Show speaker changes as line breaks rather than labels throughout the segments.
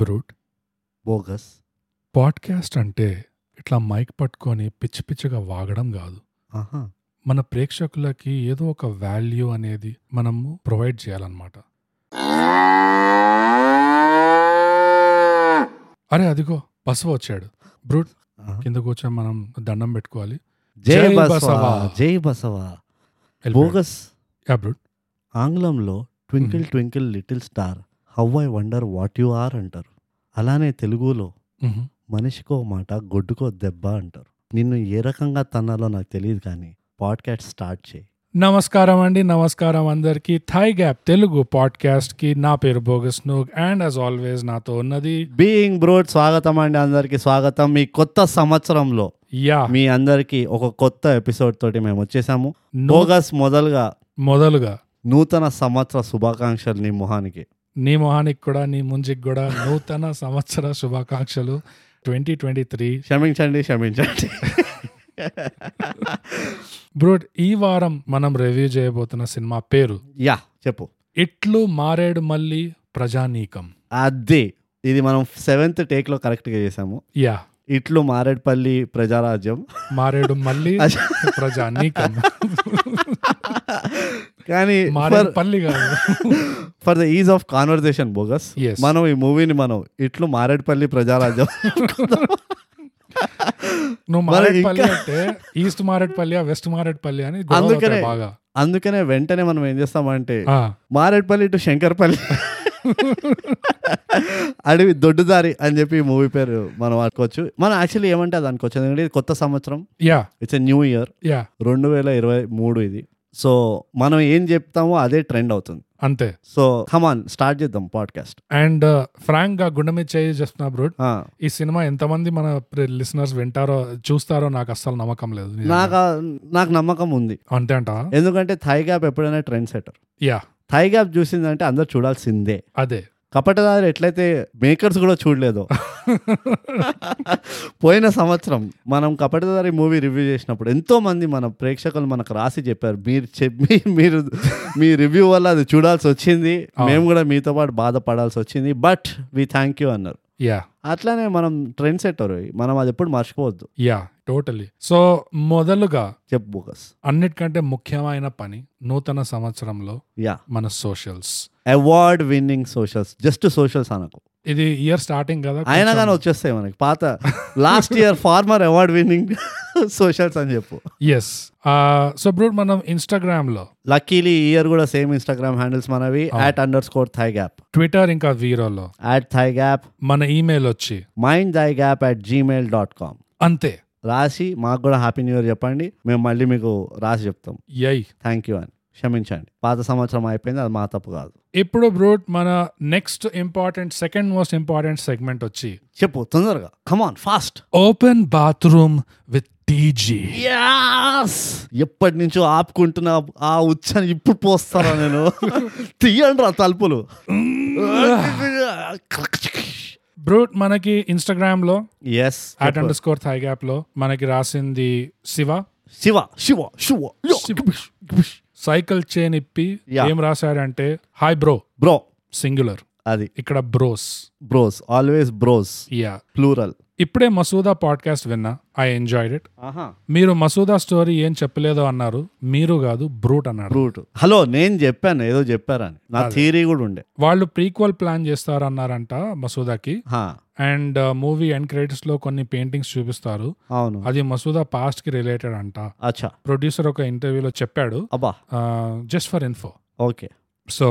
Brute
bogus
podcast అంటే ఇట్లా mic పట్టుకొని పిచ్చి పిచ్చిగా వాగడం కాదు
ఆహా
మన ప్రేక్షకులకి ఏదో ఒక వాల్యూ అనేది మనము ప్రొవైడ్ చేయాలన్నమాట అరే అదిగో బసవ వచ్చాడు బ్రూట్
ఆహా.
కింద కూర్చొని మనం దండం పెట్టుకోవాలి
జై
జై
బసవా
బసవా.
జై బసవా
వెళ్ళిపోయాడు.
బోగస్
యా బ్రూట్
ఆంగ్లంలో twinkle twinkle little star how I wonder what you are అంటారు అలానే తెలుగులో
మ్హూ.
మనిషికో మాట గొడ్డుకో దెబ్బ అంటారు నిన్ను ఏ రకంగా తన్నాలో నాకు తెలియదు కానీ పాడ్కాస్ట్ స్టార్ట్ చేయి
నమస్కారం అండి నమస్కారం అందరికీ థై గ్యాప్ తెలుగు పాడ్కాస్ట్కి నా పేరు బోగస్ నూగ్ అండ్ యాజ్ ఆల్వేస్ నాతో ఉన్నది
బీయింగ్ బ్రోడ్ స్వాగతం అండి అందరికీ స్వాగతం మీ కొత్త సంవత్సరంలో
యా
మీ అందరికీ ఒక కొత్త ఎపిసోడ్ తోటి మేము వచ్చేసాము
నూ-
బోగస్ మొదలుగా
మొదలుగా
నూతన సంవత్సర శుభాకాంక్షలు నీ మొహానికి
నీ మొహానికి కూడా నీ ముంజికి కూడా నూతన సంవత్సర శుభాకాంక్షలు ట్వంటీ ట్వంటీ త్రీ
క్షమించండి క్షమించండి
బ్రూట్ ఈ వారం మనం రివ్యూ చేయబోతున్న సినిమా పేరు
యా చెప్పు
ఇట్లు మారేడు మళ్ళీ ప్రజానీకం
అది ఇది మనం సెవెంత్ టేక్ లో కరెక్ట్ గా చేసాము
యా
ఇట్లు మారేడ్పల్లి ప్రజారాజ్యం
మారేడు మళ్ళీ ప్రజానీకం
కానీ
మారేడు పల్లి కాదు
for the ease of conversation bogus
Yes.
మనం ఈ మూవీని మనం ఇట్లు మారేడ్పల్లి ప్రజారాజ్యం
నువ్వు
మరి
మారేడుపల్లి
ఇంకా-
అంటే ఈస్ట్ మారేడుపల్లి వెస్ట్ మారేడుపల్లి అని గొడవలు అవుతాయి
అందుకనే-
బాగా
అందుకనే వెంటనే మనం ఏం చేస్తామంటే
ఆ,
మారేడ్పల్లి టు శంకర్పల్లి అడవి దొడ్డుదారి అని చెప్పి ఈ మూవీ పేరు మనం అనుకోవచ్చు మనం యాక్చువల్లీ ఏమంటే అది అనుకోవచ్చు ఎందుకంటే ఇది కొత్త సంవత్సరం
yeah
it's a new year
yeah
రెండు వేల ఇరవై మూడు ఇది సో మనం ఏం చెప్తామో అదే ట్రెండ్ అవుతుంది
అంతే
సో కమాన్ స్టార్ట్ చేద్దాం పాడ్కాస్ట్
అండ్ ఫ్రాంక్ గా గుండె మీద చేయి చెప్తున్నా బ్రూట్ ఈ సినిమా ఎంతమంది మన లిసనర్స్ వింటారో చూస్తారో నాకు అస్సలు నమ్మకం లేదు నిజంగా.
నాకు నాకు నమ్మకం ఉంది
అంతే అంట
ఎందుకంటే థై గ్యాప్ ఎప్పుడైనా trend setter
yeah
thigh gap చూసిందంటే అందరు చూడాల్సిందే
అదే
కపటదారు ఎట్లయితే మేకర్స్ కూడా చూడలేదు పోయిన సంవత్సరం మనం కపటదారి మూవీ రివ్యూ చేసినప్పుడు ఎంతో మంది మన ప్రేక్షకులు మనకు రాసి చెప్పారు మీరు చెప్పి మీరు మీ రివ్యూ వల్ల అది చూడాల్సి వచ్చింది మేము కూడా మీతో పాటు బాధపడాల్సి వచ్చింది బట్ వి థ్యాంక్ యూ అన్నారు
యా
అట్లానే మనం ట్రెండ్ సెట్టర్ మనం అది ఎప్పుడు మర్చిపోవద్దు
యా టోటలీ సో మొదలుగా
చెప్పు బోకస్
అన్నిటికంటే ముఖ్యమైన పని నూతన సంవత్సరంలో
యా
మన socials
award winning socials just socials అనకు
ఇది ఇయర్ స్టార్టింగ్ కదా
అయినా
కొంచెం-
కానీ వచ్చేస్తాయి మనకి పాత last year former award winning socials అని చెప్పు
ఎస్ సో బ్రూట్ మనం ఇన్స్టాగ్రామ్ లో
లక్కీలీ ఇయర్ కూడా సేమ్ ఇన్స్టాగ్రామ్ హ్యాండిల్స్ మనవి at under score thigh gap
Twitter ఇంకా వీరోలో
యాట్ థై గ్యాప్
మన ఈమెయిల్ వచ్చి
mind thigh gap at Gmail dot com
అంతే
రాసి మాకు కూడా హ్యాపీ న్యూ ఇయర్ చెప్పండి మేము మళ్ళీ మీకు రాసి చెప్తాం
యై
థ్యాంక్ యూ అని క్షమించండి పాత సంవత్సరం అయిపోయింది అది మా తప్పు కాదు
ఇప్పుడు బ్రూట్ మన next important second most important segment వచ్చి
చెప్పు తొందరగా come on fast
open bathroom with TG
as ఎప్పటి నుంచో ఆపుకుంటున్నా ఆ ఉచ్చాన్ని ఇప్పుడు పోస్తారా నేను తీయండి రా తలుపులు
బ్రూట్ మనకి ఇన్స్టాగ్రామ్ లో
yes
at underscore thigh gap లో మనకి రాసింది శివ
శివ శివ శివ
సైకిల్ చైన్ ఇప్పి
Yeah.
ఏం రాశాడంటే హాయ్ బ్రో
బ్రో
సింగులర్
అది
ఇక్కడ bros
bros always bros
yeah
plural
ఇప్పుడే మసూదా పాడ్కాస్ట్ విన్నా ఐ ఎంజాయ్డ్ ఇట్ మీరు మసూదా స్టోరీ ఏం చెప్పలేదు అన్నారు మీరు కాదు బ్రూట్ అన్నారు
బ్రూట్ హలో నేను చెప్పాను ఏదో చెప్పారని నా థియరీ కూడా ఉండే
వాళ్ళు ప్రీక్వల్ ప్లాన్ చేస్తారన్నారంట మసూదాకి
హా,
and uh, movie end credits లో కొన్ని పెయింటింగ్స్ చూపిస్తారు
అవును
అది మసూదా పాస్ట్ కి రిలేటెడ్ అంట
అచ్చా
ప్రొడ్యూసర్ ఒక ఇంటర్వ్యూలో చెప్పాడు
అబ్బా
just for info
okay
so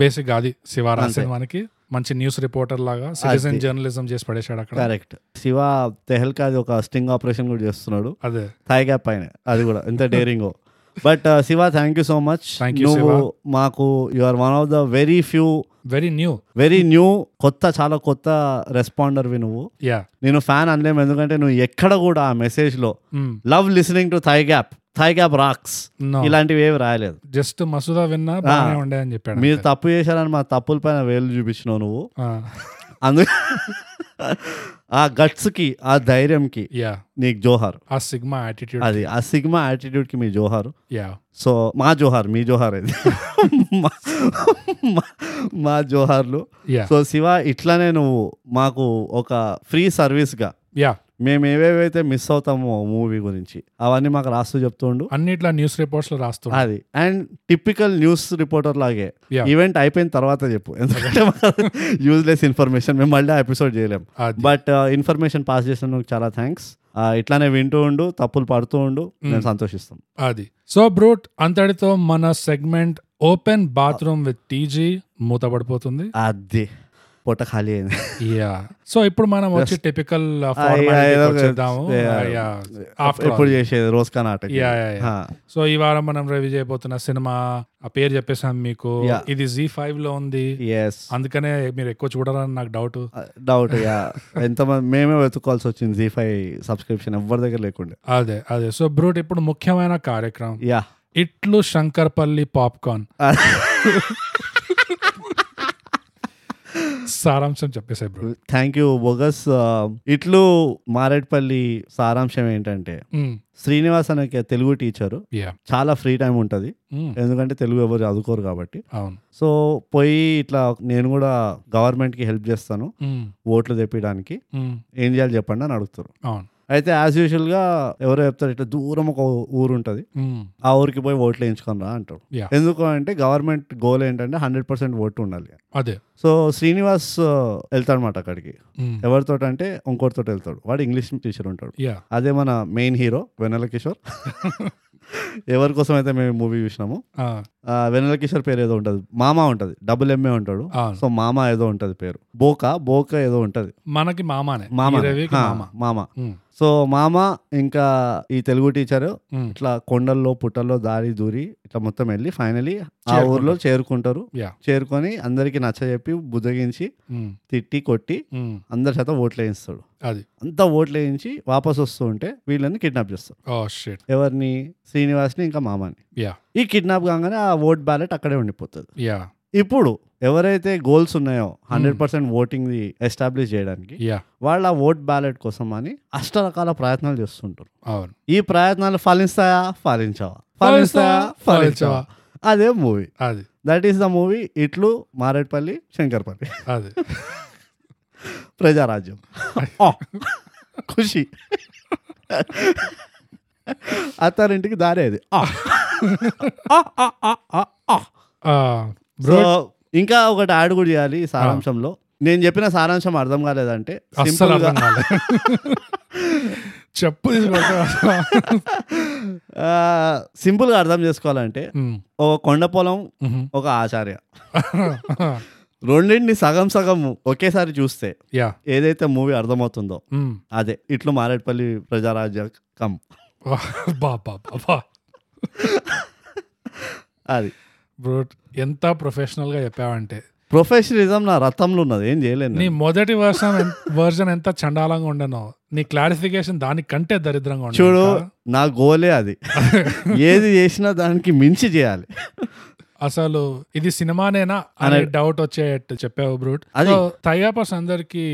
basic గా అది శివ రాసిన
అంతే.
మనకి మంచి న్యూస్ రిపోర్టర్ లాగా సిటిజన్
అది.
జర్నలిజం చేసి పడేశాడు అక్కడ
కరెక్ట్ శివ తెహల్కాది ఒక స్టింగ్ ఆపరేషన్ కూడా చేస్తున్నాడు
అదే
థాయ్ గ్యాప్ పైన అది కూడా ఎంత డేరింగో but Shiva thank you so much
Thank you, Shiva.
నువ్వు మాకు you are one of the very few
very new
very new కొత్త చాలా కొత్త రెస్పాండర్వి నువ్వు
యా
నేను ఫ్యాన్ అనలేము ఎందుకంటే నువ్వు ఎక్కడ కూడా ఆ మెసేజ్లో love listening to thigh gap thigh gap rocks
No.
ఇలాంటివి ఏవి రాయలేదు
జస్ట్ మసూదా విన్నా బాగానే ఉండే అని చెప్పాడు
మీరు తప్పు చేశారని మా తప్పుల పైన వేలు చూపించినావు నువ్వు
ఆ.
అందు ఆ గట్స్కి ఆ ధైర్యంకి
యా
నీకు జోహార్
ఆ సిగ్మా యాటిట్యూడ్
అది ఆ సిగ్మా యాటిట్యూడ్కి మీ జోహారు
యా
సో మా జోహార్ మీ జోహార్ అది మా- మా- మా జోహార్లు
యా
సో శివ ఇట్లానే నువ్వు మాకు ఒక ఫ్రీ సర్వీస్గా
యా
మేము ఏవేవైతే మిస్ అవుతామో మూవీ గురించి అవన్నీ మాకు రాస్తూ చెప్తుండు
అన్నిట్లా న్యూస్ రిపోర్ట్స్ లో రాస్తున్నా
అది అండ్ టిపికల్ న్యూస్ రిపోర్టర్ లాగే
Yeah.
ఈవెంట్ అయిపోయిన తర్వాత చెప్పు ఎందుకంటే యూజ్లెస్ ఇన్ఫర్మేషన్ మేము మళ్ళీ ఎపిసోడ్ చేయలేం
అది.
బట్ ఇన్ఫర్మేషన్ పాస్ చేసినందుకు చాలా థ్యాంక్స్ ఇట్లానే వింటూ ఉండు తప్పులు పడుతూ ఉండు మేము సంతోషిస్తాం
అది సో బ్రూట్ అంతటితో మన segment open bathroom with TG మూతపడిపోతుంది
అది పొట్ట ఖాళీ అయింది
యా సో ఇప్పుడు మనం వచ్చి టిపికల్
ఏదో ఒక-
వచ్చేద్దాము
yeah. ఎప్పుడు
ఆఫ్టర్
చేసేది రోజు Karnataka
Yeah, yeah, yeah. So ఈ వారం మనం రివ్యూ చేయబోతున్న సినిమా ఆ పేరు చెప్పేసాను మీకు
Yeah.
ఇది జీ ఫైవ్ లో ఉంది
ఎస్
అందుకనే మీరు ఎక్కువ చూడాలని నాకు డౌట్
డౌట్ Uh, యా ఎంతమంది మేమే వెతుక్కోవాల్సి వచ్చింది జీ ఫైవ్ సబ్స్క్రిప్షన్ ఎవరి దగ్గర లేకుండా
అదే అదే సో బ్రూట్ ఇప్పుడు ముఖ్యమైన కార్యక్రమం
యా
ఇట్లు శంకర్పల్లి పాప్కార్న్ సారాంశం చెప్పేసాయి bro
thank you bogus Uh, ఇట్లు మారేడ్పల్లి సారాంశం ఏంటంటే శ్రీనివాస్ అనే ఒక తెలుగు టీచరు
యా
చాలా ఫ్రీ టైం ఉంటుంది ఎందుకంటే తెలుగు ఎవరు చదువుకోరు కాబట్టి
అవును
సో పోయి ఇట్లా నేను కూడా గవర్నమెంట్కి హెల్ప్ చేస్తాను
మ్మ్.
ఓట్లు తెప్పించడానికి
మ్మ్.
ఏం చేయాలి చెప్పండి అని అడుగుతారు
అవును
అయితే యాజ్ యూజువల్గా ఎవరో చెప్తారు ఇట్లా దూరం ఒక ఊరు ఉంటుంది
మ్మ్.
ఆ ఊరికి పోయి ఓట్లు వేయించుకొని రా అంటారు
Yeah.
ఎందుకు అంటే గవర్నమెంట్ గోల్ ఏంటంటే హండ్రెడ్ పర్సెంట్ ఓటు ఉండాలి
అదే
సో శ్రీనివాస్ ఆ, వెళ్తాడనమాట అక్కడికి
మ్మ్.
ఎవరితోటి అంటే ఇంకోటితోటి వెళ్తాడు వాడు ఇంగ్లీష్ టీచర్ ఉంటాడు
యా
అదే మన మెయిన్ హీరో వెనెల కిషోర్ ఎవరి కోసం అయితే మేము మూవీ చూసినాము
ఆ,
ఆ, వెనెల కిషోర్ పేరు ఏదో ఉంటుంది మామ ఉంటుంది డబుల్ ఎంఏ ఉంటాడు
అవును
సో మామ ఏదో ఉంటుంది పేరు బోకా బోకా ఏదో ఉంటుంది
మనకి మామానే
మామ
ఈ రవికి
హా,
మామ
మామ
మ్మ్.
సో మామ ఇంకా ఈ తెలుగు టీచరు
మ్మ్.
ఇట్లా కొండల్లో పుట్టల్లో దారి దూరి ఇట్లా మొత్తం వెళ్ళి ఫైనలీ ఆ
చేరుకుంటారు.
ఊర్లో చేరుకుంటారు
యా
చేరుకొని అందరికి నచ్చజెప్పి బుద్ధగించి
మ్మ్.
తిట్టి కొట్టి
మ్మ్.
అందరి చేత ఓట్లు వేయిస్తాడు
అది
అంతా ఓట్లు వేయించి వాపస్ వస్తూ ఉంటే వీళ్ళని కిడ్నాప్ చేస్తారు
ఓ షిట్
ఎవరిని శ్రీనివాస్ని ఇంకా మామాని
యా
ఈ కిడ్నాప్ కాగానే ఆ ఓట్ బ్యాలెట్ అక్కడే ఉండిపోతుంది
యా
ఇప్పుడు ఎవరైతే గోల్స్ ఉన్నాయో hundred percent voting the establish చేయడానికి
యా
వాళ్ళ ఓట్ బ్యాలెట్ కోసం అని అష్ట రకాల ప్రయత్నాలు చేస్తుంటారు
అవును
ఈ ప్రయత్నాలు ఫలిస్తాయా ఫలించావా ఫలిస్తాయా ఫలించావా అదే మూవీ
అది
that is the movie Itlu Maredpally Shankarpally
అది
ప్రజారాజ్యం ఆ, ఖుషి అత్తారింటికి దారి అది ఆ. ఆ, ఆ, ఆ, ఆ, ఆ.
ఆ, బ్రో
సో, ఇంకా ఒకటి యాడ్ కూడా చేయాలి ఈ సారాంశంలో నేను చెప్పిన సారాంశం అర్థం కాలేదంటే
అస్సలు
simple గా
అర్థం కాలేదు చెప్పు తీసుకుంటా
ఆ, simple గా అర్థం చేసుకోవాలంటే ఒక కొండ పొలం ఒక ఆచార్య రెండింటిని సగం సగం ఒకేసారి చూస్తే
యా
ఏదైతే మూవీ అర్థమవుతుందో అదే ఇట్లు మారేడ్పల్లి ప్రజారాజ్య కమ్
బా బా బా
అది
బ్రో ఎంత ప్రొఫెషనల్ గా చెప్పావంటే
ప్రొఫెషనలిజం నా రథంలో ఉన్నది ఏం చేయలేను
నీ
నేను.
మొదటి వర్షన్ వర్జన్ ఎంత చండాలంగా ఉండనో నీ క్లారిఫికేషన్ దానికంటే దరిద్రంగా ఉండే
చూడు
ఇంకా.
నా గోలే అది ఏది చేసినా దానికి మించి చేయాలి
అసలు ఇది సినిమానేనా అనే
అనే-
డౌట్ వచ్చేట్టు చెప్పావు బ్రూట్
అది.
సో థైయాపర్స్ అందరికి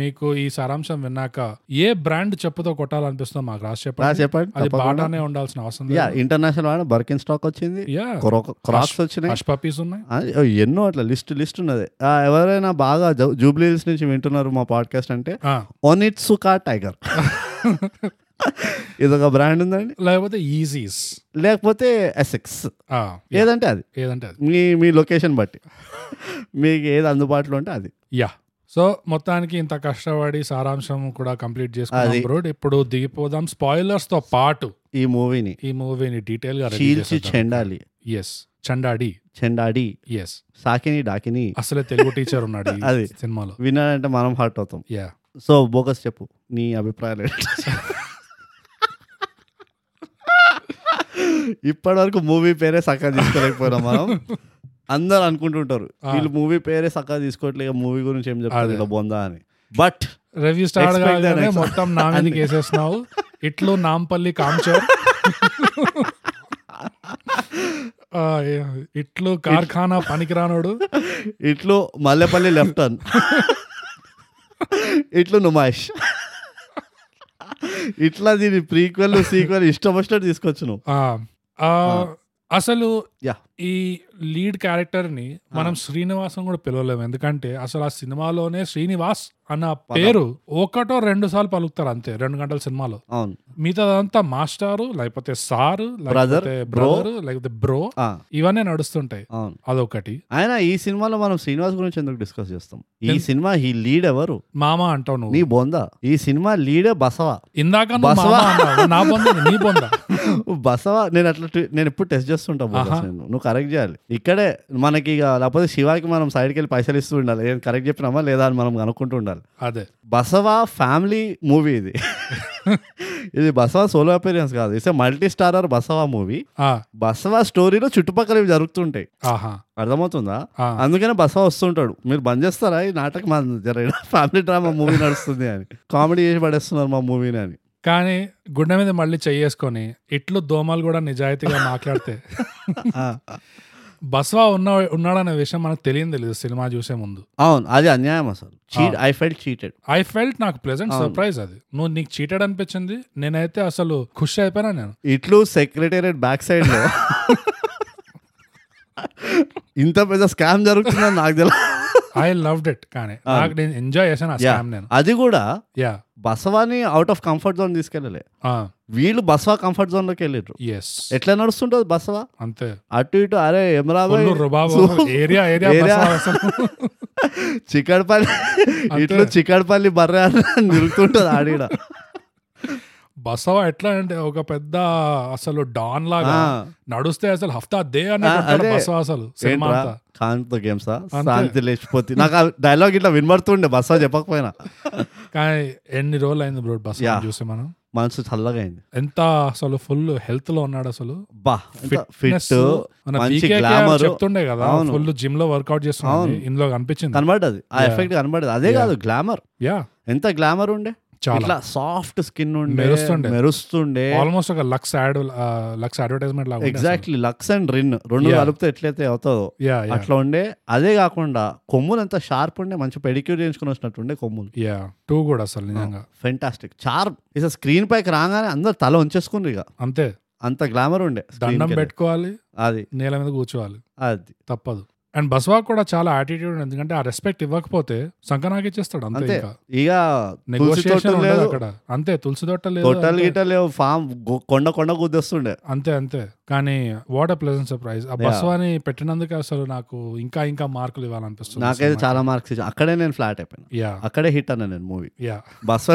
మీకు ఈ సారాంశం విన్నాక ఏ బ్రాండ్ చెప్పుతో కొట్టాలనిపిస్తుందో మాకు రాసి
రా
చెప్పండి
చెప్పండి
అది
తప్పకుండా.
బాటానే ఉండాల్సిన అవసరం
యా
లేదు
ఇంటర్నేషనల్ వాడిన బర్కిన్ స్టాక్ వచ్చింది
యా
క్రో- క్రాక్స్ వచ్చినాయి
హష్ పప్పీస్ ఉన్నాయి
అది ఎన్నో అట్లా లిస్ట్ లిస్ట్ ఉన్నది ఆ, ఎవరైనా బాగా జూ- జూబ్లీ హిల్స్ నుంచి వింటున్నారు మా పాడ్కాస్ట్ అంటే
ఆ,
ఒనిట్సుకా టైగర్ ఇదొక బ్రాండ్ ఉందండి
లేకపోతే ఈజీస్
లేకపోతే ఎస్ఎక్స్
ఆ,
ఏదంటే అది
ఏదంటే అది
మీ మీ లొకేషన్ బట్టి మీకు ఏది అందుబాటులో ఉంటే అది
యా సో మొత్తానికి ఇంత కష్టపడి సారాంశం కూడా కంప్లీట్ చేసుకున్నాం
అది.
బ్రోడ్ ఇప్పుడు దిగిపోదాం స్పాయిలర్స్ తో పాటు
ఈ మూవీని
ఈ మూవీని డీటెయిల్ గా
చీల్చి చెండాలి
ఎస్ చండాడి
చెండాడి
ఎస్
సాకిని డాకిని
అసలే తెలుగు టీచర్ ఉన్నాడు ఈ
అది.
సినిమాలో
వినాలంటే మనం హర్ట్ అవుతాం
యా
సో బోకస్ చెప్పు నీ అభిప్రాయాలు ఏంటి? ఇప్పటివరకు మూవీ పేరే చక్కగా తీసుకోలేకపోయినా మనం అందరు అనుకుంటుంటారు వీళ్ళు మూవీ పేరే చక్కగా తీసుకోవట్లేదు మూవీ గురించి ఏం చెప్తారు
అదే.
ఇలా బొందా అని but
review start
Expect the
కాగానే
next-
మొత్తం నా మీదకి వేసేస్తున్నావు ఇట్లు నాంపల్లి కాంచో ఆ, ఏ- ఇట్లు కార్ఖానా పనికిరానోడు
ఇట్లో మల్లెపల్లి లెఫ్ట్ అన్ ఇట్లు నుమాయిష్ ఇట్లా దీని ప్రీక్వెల్ సీక్వెల్ ఇష్టం వచ్చినట్టు తీసుకొచ్చు నువ్వు
ఆ, ఆ, అసలు
Yeah.
ఈ లీడ్ క్యారెక్టర్ ని మనం శ్రీనివాసం కూడా పిలవలేము ఎందుకంటే అసలు ఆ సినిమాలోనే శ్రీనివాస్ అన్న పేరు ఒకటో రెండు సార్లు పలుకుతారు అంతే రెండు గంటల సినిమాలో
అవును
మిగతాదంతా మాస్టారు లేకపోతే సారు
Brother,
లేకపోతే బ్రదర్ లేకపోతే బ్రో
ఆ,
ఇవన్నీ నడుస్తుంటాయి
అవును
అదొకటి
ఆయన ఈ సినిమాలో మనం శ్రీనివాస్ గురించి ఎందుకు డిస్కస్ చేస్తాం ఈ సినిమా ఈ లీడ్ ఎవరు
మామ అంటావు నువ్వు
నీ బొందా ఈ సినిమా లీడే బసవా
ఇందాక నువ్వు
బసవా.
మామ అన్నావు నా బొంద ఇది, నీ బొంద
బసవా నేను అట్లా ట్వీ- నేను ఎప్పుడు టెస్ట్ చేస్తుంటా బోగస్
ఆహా.
నేను. నువ్వు కరెక్ట్ చేయాలి ఇక్కడే మనకి ఇక లేకపోతే శివాకి మనం సైడ్కి వెళ్ళి పైసలు ఇస్తూ ఉండాలి ఏం కరెక్ట్ చెప్పినామా లేదా అని మనం అనుకుంటూ ఉండాలి
అదే
బసవా ఫ్యామిలీ మూవీ ఇది ఇది బసవా సోలో అపీరియన్స్ కాదు it's multi starrer Basava movie
ఆ,
బసవా స్టోరీలో చుట్టుపక్కల ఇవి జరుగుతుంటాయి
ఆహా
అర్థమవుతుందా
ఆ.
అందుకనే బసవా వస్తుంటాడు మీరు బంద్ చేస్తారా ఈ నాటకం మా ఫ్యామిలీ డ్రామా మూవీ నడుస్తుంది అని కామెడీ చేసి పడేస్తున్నారు మా మూవీని అని
కానీ గుండె మీద మళ్ళీ చెయ్యేసుకొని ఇట్లు దోమలు కూడా నిజాయితీగా మాట్లాడితే
ఆ.
బస్వా ఉన్న ఉన్నాడనే విషయం మనకు తెలియదు తెలియదు సినిమా చూసే ముందు
అవును అది అన్యాయం అసలు cheat I fell cheated
I felt నాకు ప్లెజెంట్ సర్ప్రైజ్ అది నువ్వు నీకు చీటెడ్ అనిపించింది నేనైతే అసలు ఖుషి అయిపోయినా నేను
ఇట్లు సెక్రటేరియట్ బ్యాక్ సైడ్ లో ఇంత పెద్ద స్కామ్ జరుగుతుందని నాకు తెలియదు
ఐ లవ్డ్ ఇట్ కానీ నాకు నేను ఎంజాయ్ చేశాను ఆ స్కామ్ నేను
అది కూడా
యా
బసవాని అవుట్ ఆఫ్ కంఫర్ట్ జోన్ తీసుకెళ్ళలే వీళ్ళు బసవా కంఫర్ట్ జోన్ లోకి వెళ్ళారు
ఎస్
ఎట్లా నడుస్తుంటుంది బసవా
అంతే
అటు ఇటు అరే ఏం రాబాయ్
ఒళ్ళు రుబాబు ఏరియా ఏరియా
ఏరియా.
బస్వా అసలు.
చిక్కడపల్లి ఇట్లు చిక్కడపల్లి బర్రె అని నిలుతుంటది ఆడిడ
బసవ ఎట్లా అంటే ఒక పెద్ద అసలు డాన్ లాగా
ఆ.
నడుస్తే అసలు హఫ్తా దే అని
ఆ, అదే.
బసవ అసలు సినిమా
ఏంట్రా?
అంతా
కాంతితో గేమ్సా
అంతే.
శాంతి లేచిపోతే నాకు ఆ డైలాగ్ ఇట్లా వినబడుతుండే బస్సా చెప్పకపోయినా
కానీ ఎన్ని రోజులు అయింది బ్రో బస్
Yeah.
చూసి మనం
మనసు చల్లగా అయింది
ఎంత అసలు ఫుల్ హెల్త్ లో ఉన్నాడు అసలు
బా ఎంత
Fitness,
ఫిట్
మన
మంచి
PKK
గ్లామర్
చెప్తుండే కదా
అవును.
ఫుల్ జిమ్ లో వర్కౌట్ చేస్తున్నాడు
అవును.
ఇందులో కనిపించింది
కనబడ్డది ఆ ఎఫెక్ట్ కనబడ్డది అదే కాదు గ్లామర్
యా
ఎంత గ్లామర్ ఉండే
చాలా
ఇట్లా సాఫ్ట్ స్కిన్ ఉండే
మెరుస్తుండే.
మెరుస్తుండే
ఆల్మోస్ట్ ఒక లక్స్ యాడ్ లక్స్ అడ్వర్టైజ్మెంట్ లాగా ఉండే అసలు.
ఎగ్జాక్ట్లీ లక్స్ అండ్ రిన్ రెండు
Yeah.
కలిపితే ఎట్లయితే అవుతుందో
యా యా
అట్లా ఉండే అదే కాకుండా కొమ్ములు ఎంత షార్ప్ ఉండే మంచి పెడిక్యూర్ చేయించుకుని వచ్చినట్టు ఉండే కొమ్ములు
యా టూ కూడా అసలు నిజంగా
ఫెంటాస్టిక్ చార్ప్ ఇస స్క్రీన్ పైకి రాగానే అందరు తల ఉంచేసుకున్నారు ఇక
అంతే
అంత గ్లామర్ ఉండే screen
దండం
కి.
పెట్టుకోవాలి
అది
నేల మీద కూర్చోవాలి
అది
తప్పదు అండ్ బస్వా కూడా చాలా యాటిట్యూడ్ ఎందుకంటే ఆ రెస్పెక్ట్ ఇవ్వకపోతే సంకనాకి ఇచ్చేస్తాడు అంతే
అంతే
ఇంకా
ఇక తులసి
నెగోషియేషన్
తోటలు
ఉండదు
లేదు
అక్కడ అంతే తులసి తోట లేదు
తోటలు
అంతే.
గిట్ట లేవు ఫామ్ గొ- కొండ కొండ గుద్దేస్తుండే
అంతే అంతే కానీ వాట్ అ ప్లెజెంట్ సర్ప్రైజ్ ఆ బస్వాని పెట్టినందుకు అసలు నాకు ఇంకా ఇంకా మార్కులు ఇవ్వాలనిపిస్తుంది
నాకైతే చాలా మార్క్స్ ఇచ్చాను అక్కడే నేను ఫ్లాట్ అయిపోయినా
యా
అక్కడే హిట్ అన్నా నేను మూవీ
యా
బస్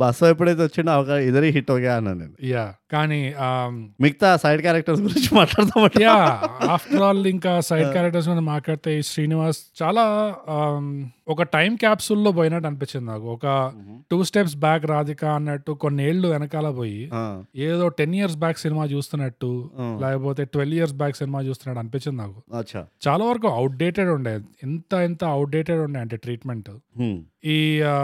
బస్ ఎప్పుడైతే వచ్చిండో ఒక ఇద్దరి హిట్ ఒకే అన్నా నేను
యా కానీ um,
మిగతా సైడ్ క్యారెక్టర్స్ గురించి మాట్లాడదామంటే
యా ఆఫ్టర్ ఆల్ ఇంకా సైడ్ క్యారెక్టర్స్ మీద మాట్లాడితే ఈ శ్రీనివాస్ చాలా um, ఒక టైం క్యాప్సూల్ లో పోయినట్టు అనిపించింది నాకు ఒక టూ స్టెప్స్ బ్యాక్ రాధిక అన్నట్టు కొన్ని ఏళ్ళు వెనకాల పోయి
ఆ,
ఏదో టెన్ ఇయర్స్ బ్యాక్ సినిమా చూస్తున్నట్టు
ఆ,
లేకపోతే ట్వెల్వ్ ఇయర్స్ బ్యాక్ సినిమా చూస్తున్నట్టు అనిపించింది నాకు
అచ్చా
చాలా వరకు అవుట్డేటెడ్ ఉండే ఎంత ఎంత అవుట్డేటెడ్ ఉండే అంటే ట్రీట్మెంట్
హ్మ్,
ఈ ఆ,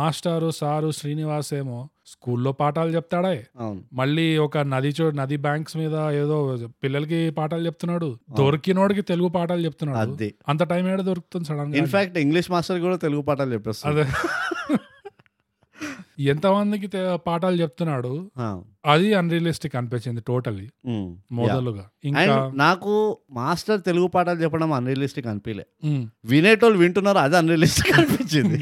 మాస్టారు సారు శ్రీనివాస్ ఏమో స్కూల్లో పాఠాలు చెప్తాడే
అవును
మళ్ళీ ఒక నది చో నది బ్యాంక్స్ మీద ఏదో పిల్లలకి పాఠాలు చెప్తున్నాడు దొరికినోడికి తెలుగు పాఠాలు చెప్తున్నాడు
అది
అంత టైం ఏడ దొరుకుతుంది సడన్ గా
ఇన్ఫాక్ట్ ఇంగ్లీష్ మాస్టర్ కూడా తెలుగు పాఠాలు చెప్పేస్తాను
అదే ఎంతమందికి తె- పాఠాలు చెప్తున్నాడు అది అన్రియలిస్టిక్ అనిపించింది టోటలీ మొదలుగా
అండ్
ఇంకా
నాకు మాస్టర్ తెలుగు పాఠాలు చెప్పడం అన్రియలిస్టిక్ అనిపించలే
ఉమ్,
వినేటోళ్ళు వింటున్నారు అది అన్రియలిస్టిక్ అనిపించింది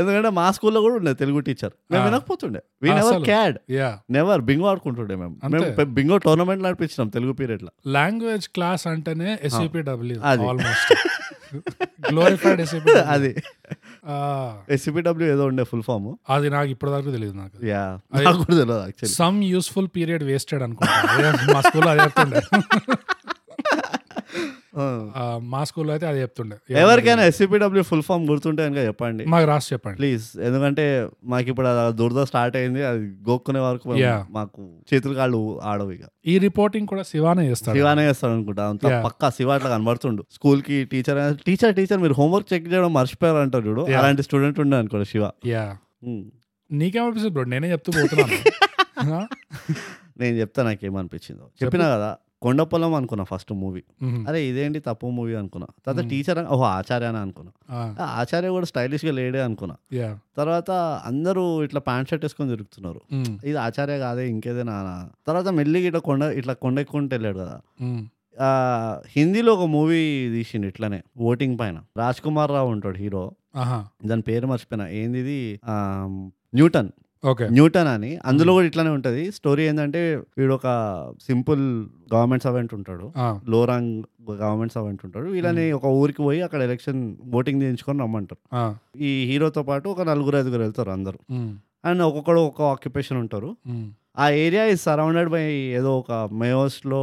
ఎందుకంటే మా స్కూల్లో కూడా ఉండే తెలుగు టీచర్ మేము
ఆ.
వినకపోతుండే వీ నెవర్
అసలు.
క్యాడ్
యా
నెవర్ బింగో ఆడుకుంటుండే మేము
అంతే.
మేము పె- బింగో టోర్నమెంట్ నడిపించినాం తెలుగు పీరియడ్ లో
లాంగ్వేజ్ క్లాస్ అంటేనే ఎస్ఈపి డబ్ల్యూ
అది.
ఆల్మోస్ట్ గ్లోరిఫైడ్ ఎస్ఈపి
అది ఎస్సిపిడబ్ల్యూ ఏదో ఉండే ఫుల్ ఫామ్
అది నాకు ఇప్పటిదాకా తెలియదు నాకు
యా నాకు కూడా తెలియదు actually
some useful period wasted అనుకుంటా మా స్కూల్లో అది చెప్తుండే ఆ, మా స్కూల్లో అయితే అది చెప్తుండే
ఎవరికైనా ఎస్సిపిడబ్ల్యూ ఫుల్ ఫామ్ గుర్తుంటే కనుక చెప్పండి
మాకు రాసి చెప్పండి
ప్లీజ్ ఎందుకంటే మాకు ఇప్పుడు అది దురద స్టార్ట్ అయింది అది గోక్కునే వరకు మేము-
Yeah.
మాకు చేతులు కాళ్ళు ఆడవు ఇక
ఈ రిపోర్టింగ్ కూడా శివానే చేస్తాడు
శివానే చేస్తాడు అనుకుంటా అంత
Yeah.
పక్కా శివ అట్లా కనబడుతుండు స్కూల్ కి టీచర్ టీచర్ టీచర్ మీరు హోంవర్క్ చెక్ చేయడం మర్చిపోయారు అంటారు చూడు
Yeah.
అలాంటి స్టూడెంట్ ఉండే అనుకోడు శివ
యా
Hmm.
నీకేమనిపిస్తుంది బ్రో నేనే చెప్తూ పోతున్నాను
నేను చెప్తా నాకు ఏమనిపించిందో చెప్పినా కదా కొండపొలం అనుకున్నా ఫస్ట్ మూవీ
మ్మ్.
అరే ఇదేంటి తప్పు మూవీ అనుకున్నా తర్వాత
Hmm.
టీచర్ ఓహో ఆచార్య అని అనుకున్నా
ఆ,
ఆ, ఆచార్య కూడా స్టైలిష్గా లేడే అనుకున్నా
యా
తర్వాత అందరూ ఇట్లా ప్యాంట్ షర్ట్ వేసుకొని తిరుగుతున్నారు
మ్మ్.
ఇది ఆచార్య కాదే ఇంకేదైనా అనా. తర్వాత మెల్లిగా ఇట్లా కొండ ఇట్లా కొండ ఎక్కుంటే వెళ్ళాడు కదా
మ్మ్.
ఆ, హిందీలో ఒక మూవీ తీసిండు ఇట్లానే ఓటింగ్ పైన రాజ్ కుమార్ రావు ఉంటాడు హీరో
ఆహా
దాని పేరు మర్చిపోయినా ఏంది ఇది ఆ, న్యూటన్
ఓకే
న్యూటన్ అని అందులో కూడా ఇట్లానే ఉంటది స్టోరీ ఏంటంటే వీడు ఒక సింపుల్ గవర్నమెంట్ సర్వెంట్ ఉంటాడు
ఆ,
లో రాంగ్ గవర్నమెంట్ సర్వెంట్ ఉంటాడు వీళ్ళని ఒక ఊరికి పోయి అక్కడ ఎలక్షన్ ఓటింగ్ చేయించుకొని రమ్మంటారు
ఆ,
ఈ హీరోతో పాటు ఒక నలుగురు ఐదుగురు వెళ్తారు అందరూ
మ్మ్.
అండ్ ఒక్కొక్కడు ఒక్క ఆక్యుపేషన్ ఉంటారు
మ్మ్.
ఆ ఏరియా ఇస్ సరౌండెడ్ బై ఏదో ఒక మేయోస్లో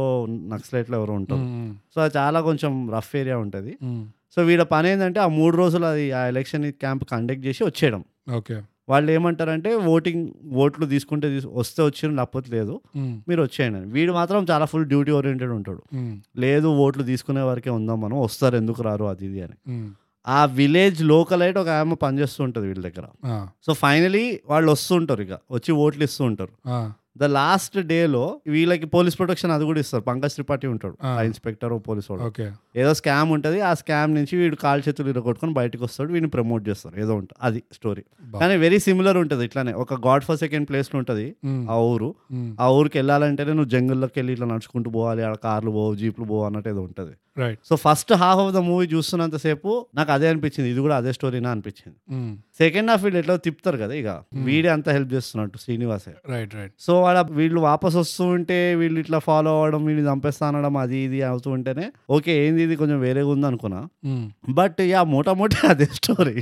నక్సలైట్లో ఎవరు ఉంటారు
మ్మ్.
సో అది చాలా కొంచెం రఫ్ ఏరియా ఉంటుంది
మ్మ్.
సో వీళ్ళ పని ఏంటంటే ఆ మూడు రోజులు అది ఆ ఎలక్షన్ క్యాంప్ కండక్ట్ చేసి వచ్చేయడం
ఓకే
వాళ్ళు ఏమంటారంటే ఓటింగ్ ఓట్లు తీసుకుంటే తీసు- వస్తే వచ్చిన లేకపోతే లేదు
మ్మ్.
మీరు వచ్చేయండి అని. వీడు మాత్రం చాలా ఫుల్ డ్యూటీ ఓరియంటెడ్ ఉంటాడు
మ్మ్.
లేదు ఓట్లు తీసుకునే వరకే ఉందాం మనం వస్తారు ఎందుకు రారు అది ఇది అని
మ్మ్.
ఆ విలేజ్ లోకల్ అయితే ఒక ఆమె పనిచేస్తూ ఉంటుంది వీళ్ళ దగ్గర
ఆ,
సో ఫైనలీ వాళ్ళు వస్తుంటారు ఇక వచ్చి ఓట్లు ఇస్తూ ఉంటారు
ఆ,
ద లాస్ట్ డేలో వీళ్ళకి పోలీస్ ప్రొటెక్షన్ అది కూడా ఇస్తారు పంకజ్ త్రిపాఠి ఉంటాడు
ఆ.
ఆ ఇన్స్పెక్టర్ పోలీస్ వాడు
ఓకే
ఏదో స్కామ్ ఉంటుంది ఆ స్కామ్ నుంచి వీడు కాలు చేతులు ఇరగొట్టుకొని బయటకు వస్తాడు వీడిని ప్రమోట్ చేస్తారు ఏదో ఉంటుంది అది స్టోరీ
బా.
కానీ వెరీ సిమిలర్ ఉంటుంది ఇట్లానే ఒక గాడ్ ఫర్ సెకండ్ ప్లేస్లో ఉంటుంది
మ్మ్.
ఆ ఊరు
మ్మ్.
ఆ ఊరికి వెళ్ళాలంటేనే నువ్వు జంగుల్లోకి వెళ్ళి ఇట్లా నడుచుకుంటూ పోవాలి ఆడ కార్లు పోవు జీప్లు పోవు అన్నట్టు ఏదో ఉంటుంది
right
so first half of the movie చూస్తున్నంతసేపు నాకు అదే అనిపించింది ఇది కూడా అదే స్టోరీనా అనిపించింది
మ్మ్.
సెకండ్ హాఫ్ వీళ్ళు ఎట్లా తిప్పుతారు కదా ఇక వీడే అంత హెల్ప్ చేస్తున్నట్టు శ్రీనివాసే
రైట్ రైట్
సో వాళ్ళ వీళ్ళు వాపస్ వస్తూ ఉంటే వీళ్ళు ఇట్లా ఫాలో అవ్వడం వీళ్ళు చంపేస్తా అనడం అది ఇది అవుతూ ఉంటేనే ఓకే ఏంది ఇది కొంచెం వేరేగా ఉంది అనుకున్నా
మ్మ్.
బట్ యా మోటామోటీ అదే స్టోరీ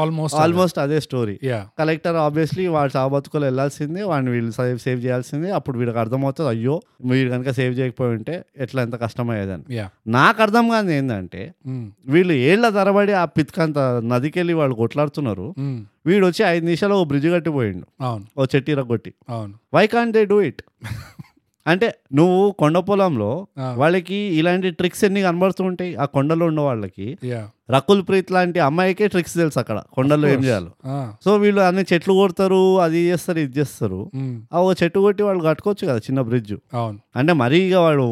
ఆల్మోస్ట్
ఆల్మోస్ట్ అదే స్టోరీ
యా
కలెక్టర్ ఆబ్వియస్లీ వాడు చావబతుకులు వెళ్ళాల్సింది వాడిని వీళ్ళు సేవ్ సేవ్ చేయాల్సింది అప్పుడు వీడికి అర్థమవుతుంది అయ్యో వీడు కనుక సేవ్ చేయకపోయి ఉంటే ఎట్లా ఎంత కష్టమయ్యేదని
యా
నాకు అర్థం కాదు ఏంటంటే
మ్మ్.
వీళ్ళు ఏళ్ల తరబడి ఆ పిత్కంత నదికెళ్ళి వాళ్ళు కొట్లాడుతున్నారు
మ్మ్.
వీడు వచ్చి ఐదు నిమిషాలు ఓ బ్రిడ్జ్ కట్టిపోయిండు
అవును
ఓ చెట్టి రగొట్టి
అవును
why can't they do it అంటే నువ్వు కొండ పొలంలో
Ah.
వాళ్ళకి ఇలాంటి ట్రిక్స్ ఎన్ని కనబడుతూ ఉంటాయి ఆ కొండలో ఉన్న వాళ్ళకి
యా
రకుల్ ప్రీత్ లాంటి అమ్మాయికే ట్రిక్స్ తెలుసు అక్కడ కొండలో ఏం చేయాలో
ఆ,
సో వీళ్ళు అన్ని చెట్లు కొడతారు అది చేస్తారు ఇది చేస్తారు
మ్మ్.
ఆ ఓ చెట్టు కొట్టి వాళ్ళు కట్టుకోవచ్చు కదా చిన్న బ్రిడ్జ్
అవును
అంటే మరీ ఇక వాడు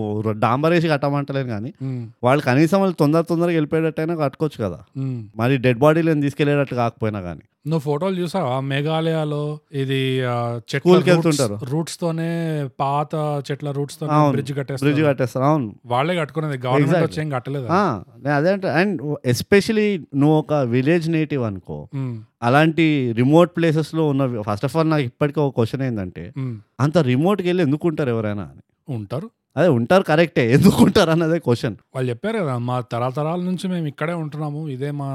డాంబరేసి కట్టమంటలేను కానీ
మ్మ్.
వాళ్ళు కనీసం వాళ్ళు తొందర తొందరగా వెళ్ళిపోయేటట్టయినా కట్టుకోవచ్చు కదా
మ్మ్.
మరి డెడ్ బాడీలను తీసుకెళ్ళేటట్టు కాకపోయినా కానీ
నువ్వు ఫోటోలు చూసావా మేఘాలయలో ఇది ఆ, చెట్ల
స్కూల్కి వెళ్తుంటారు.
రూట్స్ తోనే పాత చెట్ల రూట్స్ తోనే
అవును.
బ్రిడ్జ్ కట్టేస్తారు
బ్రిడ్జ్ కట్టేస్తారు అవును
వాళ్ళే కట్టుకునేది గవర్నమెంట్
Exactly.
వచ్చేం కట్టలేదు
ఆ, నేను అదే అంటే అండ్ ఎస్పెషలీ నువ్వు ఒక విలేజ్ నేటివ్ అనుకో
మ్మ్.
అలాంటి రిమోట్ ప్లేసెస్లో ఉన్న ఫస్ట్ ఆఫ్ ఆల్ నాకు ఇప్పటికీ ఒక క్వశ్చన్ ఏంటంటే
మ్మ్.
అంత రిమోట్కి వెళ్ళి ఎందుకు ఉంటారు ఎవరైనా అని
ఉంటారు
అదే ఉంటారు కరెక్టే ఎందుకు ఉంటారు అన్నదే క్వశ్చన్
వాళ్ళు చెప్పారు కదా మా తరతరాల నుంచి మేము ఇక్కడే ఉంటున్నాము ఇదే మా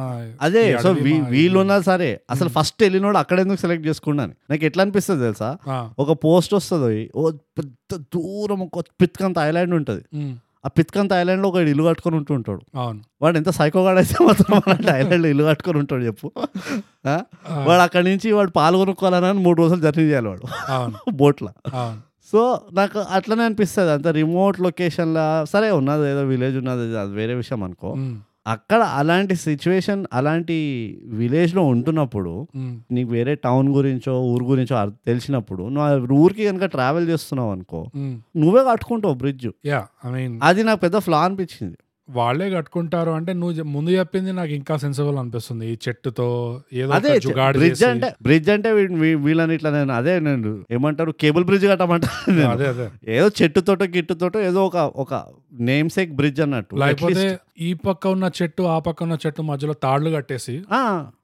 అదే
ఈ
సో
అడవి
వీ-
మా-
వీళ్ళున్నా సరే అసలు ఫస్ట్ వెళ్ళినోడు అక్కడ ఎందుకు సెలెక్ట్ చేసుకున్నాను నాకు ఎట్లా అనిపిస్తుంది తెలుసా
ఆ,
ఒక పోస్ట్ వస్తుంది ఓ పెద్ద దూరం ఒక పిత్కంత ఐలాండ్ ఉంటుంది
మ్మ్.
ఆ పిత్కంత ఐలాండ్లో ఒక ఇల్లు కట్టుకొని ఉంటుంటాడు
అవును
వాడు ఎంత సైకోగాడు అయితే మాత్రం అలాంటి ఐలాండ్లో ఇల్లు కట్టుకొని ఉంటాడు చెప్పు ఆ?
ఆ,
వాడు అక్కడి నుంచి వాడు పాలు కొనుక్కోవాలని మూడు రోజులు జర్నీ చేయాలి వాడు
అవును
బోట్లో
అవును
సో నాకు అట్లనే అనిపిస్తుంది అంత రిమోట్ లొకేషన్లా సరే ఉన్నది ఏదో విలేజ్ ఉన్నది అది వేరే విషయం అనుకో
మ్మ్.
అక్కడ అలాంటి సిచ్యువేషన్ అలాంటి విలేజ్లో ఉంటున్నప్పుడు
మ్మ్.
నీకు వేరే టౌన్ గురించో ఊరు గురించో అర్- తెలిసినప్పుడు నువ్వు ఆ ఊరికి కనుక ట్రావెల్ చేస్తున్నావు అనుకో
మ్మ్.
నువ్వే కట్టుకుంటావు బ్రిడ్జ్
యా ఐ మీన్
అది నాకు పెద్ద ఫ్లా అనిపించింది
వాళ్ళే కట్టుకుంటారు అంటే నువ్వు చె- ముందు చెప్పింది నాకు ఇంకా సెన్సిబుల్ అనిపిస్తుంది ఈ చెట్టుతో ఏదో
అదే
ఒక జుగాడు
బ్రిడ్జ్
చేసి-
అంటే బ్రిడ్జ్ అంటే వీ- వీ- వీళ్ళని ఇట్లా నేను అదే నేను ఏమంటారు కేబుల్ బ్రిడ్జ్ కట్టమంటాను నేను.
అదే అదే
ఏదో చెట్టుతోటో గిట్టుతోటో ఏదో ఒక ఒక నేమ్ సేక్ బ్రిడ్జ్ అన్నట్టు
లేకపోతే
At least.
ఈ పక్క ఉన్న చెట్టు ఆ పక్క ఉన్న చెట్టు మధ్యలో తాళ్లు కట్టేసి
ఆ,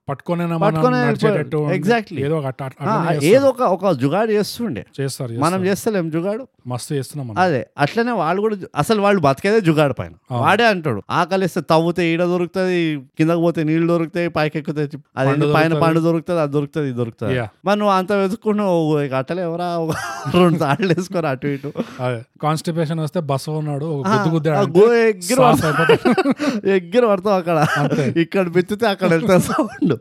పట్టుకునే
పట్టుకొనే వెళ్ళిపోయాడు. Exactly.
ఏదో ఒకటి అట్లా-
ఆ,
అట్లనే
ఏదో ఒక ఒక జుగాడు చేస్తుండే
చేస్తారు
మనం
చేస్తారు.
చేస్తలేం జుగాడు
మస్తు చేస్తున్నాం మనం.
అదే అట్లనే వాళ్ళు కూడా జు- అసలు వాళ్ళు బతికేదే జుగాడు పైన వాడే అంటాడు ఆకలిస్తే తవ్వుతే ఈడ దొరుకుతుంది కిందకు పోతే నీళ్ళు దొరుకుతాయి పైకి ఎక్కితే చి- అది
పండు
పైన
దొరుకుతది.
పండు దొరుకుతుంది అది దొరుకుతుంది ఇది దొరుకుతుంది
Yeah.
మరి నువ్వు అంత వెతుక్కున్నావు అట్టలు ఎవరా ఒక రెండు తాళ్ళు వేసుకోరా అటు ఇటు
అదే కాన్స్టిపేషన్ వస్తే బస్ ఉన్నాడు ఒక
ఆ,
గుద్దు గుద్దాడు
ఆ
అంటే
గో ఎగ్గిర
సాఫ్
పడతావు.
అయిపోతాడు.
ఎగ్గిర పడతావు అక్కడ ఇక్కడ బిత్తితే అక్కడ వెళ్తా సౌండ్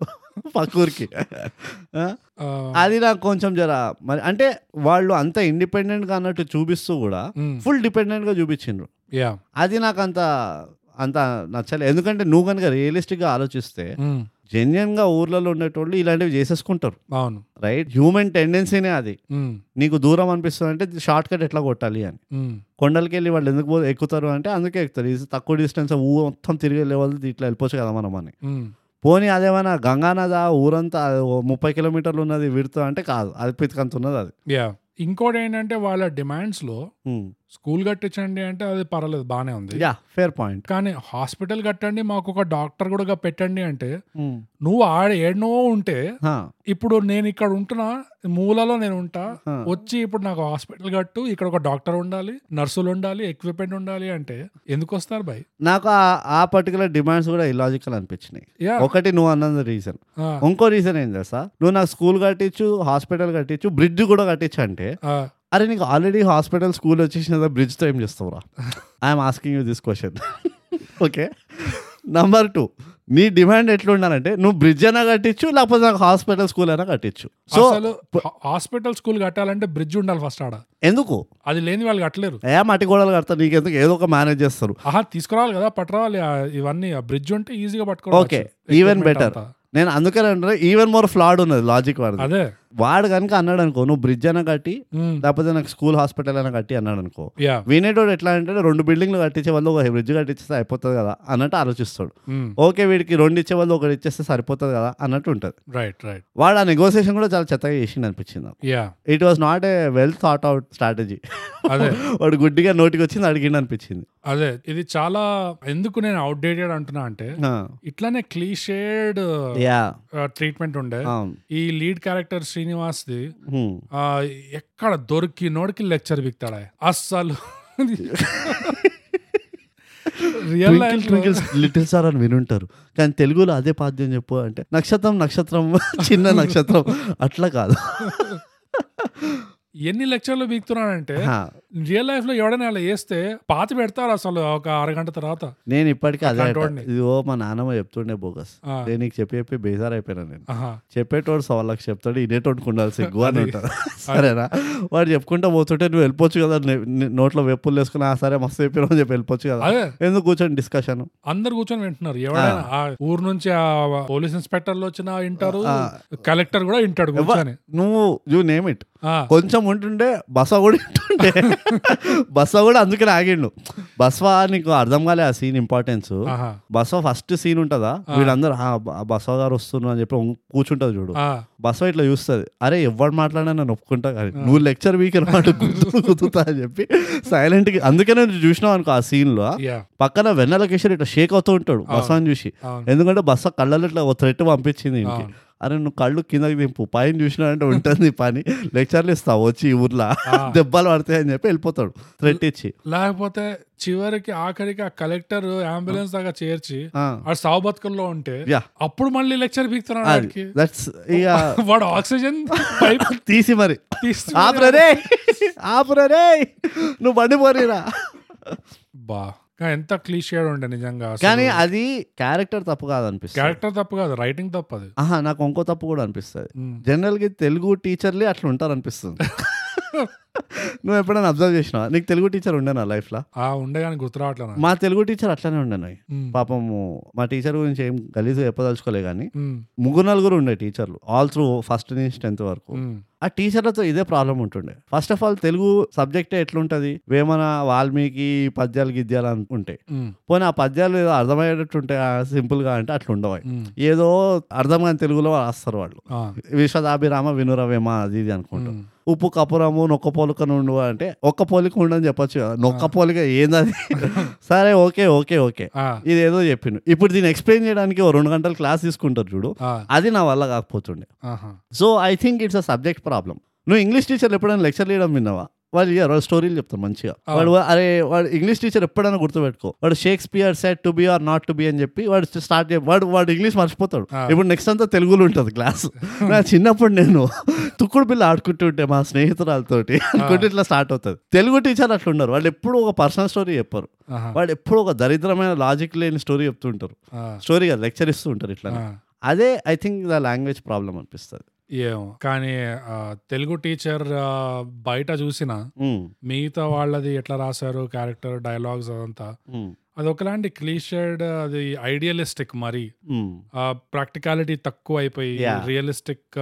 పక్కూరికి ఆ?
ఆ,
అది నాకు కొంచెం జర మరి అంటే వాళ్ళు అంత ఇండిపెండెంట్ గా అన్నట్టు చూపిస్తూ కూడా
మ్మ్.
ఫుల్ డిపెండెంట్ గా చూపించిండ్రు
యా
అది నాకు అంత అంత నచ్చలేదు ఎందుకంటే నువ్వు కనుక రియలిస్టిక్ గా ఆలోచిస్తే
మ్మ్.
జెన్యున్ గా ఊర్లలో ఉండేటోళ్ళు ఇలాంటివి చేసేసుకుంటారు
అవును
రైట్ హ్యూమన్ టెండెన్సీనే అది
ఉమ్,
నీకు దూరం అనిపిస్తుంది అంటే షార్ట్ కట్ ఎట్లా కొట్టాలి అని
ఉమ్,
కొండలకి వెళ్ళి వాళ్ళు ఎందుకు పో ఎక్కుతారు అంటే అందుకే ఎక్కుతారు ఇది తక్కువ డిస్టెన్స్ ఊ మొత్తం తిరిగి లేవాలి ఇట్లా వెళ్ళిపోవచ్చు కదా మనం అని
ఉమ్,
పోనీ అదేమైనా గంగానద ఊరంతా ఓ ముప్పై కిలోమీటర్లు ఉన్నది విడుతూ అంటే కాదు అది పితికంత ఉన్నది అది
యా ఇంకోటి ఏంటంటే వాళ్ళ డిమాండ్స్ లో స్కూల్ కట్టించండి అంటే అది పర్వాలేదు బానే ఉంది
యా ఫేర్ పాయింట్
కానీ హాస్పిటల్ కట్టండి మాకు ఒక డాక్టర్ కూడా పెట్టండి అంటే నువ్వు ఆడ ఏడనో ఉంటే ఇప్పుడు నేను ఇక్కడ ఉంటున్నా మూలలో నేను ఉంటా వచ్చి ఇప్పుడు నాకు హాస్పిటల్ కట్టు ఇక్కడ ఒక డాక్టర్ ఉండాలి నర్సులు ఉండాలి ఎక్విప్మెంట్ ఉండాలి అంటే ఎందుకు వస్తారు భయ్
నాకు ఆ- ఆ పర్టికులర్ డిమాండ్స్ కూడా ఇలాజికల్ అనిపించినాయి
యా
ఒకటి నువ్వు అన్నది రీజన్
ఆ,
ఇంకో రీజన్ ఏం తెలుసా నువ్వు నాకు స్కూల్ కట్టించు హాస్పిటల్ కట్టించు బ్రిడ్జ్ కూడా కట్టించు అంటే
ఆ,
అరే నీకు ఆల్రెడీ హాస్పిటల్ స్కూల్ వచ్చేసిన బ్రిడ్జ్తో ఏం చేస్తావురా I'm asking you this question okay number two నీ డిమాండ్ ఎట్లుండాలంటే నువ్వు బ్రిడ్జ్ అయినా కట్టించు లేకపోతే నాకు హాస్పిటల్ స్కూల్ అయినా కట్టించు సో
అసలు హా- హాస్పిటల్ స్కూల్ కట్టాలంటే బ్రిడ్జ్ ఉండాలి ఫస్ట్ ఆడ
ఎందుకు
అది లేని వాళ్ళు కట్టలేరు
ఏ మట్టి గోడలు కడతారు నీకెందుకు ఏదో ఒక మేనేజ్ చేస్తారు
ఆహా తీసుకురావాలి కదా పట్టరావాలి ఆ ఇవన్నీ ఆ బ్రిడ్జ్ ఉంటే ఈజీగా పట్టుకోవాలి
ఓకే ఈవెన్ బెటర్ నేను అందుకనే అంటే ఈవెన్ మోర్ ఫ్లాడ్ ఉన్నది లాజిక్ వాడు
అదే
వాడు కనుక అన్నాడు అనుకో నువ్వు బ్రిడ్జ్ అయినా కట్టి
ఉమ్,
లేకపోతే నాకు స్కూల్ హాస్పిటల్ అయినా కట్టి అన్నాడు అనుకో
యా
వినేటోడు ఎట్లా అంటే రెండు బిల్డింగ్లు కట్టించే వాళ్ళు ఒక బ్రిడ్జ్ కట్టించేస్తే అయిపోతుంది కదా అన్నట్టు ఆలోచిస్తాడు
ఉమ్,
ఓకే వీడికి రెండు ఇచ్చే వాళ్ళు ఒకటి ఇచ్చేస్తే సరిపోతుంది కదా అన్నట్టు ఉంటుంది
రైట్ రైట్
వాడు ఆ నెగోసియేషన్ కూడా చాలా చెత్తగా చేసింది అనిపించింది నాకు
yeah
it was not a well thought out strategy
అదే
వాడు గుడ్డిగా నోటికి వచ్చింది అడిగిండు అనిపించింది
అదే ఇది చాలా ఎందుకు నేను అవుట్డేటెడ్ అంటున్నా అంటే ఇట్లానే క్లీషేడ్
యా
ట్రీట్మెంట్ ఉండే
Ah. um,
ఈ లీడ్ క్యారెక్టర్ శ్రీనివాస్ ది
hmm.
ఎక్కడ దొరికి నోడికి లెక్చర్ బిక్తాడా అస్సలు real
twinkle
life
twinkle little star అని వినుంటారు కానీ తెలుగులో అదే పాద్యం చెప్పు అంటే నక్షత్రం నక్షత్రం చిన్న నక్షత్రం అట్లా కాదు
ఎన్ని లెక్చర్లు బీక్తున్నాడంటే
ఆ,
రియల్ లైఫ్ లో ఎవడైనా అలా వేస్తే పాతి పెడతారు అసలు ఒక అరగంట తర్వాత
నేను ఇప్పటికీ అదే
అట్లాంటి
అంటా.
వాడిని.
ఇది ఓ మా నాన్నమ్మ చెప్తుండే బోగస్
ఆ.
నేను నీకు చెప్పి చెప్పి బేజార్ అయిపోయినా నేను
Ah. ఆహా
చెప్పేటోడు సవాళ్ళకి చెప్తాడు ఇనేటోడికి ఉండాలి సిగ్గు అని ఉంటాడు సరేనా వాడు చెప్పుకుంటా పోతుంటే నువ్వు వెళ్ళిపోవచ్చు కదా నే- నే- నోట్లో వెప్పులు వేసుకుని ఆ సరే మస్తు చెప్పినా అని చెప్పి వెళ్ళిపోవచ్చు కదా
అదే
ఎందుకు కూర్చొని డిస్కషన్
అందరు కూర్చొని వింటున్నారు ఎవడైనా ఆ ఊరు నుంచి ఆ పోలీస్ ఇన్స్పెక్టర్లు వచ్చినా వింటారు కలెక్టర్ కూడా వింటాడు కూర్చొని
నువ్వు యూ నేమ్ ఇట్
ఆ,
కొంచెం ఉంటుండే బస కూడా ఉంటుండే బస కూడా అందుకని ఆగిండు బస్వా నీకు అర్థం కాలే ఆ సీన్ ఇంపార్టెన్స్
ఆహా
బస్వ ఫస్ట్ సీన్ ఉంటుందా వీళ్ళందరూ "ఆ, బ- ఆ బస్వ గారు వస్తున్నారు అని చెప్పి కూర్చుంటది చూడు
ఆ,
బస్వ ఇట్లా చూస్తుంది అరే ఎవడు మాట్లాడినా నేను ఒప్పుకుంటా కానీ నువ్వు లెక్చర్ వీక్ అన్నమాట గుర్తు గుర్తుతా అని చెప్పి సైలెంట్గా అందుకే నేను చూసినావు అనుకో ఆ సీన్లో
యా
పక్కన వెన్నెల కిషోర్ ఇట్లా షేక్ అవుతూ ఉంటాడు బస్వాని చూసి
అవును.
ఎందుకంటే బస్స కళ్ళలో ఇట్లా ఒక థ్రెట్ పంపించింది ఇంటికి అరే నువ్వు కళ్ళు కిందకి దింపు పైన చూసినా అంటే ఉంటుంది ఈ పని లెక్చర్లు ఇస్తావు వచ్చి ఈ ఊర్లో దెబ్బలు పడతాయి అని చెప్పి వెళ్ళిపోతాడు థ్రెట్ ఇచ్చి
లేకపోతే చివరికి ఆఖరికి ఆ కలెక్టర్ అంబులెన్స్ దాకా చేర్చి
ఆ.
ఆ సావు బతుకుల్లో ఉంటే
Yeah.
అప్పుడు మళ్ళీ లెక్చర్ పీకుతున్నాడు ఆడికి
దట్స్ ఇక
వాడు ఆక్సిజన్ పైప్
తీసి మరి
తీస్తూ
ఆపరే ఆపరే నువ్వు బండి పోరీరా
బా కానీ ఎంత క్లీషియర్ ఉండే నిజంగా
కానీ అది క్యారెక్టర్ తప్పు కాదనిపిస్తుంది
క్యారెక్టర్ తప్పు కాదు రైటింగ్ తప్పు అది
ఆహా నాకు ఇంకో తప్పు కూడా అనిపిస్తుంది
Hmm.
జనరల్ గా తెలుగు టీచర్లే అట్లా ఉంటారు అనిపిస్తుంది నువ్వు ఎప్పుడైనా అబ్జర్వ్ చేసినావా నీకు తెలుగు టీచర్ ఉండే నా లైఫ్ లో
ఆ ఉండే కానీ గుర్తు రావట్లే నాకు.
మా తెలుగు టీచర్ అట్లానే ఉండను
Hmm.
పాపము మా టీచర్ గురించి ఏం గలీజు చెప్పదలుచుకోలే కానీ
ఉమ్,
ముగ్గురు నలుగురు ఉండే టీచర్లు ఆల్ త్రూ ఫస్ట్ నుంచి టెన్త్ వరకు
ఉమ్,
ఆ టీచర్లతో ఇదే ప్రాబ్లం ఉంటుండే ఫస్ట్ ఆఫ్ ఆల్ తెలుగు సబ్జెక్టే ఎట్లుంటది వేమన వాల్మీకి పద్యాలు గిద్యాలు అని ఉంటాయి
ఉమ్,
పోనీ ఆ పద్యాలు ఏదో అర్థమయ్యేటట్టు ఉంటాయి సింపుల్గా అంటే అట్లా ఉండవు అవి.
ఉమ్,
ఏదో అర్థం కాని తెలుగులో రాస్తారు వాళ్ళు
ఆ,
విశ్వదాభిరామ వినురవేమ అది ఇది అనుకుంటాం
ఉమ్,
ఉప్పు కపురము నొక్క పోలిక నుండు అంటే ఒక్క పోలిక ఉండని చెప్పొచ్చు కదా నొక్క పోలిక ఏందది సరే ఓకే ఓకే ఓకే
ఆ,
ఇదేదో చెప్పిండు ఇప్పుడు దీన్ని ఎక్స్ప్లెయిన్ చేయడానికి ఓ రెండు గంటలు క్లాస్ తీసుకుంటారు చూడు
ఆ,
అది నా వల్ల కాకపోతుండే
ఆహా.
So I think it's a subject problem నువ్వు ఇంగ్లీష్ టీచర్లు ఎప్పుడైనా లెక్చర్ చేయడం విన్నావా వాళ్ళు ఇయ్యారు వాళ్ళు స్టోరీలు చెప్తారు మంచిగా వాడు అరే వాడు ఇంగ్లీష్ టీచర్ ఎప్పుడైనా గుర్తుపెట్టుకో వాడు Shakespeare said to be or not to be అని చెప్పి వాడు స్టార్ట్ వాడు వాడు ఇంగ్లీష్ మర్చిపోతాడు
Ah.
ఇప్పుడు నెక్స్ట్ అంతా తెలుగులో ఉంటుంది క్లాస్ నా చిన్నప్పుడు నేను తుక్కుడు పిల్ల ఆడుకుంటుంటే మా స్నేహితురాలతోటి అనుకుంటే ఇట్లా స్టార్ట్ అవుతుంది తెలుగు టీచర్ అట్లా ఉండరు వాళ్ళు ఎప్పుడు ఒక పర్సనల్ స్టోరీ చెప్పారు
ఆహా.
వాళ్ళు ఎప్పుడు ఒక దరిద్రమైన లాజిక్ లేని స్టోరీ చెప్తుంటారు
ఆ,
స్టోరీ కాదు లెక్చర్ ఇస్తూ ఉంటారు ఇట్లా
ఆ.
అదే I think the language problem అనిపిస్తుంది
ఏమో కానీ ఆ, తెలుగు టీచర్ ఆ, బయట చూసినా
Mm.
మిగతా వాళ్ళది ఎట్లా రాశారు క్యారెక్టర్ డైలాగ్స్ అదంతా
Mm.
అది ఒకలాంటి క్లీషర్డ్ అది ఐడియలిస్టిక్ మరి ప్రాక్టికాలిటీ తక్కువ అయిపోయి
Yeah.
రియలిస్టిక్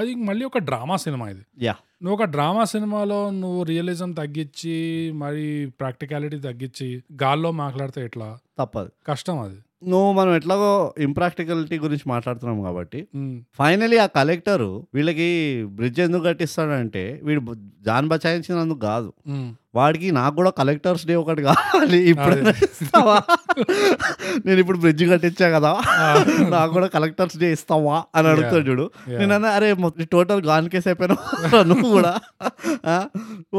అది మళ్ళీ ఒక డ్రామా సినిమా ఇది
యా
నువ్వు ఒక డ్రామా సినిమాలో నువ్వు రియలిజం తగ్గించి మరి ప్రాక్టికాలిటీ తగ్గించి గాల్లో మాట్లాడితే ఎట్లా
తప్పదు
కష్టం అది
నువ్వు మనం ఎట్లాగో ఇంప్రాక్టికలిటీ గురించి మాట్లాడుతున్నాం కాబట్టి
ఉమ్,
ఫైనలీ ఆ కలెక్టర్ వీళ్ళకి బ్రిడ్జ్ ఎందుకు కట్టిస్తాడంటే వీడు బ- జాన్ బచాయించినందుకు కాదు
ఉమ్.
వాడికి నాకు కూడా కలెక్టర్స్ డే ఒకటి కావాలి ఇప్పుడు ఇస్తావా నేను ఇప్పుడు బ్రిడ్జ్ కట్టించా కదా నాకు కూడా కలెక్టర్స్ డే ఇస్తావా అని అడుగుతాడు చూడు
Yeah.
నేను అన్నా, అరే టోటల్ గాన్ కేసు అయిపోయినా నువ్వు కూడా ఆ?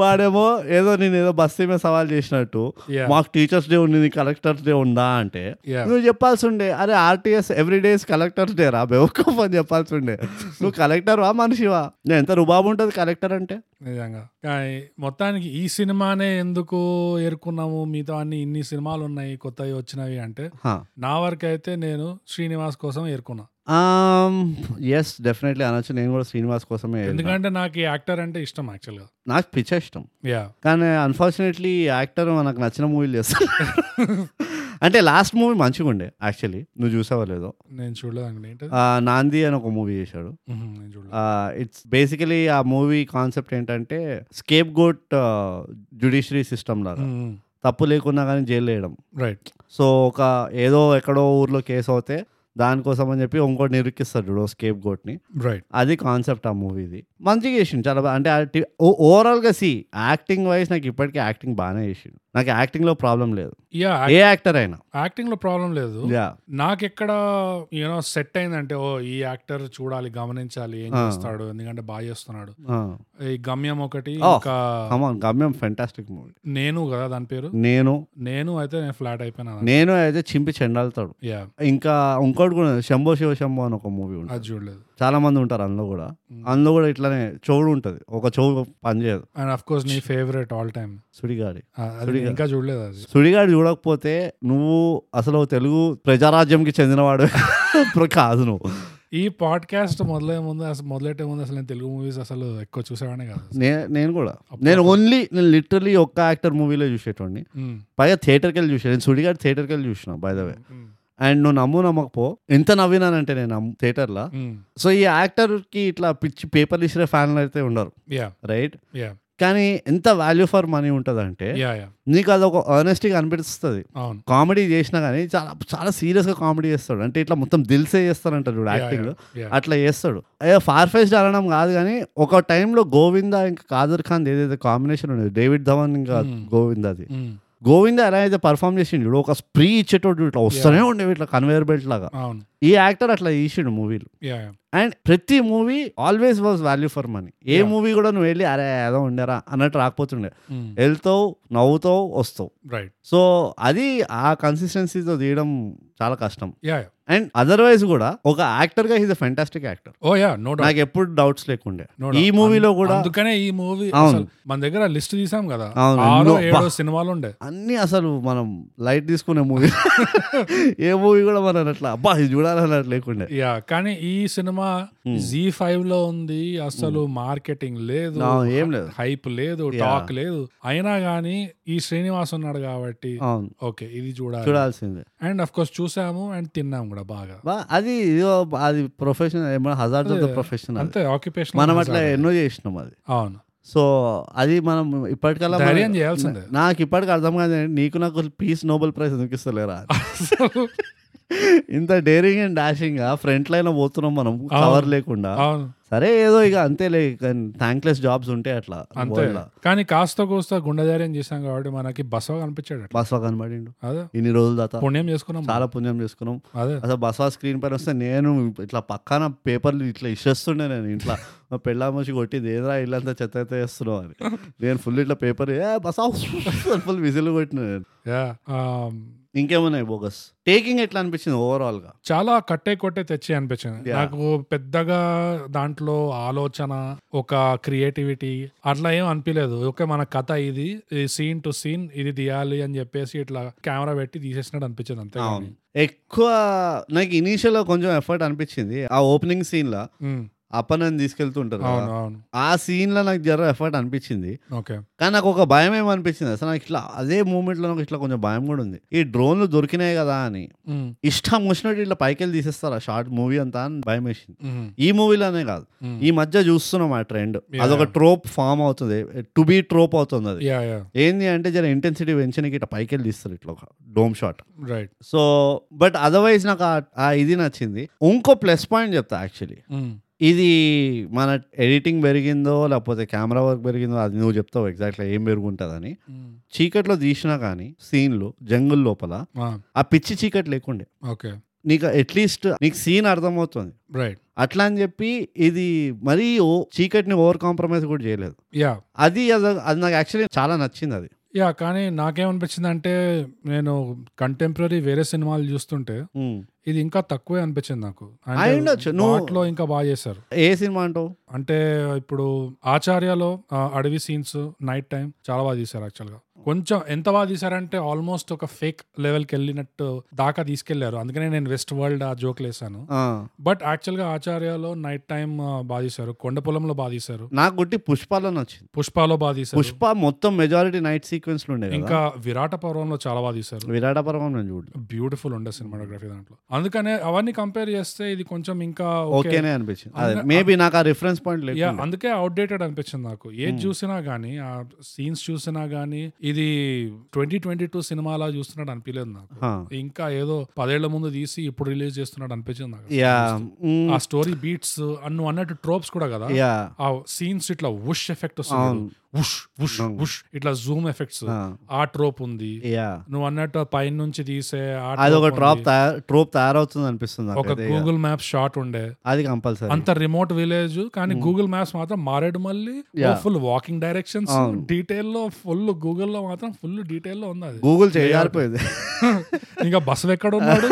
వాడేమో ఏదో నేను ఏదో బస్తీ మీద సవాల్ చేసినట్టు
Yeah.
మాకు టీచర్స్ డే ఉంది కలెక్టర్స్ డే ఉందా అంటే
Yeah.
నువ్వు చెప్పాల్సి ఉండే అరే ఆర్టీఎస్ ఎవ్రీ డేస్ కలెక్టర్స్ డే రా బెవకూఫ్ అని చెప్పాల్సి ఉండే నువ్వు కలెక్టర్ వా మనిషివా నేను ఎంత రుబాబు ఉంటుంది కలెక్టర్ అంటే
నిజంగా కానీ మొత్తానికి ఈ సినిమానే ఎందుకు ఎరుకున్నాము మీతో అన్ని ఇన్ని సినిమాలు ఉన్నాయి కొత్తవి వచ్చినవి అంటే
హా.
నా వరకు అయితే నేను శ్రీనివాస్ కోసం ఎరుకున్నా
ఎస్ డెఫినెట్లీ అనొచ్చు నేను కూడా శ్రీనివాస్ కోసమే వెళ్ళినా.
ఎందుకంటే నాకు ఈ యాక్టర్ అంటే ఇష్టం యాక్చువల్గా
నాకు పిచ్చ ఇష్టం
యా
కానీ అన్ఫార్చునేట్లీ యాక్టర్ మనకు నచ్చిన మూవీలు చేస్తాడు అంటే లాస్ట్ మూవీ మంచిగా ఉండే యాక్చువల్లీ నువ్వు చూసావో లేదో
నేను చూడలేదండి ఏంటది
ఆ, నాంది అని ఒక మూవీ చేశాడు
ఉహు, నేను చూడలేదు
ఇట్స్ బేసికలీ ఆ మూవీ కాన్సెప్ట్ ఏంటంటే scapegoat judiciary system
Hmm.
లాగా తప్పు లేకున్నా కానీ జైలు వేయడం
రైట్
సో ఒక ఏదో ఎక్కడో ఊర్లో కేసు అవుతే దానికోసం అని చెప్పి ఇంకోటి నిరూపిస్తాడు చూడు స్కేప్ గోట్ని
రైట్
అది కాన్సెప్ట్ ఆ మూవీది మంచిగా చేసిండు చాలా బాగా అంటే ఆ ఓ- overall గా సి యాక్టింగ్ వైజ్ నాకు ఇప్పటికీ యాక్టింగ్ బాగానే చేసిండు నాకు యాక్టింగ్ లో ప్రాబ్లం లేదు
యా
ఏ యాక్టర్ అయినా
యాక్టింగ్ లో ప్రాబ్లం లేదు
యా
నాకెక్కడ యూనో సెట్ అయిందంటే ఓ ఈ యాక్టర్ చూడాలి గమనించాలి ఏం చేస్తాడు ఎందుకంటే బాగా చేస్తున్నాడు ఈ గమ్యం ఒకటి ఇంకా
కమాన్ గమ్యం ఫెంటాస్టిక్ మూవీ
నేను కదా దాని పేరు
నేను
నేను అయితే నేను ఫ్లాట్ అయిపోయినా
నేను అయితే చింపి చెండాలుతాడు
యా
ఇంకా ఇంకోటి కూడా ఉంది. శంభో శివ శంభో అని ఒక మూవీ ఉంటుంది
అది చూడలేదు
చాలా మంది ఉంటారు అందులో కూడా అందులో కూడా ఇట్లానే చెవుడు ఉంటుంది ఒక చెవు పనిచేయదు
అండ్ అఫ్ కోర్స్ నీ ఫేవరెట్ ఆల్ టైమ్
సుడిగాడి
ఇంకా చూడలేదు అది
సుడిగాడు చూడకపోతే నువ్వు అసలు తెలుగు ప్రజారాజ్యంకి చెందినవాడు కాదు నువ్వు
ఈ పాడ్కాస్ట్ మొదలయ్యే ముందు అసలు మొదలెట్టే ముందు అసలు నేను తెలుగు మూవీస్ అసలు ఎక్కువ చూసేవాడినే కాదు
నే- నేను కూడా నేను ఓన్లీ నేను లిటరలీ ఒక్క యాక్టర్ మూవీలో చూసేటోడిని
మ్మ్.
పైగా థియేటర్కి వెళ్ళి చూసాను నేను సుడిగాడు థియేటర్కి వెళ్ళి చూసిన బై ద వే
మ్మ్.
అండ్ నువ్వు నమ్ము నమ్మకపో ఎంత నవ్వినానంటే నేను నమ్ము థియేటర్లో
మ్మ్.
సో ఈ యాక్టర్కి ఇట్లా పిచ్చి పేపర్ ఇసిరే ఫ్యాన్లు అయితే ఉండరు
యా
రైట్
యా
కానీ ఎంత వాల్యూ ఫర్ మనీ ఉంటుందంటే
యా యా
నీకు అదొక ఆనెస్టీగా అనిపిస్తుంది
అవును
కామెడీ చేసినా కానీ చాలా చాలా serious గా కామెడీ చేస్తాడు అంటే ఇట్లా మొత్తం దిల్సే చేస్తారంటాడు చూడు
Yeah,
యాక్టింగ్
yeah.
అట్లా చేస్తాడు అయ్యో ఫార్ ఫెస్ట్ అనడం కాదు కానీ ఒక టైంలో గోవింద ఇంకా కాదర్ ఖాన్ ఏదైతే కాంబినేషన్ ఉండేది డేవిడ్ ధవన్ ఇంకా గోవింద అది
మ్మ్.
గోవింద ఎలా అయితే పర్ఫామ్ చేసిండు చూడు, ఒక స్ప్రీ ఇచ్చేటోడు ఇట్లా వస్తూనే ఉండేవి ఇట్లా కన్వేయర్ బెల్ట్ లాగా
అవును
ఈ యాక్టర్ అట్లా చేసిండు మూవీలు
యా యా
అండ్ ప్రతి movie always was value for money a movie కూడా నువ్వు వెళ్ళి అరే ఏదో ఉండేరా అన్నట్టు రాకపోతుండే
మ్మ్.
వెళ్తావు నవ్వుతావు వస్తావు
రైట్
సో అది ఆ కన్సిస్టెన్సీతో తీయడం చాలా కష్టం
యా యా
అండ్ అదర్వైజ్ కూడా ఒక యాక్టర్గా ఈజ్ అ ఫెంటాస్టిక్ యాక్టర్
ఓ యా నో డౌట్
నాకు ఎప్పుడు డౌట్స్ లేకుండే
No
ఈ మూవీలో కూడా
అందుకనే ఈ మూవీ
అవును.
అసలు మన దగ్గర లిస్ట్ తీసాం కదా
అవును.
ఆరో
ఎన్నో.
ఏడో సినిమాలు ఉండే
అన్ని అసలు మనం లైట్ తీసుకునే మూవీ ఏ మూవీ కూడా మనం అట్లా అబ్బా ఇది చూడాలన్నట్టు లేకుండే
యా కానీ ఈ సినిమా
Hmm.
జీ ఫైవ్ లో ఉంది అసలు మార్కెటింగ్ లేదు
ఆ, Hmm. ఏం లేదు
హైప్ లేదు టాక్ లేదు అయినా గానీ ఈ శ్రీనివాస్ ఉన్నాడు కాబట్టి
అవును
ఓకే ఇది చూడాలి
చూడాల్సిందే
అండ్ అఫ్ కోర్స్ చూసాము అండ్ తిన్నాము కూడా బాగా
బా, అది ఇదో అది ప్రొఫెషనల్ ఏమన్నా హజార్డ్ ఆఫ్ ద ప్రొఫెషనల్
అంతే ఆక్యుపేషన్
Hmm. మనం అట్లా ఎన్నో చేసినాం అది
అవును
సో అది మనం ఇప్పటికల్లా మనం-
ధైర్యం చేయాల్సిందే
నాకు ఇప్పటికి అర్థం కాదు నీకు నాకు పీస్ నోబెల్ ప్రైజ్ ఎందుకు ఇస్తలేరా అని.
అసలు,
Ah. ఇంత డేరింగ్ అండ్ డాషింగ్ గా ఫ్రంట్ లైన్ పోతున్నాం మనం కవర్ లేకుండా
అవును
సరే ఏదో ఇక అంతేలే థ్యాంక్లెస్ జాబ్స్ ఉంటాయి అట్లా
అంతే
world లో.
కానీ కాస్త కోస్త గుండె ధైర్యం చేసాం కాబట్టి మనకి బసవ కనిపించాడు అట్లా
బస్వా కనబడిండు
అదే
ఇన్ని రోజుల దాకా
పుణ్యం చేసుకున్నాం
Ah. చాలా పుణ్యం చేసుకున్నాం
అదే
అసలు బస్వా స్క్రీన్ పైన వస్తే నేను ఇట్లా పక్కన పేపర్లు ఇట్లా ఇచ్చేస్తుండే నేను ఇంట్లో మా పెళ్ళామోసి కొట్టింది ఏదరా ఇల్లంతా చెత్త చెత్త చేస్తున్నావు అని నేను ఫుల్ ఇట్లా పేపర్ ఏ బసా ఫుల్ విజిల్ కొట్టిన నేను
యా um,
ఇంకేమున్నాయి బోగస్ టేకింగ్ ఎట్లా అనిపించింది overall గా
చాలా కట్టే కొట్టే తెచ్చి అనిపించింది
Yeah.
నాకు పెద్దగా దాంట్లో ఆలోచన ఒక క్రియేటివిటీ అట్లా ఏం అనిపించలేదు ఓకే మన కథ ఇది సీన్ టు సీన్ ఇది తీయాలి అని చెప్పేసి ఇట్లా కెమెరా పెట్టి తీసేసినట్టు అనిపించింది అంతే కానీ.
ఎక్కువ నాకు ఇనీషియల్ కొంచెం ఎఫర్ట్ అనిపించింది ఆ ఓపెనింగ్ సీన్ లా
ఉమ్,
అపనని తీసుకెళ్తుంటారు కదా.
అవును అవును
ఆ సీన్ లో నాకు జర ఎఫర్ట్ అనిపించింది
ఓకే
కానీ నాకు ఒక భయం ఏమనిపించింది అసలు నాకు ఇట్లా అదే మూమెంట్ లో నాకు ఇట్లా కొంచెం భయం కూడా ఉంది ఈ డ్రోన్లు దొరికినాయి కదా అని
ఉమ్,
ఇష్టం వచ్చినట్టు ఇట్లా పైకి వెళ్ళి తీసేస్తారు ఆ షార్ట్ మూవీ అంతా అని భయం వేసింది
ఉమ్,
ఈ మూవీలోనే కాదు
ఉమ్.
ఈ మధ్య చూస్తున్నాం ఆ ట్రెండ్
Yeah.
అదొక ట్రోప్ ఫామ్ అవుతుంది టు బీ ట్రోప్ అవుతుంది అది
యా యా
ఏంది అంటే జర ఇంటెన్సిటీ పెంచడానికి ఇట్లా పైకి వెళ్ళి తీస్తారు ఇట్లా ఒక dome shot
right
so but otherwise నాకు ఆ- ఆ ఇది నచ్చింది ఇంకో ప్లస్ పాయింట్ చెప్తా యాక్చువల్లీ
ఉమ్,
ఇది మన ఎడిటింగ్ పెరిగిందో లేకపోతే కెమెరా వర్క్ పెరిగిందో అది నువ్వు చెప్తావు ఎగ్జాక్ట్లీ ఏం పెరుగుంటుందని
ఉమ్.
చీకట్లో తీసినా కానీ సీన్లు జంగుల్ లోపల
ఆ,
ఆ పిచ్చి చీకటి లేకుండే
ఓకే
నీకు అట్లీస్ట్ నీకు సీన్ అర్థమవుతుంది
రైట్
అట్లా అని చెప్పి ఇది మరీ ఓ చీకటిని ఓవర్ కాంప్రమైజ్ కూడా చేయలేదు
యా
అది అద- అది నాకు యాక్చువల్లీ చాలా నచ్చింది అది
యా కానీ నాకేమనిపించింది అంటే నేను కంటెంపరీ వేరే సినిమాలు చూస్తుంటే
ఉమ్.
ఇది ఇంకా తక్కువే అనిపించింది నాకు
అయి ఉండొచ్చు. నువ్వు-
లో ఇంకా బాగా చేశారు
ఏ సినిమా అంటావు
అంటే ఇప్పుడు ఆచార్యలో ఆ, అడవి సీన్స్ నైట్ టైం చాలా బాగా తీశారు యాక్చువల్గా కొంచెం ఎంత బాగా తీశారంటే ఆల్మోస్ట్ ఒక ఫేక్ లెవెల్కి వెళ్ళినట్టు దాకా తీసుకెళ్లారు అందుకనే నేను వెస్ట్ వరల్డ్ ఆ జోక్లు వేసాను
ఆ,
బట్ యాక్చువల్గా ఆచార్యలో నైట్ టైం బాగా తీశారు కొండ పొలంలో బాగా తీశారు
నాకు గుట్టి పుష్పాలో నచ్చింది
పుష్పలో బాగా తీశారు
పుష్ప మొత్తం మెజారిటీ నైట్ సీక్వెన్స్ ఉండే
ఇంకా విరాట పర్వంలో చాలా బాగా తీశారు
విరాట పర్వం నేను చూడలేదు
బ్యూటిఫుల్ ఉండే సినిమాటోగ్రఫీ దాంట్లో అందుకనే అవన్నీ కంపేర్ చేస్తే ఇది కొంచెం ఇంకా ఓకే
ఓకేనే అనిపించింది అదే మేబీ నాకు ఆ రిఫరెన్స్ పాయింట్
యా
లేదు
అందుకే అవుట్డేటెడ్ అనిపించింది నాకు ఏది
Hmm.
చూసినా గానీ ఆ సీన్స్ చూసినా గానీ ఇది ట్వంటీ ట్వంటీ టూ సినిమాలా చూస్తున్నాడు అనిపించలేదు నాకు ఇంకా ఏదో పదేళ్ల ముందు తీసి ఇప్పుడు రిలీజ్ చేస్తున్నాడు అనిపించింది నాకు
యా మ్,
ఆ స్టోరీ బీట్స్ నువ్వు అన్నట్టు ట్రోప్స్ కూడా కదా
యా
ఆ సీన్స్ ఇట్లా ఉష్ ఎఫెక్ట్ వస్తుంది
అవును.
ఉష్ ఉష్
అవును.
ఉష్ ఇట్లా జూమ్ ఎఫెక్ట్స్
ఆ,
ఆ ట్రోప్ ఉంది
యా
నువ్వు అన్నట్టు పైన నుంచి తీసే ఆ
అది ఒక
trope
ట్రాప్
ఉంది.
ట్రోప్ తయారవుతుంది అనిపిస్తుంది
ఒక
నాకైతే.
గూగుల్ మ్యాప్ షాట్ ఉండే
అది కంపల్సరీ
అంత రిమోట్ విలేజ్ కానీ గూగుల్ మ్యాప్స్ మాత్రం మారేడు మళ్ళీ
Hmm. Yeah.
Full walking directions
అవును.
డీటెయిల్ లో ఫుల్ గూగుల్ లో మాత్రం ఫుల్ డీటెయిల్ లో ఉంది అది
గూగుల్ చేయాలిపోయింది
ఇంకా బస్సు ఎక్కడ ఉన్నాడు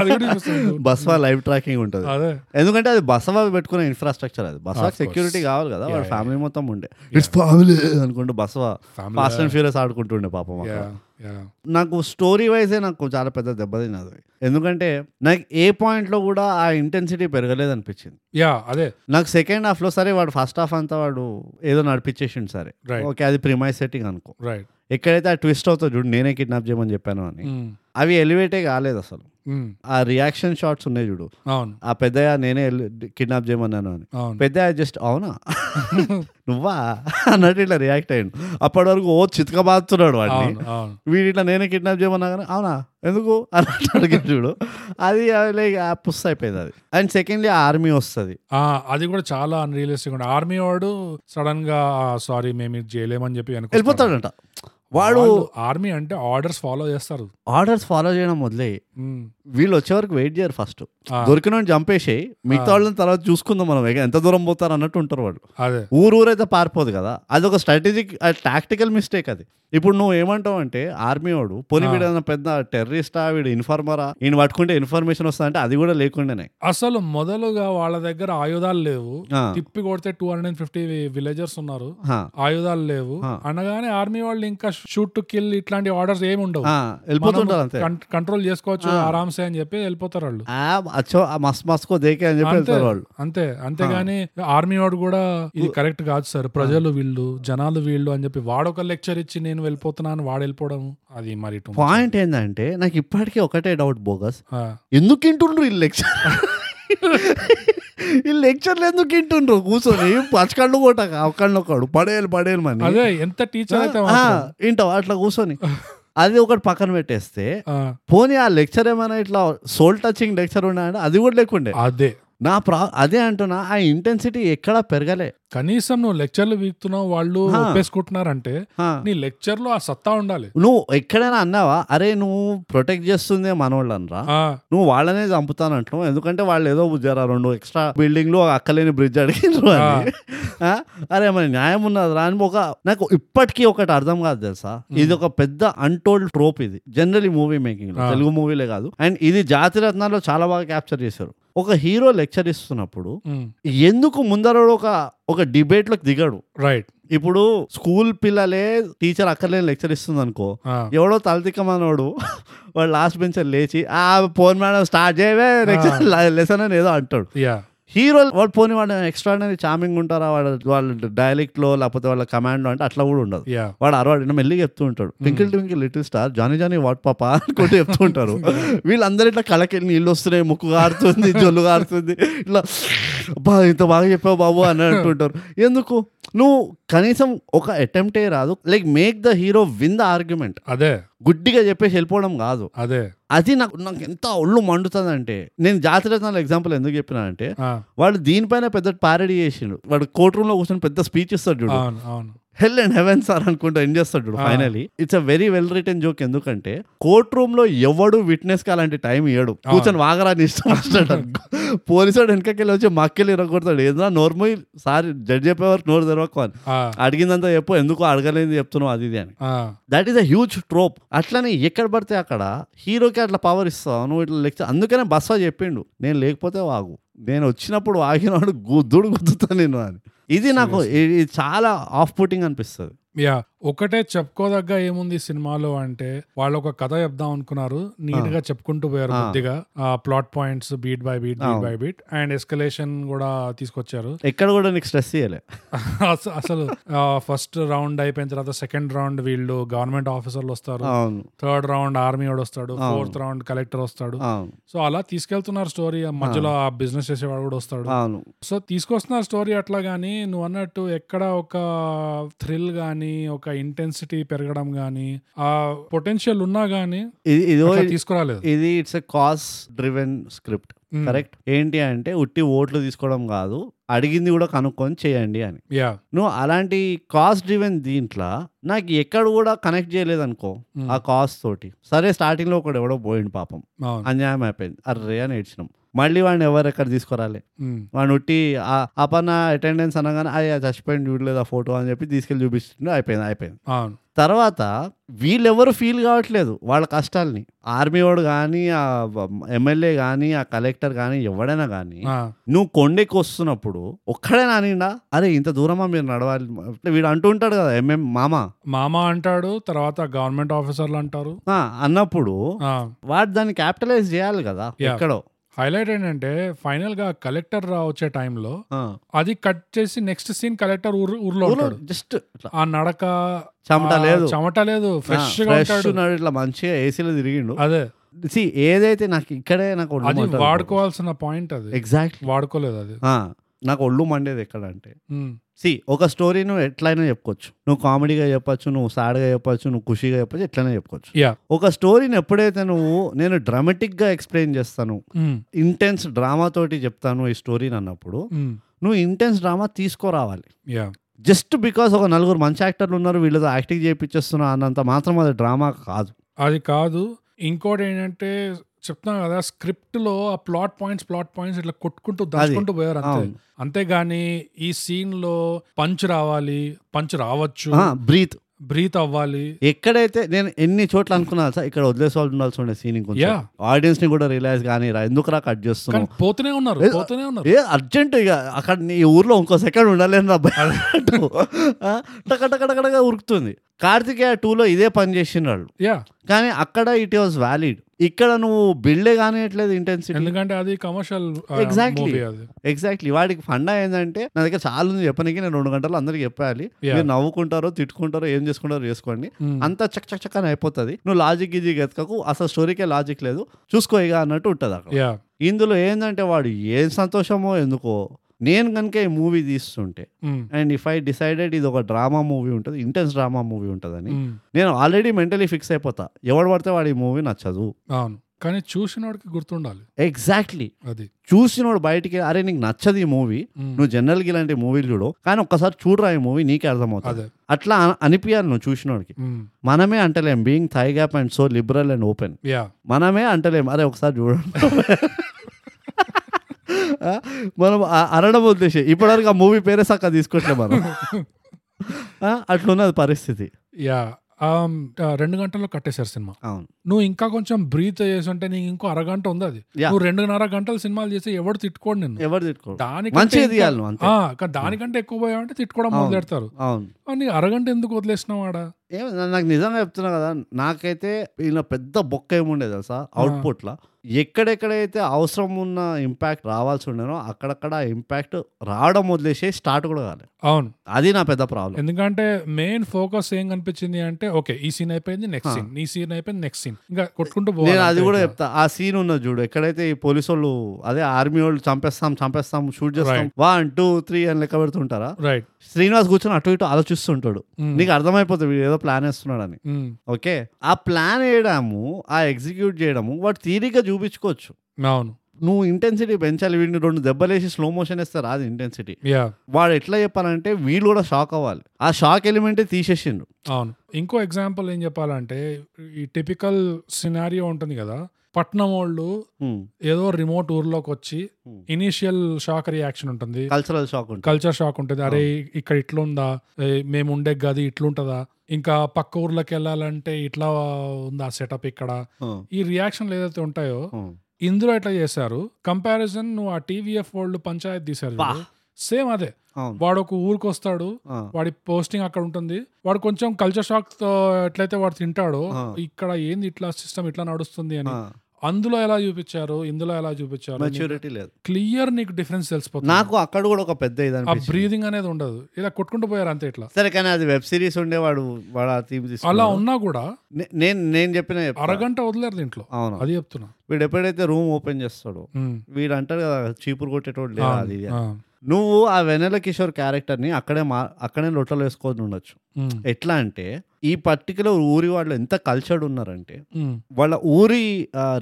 అది కూడా చూపిస్తుంది.
బస్వా లైవ్ ట్రాకింగ్ ఉంటుంది
అదే
ఎందుకంటే అది బసవా పెట్టుకునే ఇన్ఫ్రాస్ట్రక్చర్ అది బసవా
Of course.
సెక్యూరిటీ కావాలి కదా వాళ్ళ
Yeah,
ఫ్యామిలీ మొత్తం ఉండే ఇట్స్ ఫ్యామిలీ అనుకుంటూ Basava
Family.
Fast and furious ఆడుకుంటుండే పాపం అక్కడ.
Yeah, yeah.
నాకు స్టోరీ వైజే నాకు చాలా పెద్ద దెబ్బతిన్నది ఎందుకంటే నాకు ఏ పాయింట్లో కూడా ఆ ఇంటెన్సిటీ పెరగలేదు అనిపించింది
Yeah, అదే
నాకు సెకండ్ హాఫ్లో సరే వాడు ఫస్ట్ హాఫ్ అంతా వాడు ఏదో నడిపించేసిండు సరే
Right.
ఓకే అది ప్రిమైజ్ సెట్టింగ్ అనుకో
రైట్
ఎక్కడైతే ఆ ట్విస్ట్ అవుతుందో చూడు నేనే కిడ్నాప్ చేయమని చెప్పాను అని అవి ఎలివేటే కాలేదు అసలు ఆ రియాక్షన్ షాట్స్ ఉన్నాయి చూడు
Hmm. అవును
ఆ పెద్దయ్య నేనే కిడ్నాప్ చేయమన్నాను అని
అవును
పెద్దయ్య జస్ట్ అవునా నువ్వా అన్నట్టు ఇట్లా రియాక్ట్ అయ్యాడు అప్పటి వరకు ఓ చితకబాతున్నాడు వాడిని
అవును అవును
వీడు ఇట్లా నేనే కిడ్నాప్ చేయమన్నా కానీ అవునా ఎందుకు అన్నట్టు అడిగాడు చూడు అది లైక్ పుస్ అయిపోయింది అది అండ్ సెకండ్లీ ఆర్మీ వస్తుంది
ఆ, అది కూడా చాలా అన్రియలిస్టిక్ ఉండే ఆర్మీ వాడు సడన్ గా సారీ మేము ఇది చేయలేమని చెప్పి వెనక్కి వస్తాడు.
వెళ్ళిపోతాడంట వాడు
వాళ్ళు ఆర్మీ అంటే ఆర్డర్స్ ఫాలో చేస్తారు
ఆర్డర్స్ ఫాలో చేయడం మొదలే
ఉమ్.
వీళ్ళు వచ్చే వరకు వెయిట్ చేయరు ఫస్ట్
ఆ.
దొరికిన వాడిని చంపేసి మిగతా వాళ్ళని తర్వాత చూసుకుందాం మనం ఇక ఎంత దూరం పోతారు అన్నట్టు ఉంటారు వాళ్ళు
అదే
ఊరు ఊరైతే పారిపోదు కదా అది ఒక స్ట్రాటజిక్ టాక్టికల్ మిస్టేక్ అది ఇప్పుడు నువ్వు ఏమంటావు అంటే ఆర్మీ వాడు పోనీ వీడు ఏదైనా పెద్ద టెర్రరిస్టా వీడు ఇన్ఫార్మరా ఈయన పట్టుకుంటే ఇన్ఫర్మేషన్ వస్తా అంటే అది కూడా లేకుండానే
అసలు మొదలుగా వాళ్ళ దగ్గర ఆయుధాలు లేవు
ఆ.
తిప్పి కొడితే two hundred and fifty villagers ఉన్నారు
హా.
ఆయుధాలు లేవు అనగానే ఆర్మీ వాళ్ళు ఇంకా షూట్ టు కిల్ ఇట్లాంటి ఆర్డర్స్ ఏమి ఉండవు
ఆ, వెళ్ళిపోతుంటారు అంతే
కంట్రోల్ చేసుకోవచ్చు ఆరామ్సే అని చెప్పి వెళ్ళిపోతారు వాళ్ళు
ఆ, అచ్చో ఆ మస్ మస్కో దేకే అని చెప్పి
అంతే
వెళ్తారు వాళ్ళు
అంతే అంతేగాని ఆర్మీ వాడు కూడా ఇది కరెక్ట్ కాదు సార్ ప్రజలు వీళ్ళు జనాలు వీళ్ళు అని చెప్పి వాడొక లెక్చర్ ఇచ్చి నేను వెళ్ళిపోతున్నాను వాడు వెళ్ళిపోవడం అది మరి too much.
పాయింట్ ఏంటంటే నాకు ఇప్పటికీ ఒకటే డౌట్ బోగస్
ఆ,
ఎందుకు వింటుండ్రు ఈ లెక్చర్ ఈ లెక్చర్లు ఎందుకు వింటుండ్రు కూర్చొని పచ్చకళ్ళు కొట్టాక ఒకళ్ళొకడు పడేయాలి పడేయాలి మని
అదే ఎంత టీచర్ అయితే
ఆ,
మాత్రం.
వింటావు అట్లా కూర్చొని అది ఒకటి పక్కన పెట్టేస్తే
ఆ,
పోనీ ఆ లెక్చర్ ఏమైనా ఇట్లా సోల్ టచింగ్ లెక్చర్ ఉన్నాయంటే అది కూడా లేకుండే
అదే
నా ప్రా అదే అంటున్నా ఆ ఇంటెన్సిటీ ఎక్కడా పెరగలే
కనీసం నువ్వు లెక్చర్లు వీక్తున్నావు వాళ్ళు
ఆ.
ఒప్పేసుకుంటున్నారంటే
ఆ.
నీ లెక్చర్ లో ఆ సత్తా ఉండాలి
నువ్వు ఎక్కడైనా అన్నావా అరే నువ్వు ప్రొటెక్ట్ చేస్తుందే మనోళ్ళని రా
ఆ,
నువ్వు వాళ్ళనే చంపుతానంటున్నావు ఎందుకంటే వాళ్ళు ఏదో జరా రెండు ఎక్స్ట్రా బిల్డింగ్ లో అక్కలేని బ్రిడ్జ్ అడిగినారు అని ఆ? అరే మరి న్యాయం ఉన్నది రా అని ఒక నాకు ఇప్పటికీ ఒకటి అర్థం కాదు తెలుసా ఇది ఒక పెద్ద అన్టోల్డ్ ట్రోప్ ఇది జనరలీ మూవీ మేకింగ్ లో
ఆ.
తెలుగు మూవీలే కాదు అండ్ ఇది జాతి రత్నాల్లో చాలా బాగా క్యాప్చర్ చేశారు ఒక హీరో లెక్చర్ ఇస్తున్నప్పుడు
ఉమ్,
ఎందుకు ముందర ఒక ఒక డిబేట్ లోకి దిగాడు
రైట్
ఇప్పుడు స్కూల్ పిల్లలే టీచర్ అక్కర్లేని లెక్చర్ ఇస్తుంది అనుకో
ఆ,
ఎవడో తలతిక్కమనోడు వాడు లాస్ట్ బెంచర్ లేచి ఆ ఫోన్ మేడం స్టార్ట్ చేయవే లెక్చర్ లెసన్ అని ఏదో అంటాడు
యా
హీరోలు వాడు పోని వాడు ఎక్స్ట్రాడినరీ చామింగ్ ఉంటారా వాడు వాళ్ళ dialect లో లేకపోతే వాళ్ళ కమాండ్ అంటే అట్లా కూడా ఉండదు
యా
వాడు అరవాడు నేను మెల్లిగా చెప్తూ ఉంటాడు twinkle twinkle little star Johnny Johnny what papa అనుకుంటూ చెప్తూ ఉంటారు వీళ్ళందరూ ఇట్లా కళకి నీళ్ళు వస్తున్నాయి ముక్కు కారుతుంది జొల్లు కారుతుంది ఇట్లా బా ఇంత బాగా చెప్పావు బాబు అని అంటుంటారు ఎందుకు నువ్వు కనీసం ఒక అటెంప్టే రాదు like make the hero win the argument
అదే
గుడ్డిగా చెప్పేసి వెళ్ళిపోవడం కాదు
అదే
అది నాకు నాకు ఎంత ఒళ్ళు మండుతుందంటే నేను జాతరత్నాల ఎగ్జాంపుల్ ఎందుకు చెప్పినానంటే
ఆ,
వాడు దీనిపైన పెద్ద ప్యారడీ చేసిండు వాడు కోర్ట్ రూమ్ లో కూర్చొని పెద్ద స్పీచ్ ఇస్తాడు చూడు
అవును అవును
హెల్ అండ్ హెవెన్ సార్ అనుకుంటా ఎండ్ చేస్తాడు చూడు
Ah.
Finally it's a very well return joke ఎందుకంటే కోర్ట్ రూమ్ లో ఎవడు విట్నెస్ కాలాంటి టైం ఇయ్యడు కూర్చొని వాగరాని ఇష్టం వస్తాడు పోలీసుడు వెనకకెళ్ళి వచ్చి మక్కెళ్ళి ఇరగొడతాడు ఏదైనా నోర్మల్ సార్ జడ్జి చెప్పే వరకు నోరు తెరవకు అని
ఆ,
అడిగిందంతా చెప్పు ఎందుకు అడగలేదు చెప్తున్నావు అది ఇది అని
ఆ,
that is a huge trope అట్లనే ఎక్కడ పడితే అక్కడ హీరోకి అట్లా పవర్ ఇస్తావు నువ్వు ఇట్లా లెక్చర్ అందుకనే బస్వా చెప్పిండు నేను లేకపోతే వాగు నేను వచ్చినప్పుడు వాగినాడు గుద్దుడు గుద్దుతా నేను అని ఇది నాకు ఇ- ఇది చాలా ఆఫ్ పుట్టింగ్ అనిపిస్తుంది
యా ఒకటే చెప్పుకోదగ్గ ఏముంది ఈ సినిమాలో అంటే వాళ్ళు ఒక కథ చెప్దాం అనుకున్నారు నీట్ గా చెప్పుకుంటూ పోయారు
ఆ.
కొద్దిగా plot points beat by beat beat
అవును.
బై బీట్ అండ్ ఎస్కలేషన్ కూడా తీసుకొచ్చారు
ఎక్కడ కూడా నీకు స్ట్రెస్ చేయలే
Hmm. అస- అసలు ఫస్ట్ రౌండ్ అయిపోయిన తర్వాత సెకండ్ రౌండ్ వీళ్ళు గవర్నమెంట్ ఆఫీసర్లు వస్తారు
అవును
థర్డ్ రౌండ్ ఆర్మీ వాడు వస్తాడు ఫోర్త్ రౌండ్ కలెక్టర్ వస్తాడు
అవును
సో అలా తీసుకెళ్తున్నారు స్టోరీ మధ్యలో ఆ బిజినెస్ చేసేవాడు కూడా వస్తాడు
అవును
సో తీసుకొస్తున్నారు స్టోరీ అట్లా కానీ నువ్వు అన్నట్టు ఎక్కడ ఒక థ్రిల్ గానీ ఒక ఇంటెన్సిటీ పెరగడం గానీ ఆ పొటెన్షియల్ ఉన్నా గానీ
ఇది ఇదో
అట్లా తీసుకురాలేదు
ఇది it's a cause driven script
Mm.
Correct ఏంటి అంటే ఉట్టి ఓట్లు తీసుకోవడం కాదు అడిగింది కూడా కనుక్కొని చేయండి అని
యా
నువ్వు అలాంటి కాస్ట్ డ్రివెన్ దీంట్లో నాకు ఎక్కడ కూడా కనెక్ట్ చేయలేదు అనుకో
Hmm.
ఆ కాస్ట్ తోటి సరే స్టార్టింగ్ లో ఒకడు ఎవడో పోయిండు పాపం
అవును
అన్యాయం అయిపోయింది అర్రే అని ఏడ్చినాం మళ్ళీ వాడిని ఎవరు ఎక్కడ తీసుకురాలి
ఉమ్.
వాడిని ఉట్టి ఆ- ఆ పైన అటెండెన్స్ అనగానే అయ్యా చచ్చిపోయింది చూడలేదు ఆ ఫోటో అని చెప్పి తీసుకెళ్ళి చూపిస్తుండే అయిపోయింది అయిపోయింది
అవును
తర్వాత వీళ్ళెవరు ఫీల్ కావట్లేదు వాళ్ళ కష్టాలని ఆర్మీ వాడు కానీ ఆ ఎమ్మెల్యే కానీ ఆ కలెక్టర్ కానీ ఎవడైనా కానీ
ఆ,
నువ్వు కొండెకి వస్తున్నప్పుడు ఒక్కడే నానిండా అరే ఇంత దూరమా మీరు నడవాలి అంటే వీడు అంటూ ఉంటాడు కదా ఎంఎం మామ
మామ అంటాడు తర్వాత గవర్నమెంట్ ఆఫీసర్లు అంటారు
ఆ, అన్నప్పుడు
ఆ
వాడు దాన్ని క్యాపిటలైజ్ చేయాలి కదా
Yeah.
ఎక్కడో
హైలైట్ ఏంటంటే ఫైనల్ గా కలెక్టర్ రా వచ్చే టైంలో
ఆ.
అది కట్ చేసి నెక్స్ట్ సీన్ కలెక్టర్ ఊరు- ఊర్లో ఉంటాడు
జస్ట్ ఇట్లా
ఆ నడక
చెమట
ఆ
లేదు
చెమట లేదు ఫ్రెష్ గా
Fresh
ఉంటాడు
ఉన్నాడు ఇట్లా మంచిగా ఏసీలో తిరిగిండు
అదే
సి ఏదైతే నాకు ఇక్కడే నాకు
అది
ఒళ్ళు
వాడుకోవాల్సిన పాయింట్ అది
ఎగ్జాక్ట్లీ
వాడుకోలేదు అది
నాకు ఒళ్ళు మండేది ఎక్కడ అంటే
ఉమ్,
సి ఒక స్టోరీ నువ్వు ఎట్లయినా చెప్పుకోవచ్చు నువ్వు కామెడీగా చెప్పొచ్చు నువ్వు సాడ్గా చెప్పొచ్చు నువ్వు ఖుషిగా చెప్పొచ్చు ఎట్లయినా చెప్పుకోవచ్చు
యా
ఒక స్టోరీని ఎప్పుడైతే నువ్వు నేను డ్రామాటిక్గా ఎక్స్ప్లెయిన్ చేస్తాను
ఉమ్,
ఇంటెన్స్ డ్రామా తోటి చెప్తాను ఈ స్టోరీని అన్నప్పుడు
ఉమ్,
నువ్వు ఇంటెన్స్ డ్రామా తీసుకురావాలి
యా
జస్ట్ బికాస్ ఒక నలుగురు మంచి యాక్టర్లు ఉన్నారు వీళ్ళతో యాక్టింగ్ చేయించేస్తున్నా అన్నంత మాత్రం అది డ్రామా కాదు
అది కాదు ఇంకోటి ఏంటంటే చెప్తున్నాను కదా స్క్రిప్ట్ లో ఆ ప్లాట్ పాయింట్స్ ప్లాట్ పాయింట్స్ ఇట్లా కొట్టుకుంటూ దాచుకుంటూ పోయారు అంతే
అవును.
అంతేగాని ఈ సీన్ లో పంచ్ రావాలి పంచ్ రావచ్చు
బ్రీత్
బ్రీత్ అవ్వాలి
ఎక్కడైతే నేను ఎన్ని చోట్ల అనుకున్నా సార్ ఇక్కడ వదిలేసి వాళ్ళు ఉండాల్సి ఉండే సీన్ ఇంకొంచెం
Yeah.
ఆడియన్స్ ని కూడా రిలైజ్ కానీ రా ఎందుకు రా కట్
కానీ
చేస్తున్నావు
పోతూనే ఉన్నారు
ఏ-
పోతూనే ఉన్నారు
ఏ అర్జెంట్ ఇక అక్కడ నీ ఊర్లో ఇంకో సెకండ్ ఉండలేను అబ్బాయి టకటకటకటగా ఉరుకుతుంది కార్తికేయ టూలో ఇదే పని చేసిన వాళ్ళు
యా
కానీ అక్కడ ఇట్ వాజ్ వ్యాలిడ్ ఇక్కడ నువ్వు బిల్డే కానియట్లేదు ఇంటెన్సిటీ
ఎందుకంటే అది కమర్షియల్
Exactly.
మూవీ అది
ఎగ్జాక్ట్లీ వాడికి ఫండా ఏంటంటే నా దగ్గర చాలా ఉంది చెప్పనీకి నేను రెండు గంటలు అందరికి చెప్పాలి
Yeah.
మీరు నవ్వుకుంటారో తిట్టుకుంటారో ఏం చేసుకుంటారో చేసుకోండి
Hmm.
అంతా చక్ చక్ చక్ అని అయిపోతుంది నువ్వు లాజిక్ గిజి ఎతకకు అసలు స్టోరీకే లాజిక్ లేదు చూసుకో ఇక అన్నట్టు ఉంటుంది అక్కడ
యా
ఇందులో ఏంటంటే వాడు ఏం సంతోషమో ఎందుకో నేను కనుక ఈ మూవీ తీస్తుంటే
um,
and if I decided ఇది ఒక డ్రామా మూవీ ఉంటుంది ఇంటెన్స్ డ్రామా మూవీ ఉంటుందని
ఉమ్,
నేను ఆల్రెడీ మెంటలీ ఫిక్స్ అయిపోతా ఎవడు పడితే వాడు ఈ మూవీ నచ్చదు
అవును కానీ చూసినోడికి గుర్తుండాలి
ఎగ్జాక్ట్లీ
అది
చూసినోడు బయటికి అరే నీకు నచ్చదు ఈ మూవీ
ఉమ్,
నువ్వు జనరల్గా ఇలాంటి మూవీలు చూడు కానీ ఒక్కసారి చూడరా ఈ మూవీ నీకే అర్థమవుతుంది
అదే
అట్లా అన- అనిపించాలి నువ్వు చూసినోడికి
ఉమ్,
మనమే అంటలేం being thigh gap and so liberal and open
yeah
మనమే అంటలేం అరే ఒకసారి చూడండి ఆ, మనం ఆ- అనడం ఉద్దేశం ఇప్పటివరకు ఆ మూవీ పేరే సక్క తీసుకోవట్లేదు మనం ఆ, అట్లున్నది పరిస్థితి
యా ఆ, రెండు గంటల్లో కట్టేశారు సినిమా
అవును
నువ్వు ఇంకా కొంచెం బ్రీత్ చేసి ఉంటే నీకు ఇంకో అరగంట ఉంది అది
Yeah.
నువ్వు రెండున్నర గంటలు సినిమాలు చేసి ఎవడు తిట్టుకోడు నిన్ను
ఎవరు తిట్టుకోడు
దానికంటే
మంచిగా
ఇంకా-
తీయాలి నువ్వు అంతే
ఆ, కానీ దానికంటే ఎక్కువ పోయావంటే తిట్టుకోవడం
అవును.
మొదలెడతారు
అవును
ఆ, నీకు అరగంట ఎందుకు వదిలేసినావాడా
ఏం నాకు నిజంగా చెప్తున్నా కదా నాకైతే ఇలా పెద్ద బొక్క ఏముండేది తెలుసా అవుట్పుట్లో ఎక్కడెక్కడైతే అవసరం ఉన్న ఇంపాక్ట్ రావాల్సి ఉండేనో అక్కడక్కడ ఇంపాక్ట్ రావడం వదిలేసి స్టార్ట్ కూడా కాలేదు
అవును
అది నా పెద్ద ప్రాబ్లం
ఎందుకంటే మెయిన్ ఫోకస్ ఏం కనిపించింది అంటే ఓకే ఈ సీన్ అయిపోయింది నెక్స్ట్ సీన్ ఈ సీన్ అయిపోయింది నెక్స్ట్ సీన్ ఇంకా కొట్టుకుంటూ పోవాలి
నేను అది
అంతే
కూడా
ఇంకా.
చెప్తా ఆ సీన్ ఉన్నది చూడు ఎక్కడైతే ఈ పోలీసు వాళ్ళు అదే ఆర్మీ వాళ్ళు చంపేస్తాం చంపేస్తాం షూట్ చేస్తాం వన్ టూ త్రీ అని లెక్క పెడుతుంటారా
రైట్
శ్రీనివాస్ కూర్చొని అటు ఇటు ఆలోచిస్తుంటాడు
Hmm.
నీకు అర్థమైపోతుంది వీడు ఏదో ప్లాన్ వేస్తున్నాడని
ఉమ్,
ఓకే ఆ ప్లాన్ వేయడము ఆ ఎగ్జిక్యూట్ చేయడము వాడు తీరిక చూపించుకోవచ్చు
అవును
నువ్వు ఇంటెన్సిటీ పెంచాలి వీడిని రెండు దెబ్బలేసి స్లో మోషన్ వేస్తే రాదు ఇంటెన్సిటీ
యా
వాడు ఎట్లా చెప్పాలంటే వీళ్ళు కూడా షాక్ అవ్వాలి ఆ షాక్ ఎలిమెంటే తీసేసిండు
అవును ఇంకో ఎగ్జాంపుల్ ఏం చెప్పాలంటే ఈ టిపికల్ సినారియో ఉంటుంది కదా పట్నం వాళ్ళు
హ్మ్.
ఏదో రిమోట్ ఊర్లోకి వచ్చి
Hmm.
ఇనీషియల్ షాక్ రియాక్షన్ ఉంటుంది
కల్చరల్ షాక్ ఉంటుంది
కల్చర్ షాక్ ఉంటుంది అరే ఇక్కడ ఇట్లుందా ఏ, మేము ఉండే గది ఇట్లుంటుందా ఇంకా పక్క ఊర్లోకి వెళ్ళాలంటే ఇట్లా ఉందా సెటప్ ఇక్కడ
హ్మ్.
ఈ రియాక్షన్లు ఏదైతే ఉంటాయో
హ్మ్.
ఇందులో ఎట్లా చేశారు కంపారిజన్ నువ్వు ఆ టీవీఎఫ్ వాళ్ళు పంచాయత్ తీశారు
పా.
సేమ్ అదే
అవును.
వాడు ఒక ఊరికి వస్తాడు
ఆ.
వాడి పోస్టింగ్ అక్కడ ఉంటుంది వాడు కొంచెం కల్చర్ షాక్ తో ఎట్లయితే వాడు తింటాడో
ఆ.
ఇక్కడ ఏంది ఇట్లా సిస్టమ్ ఇట్లా నడుస్తుంది అని
ఆ.
అందులో ఎలా చూపించారు ఇందులో ఎలా చూపించారు
మెచ్యూరిటీ లేదు
క్లియర్ నీకు డిఫరెన్స్ తెలిసిపోతుంది
నాకు అక్కడ కూడా ఒక పెద్ద ఇది
ఆ
అనిపించింది
బ్రీదింగ్ అనేది ఉండదు ఇలా కొట్టుకుంటూ పోయారు అంతే ఇట్లా
సరే కానీ అది వెబ్ సిరీస్ ఉండేవాడు వాడు ఆ థీమ్
అలా
తీసుకున్నాడు
ఉన్నా కూడా
నే- నేను నేను చెప్పిన చెప్తా.
అరగంట వదిలేరు దీంట్లో
అవును
అది చెప్తున్నా
వీడు ఎప్పుడైతే రూమ్ ఓపెన్ చేస్తాడో
ఉమ్.
వీడు అంటాడు కదా చీపురు కొట్టేటోడు లేదా
అవును.
అది ఇది అని.
ఆ.
నువ్వు ఆ వెనెల కిషోర్ క్యారెక్టర్ని అక్కడే మా అక్కడే లొట్టలు వేసుకొని ఉండొచ్చు
ఉమ్.
ఎట్లా అంటే ఈ పర్టికులర్ ఊరి వాళ్ళు ఎంత కల్చర్డ్ ఉన్నారంటే
ఉమ్.
వాళ్ళ ఊరి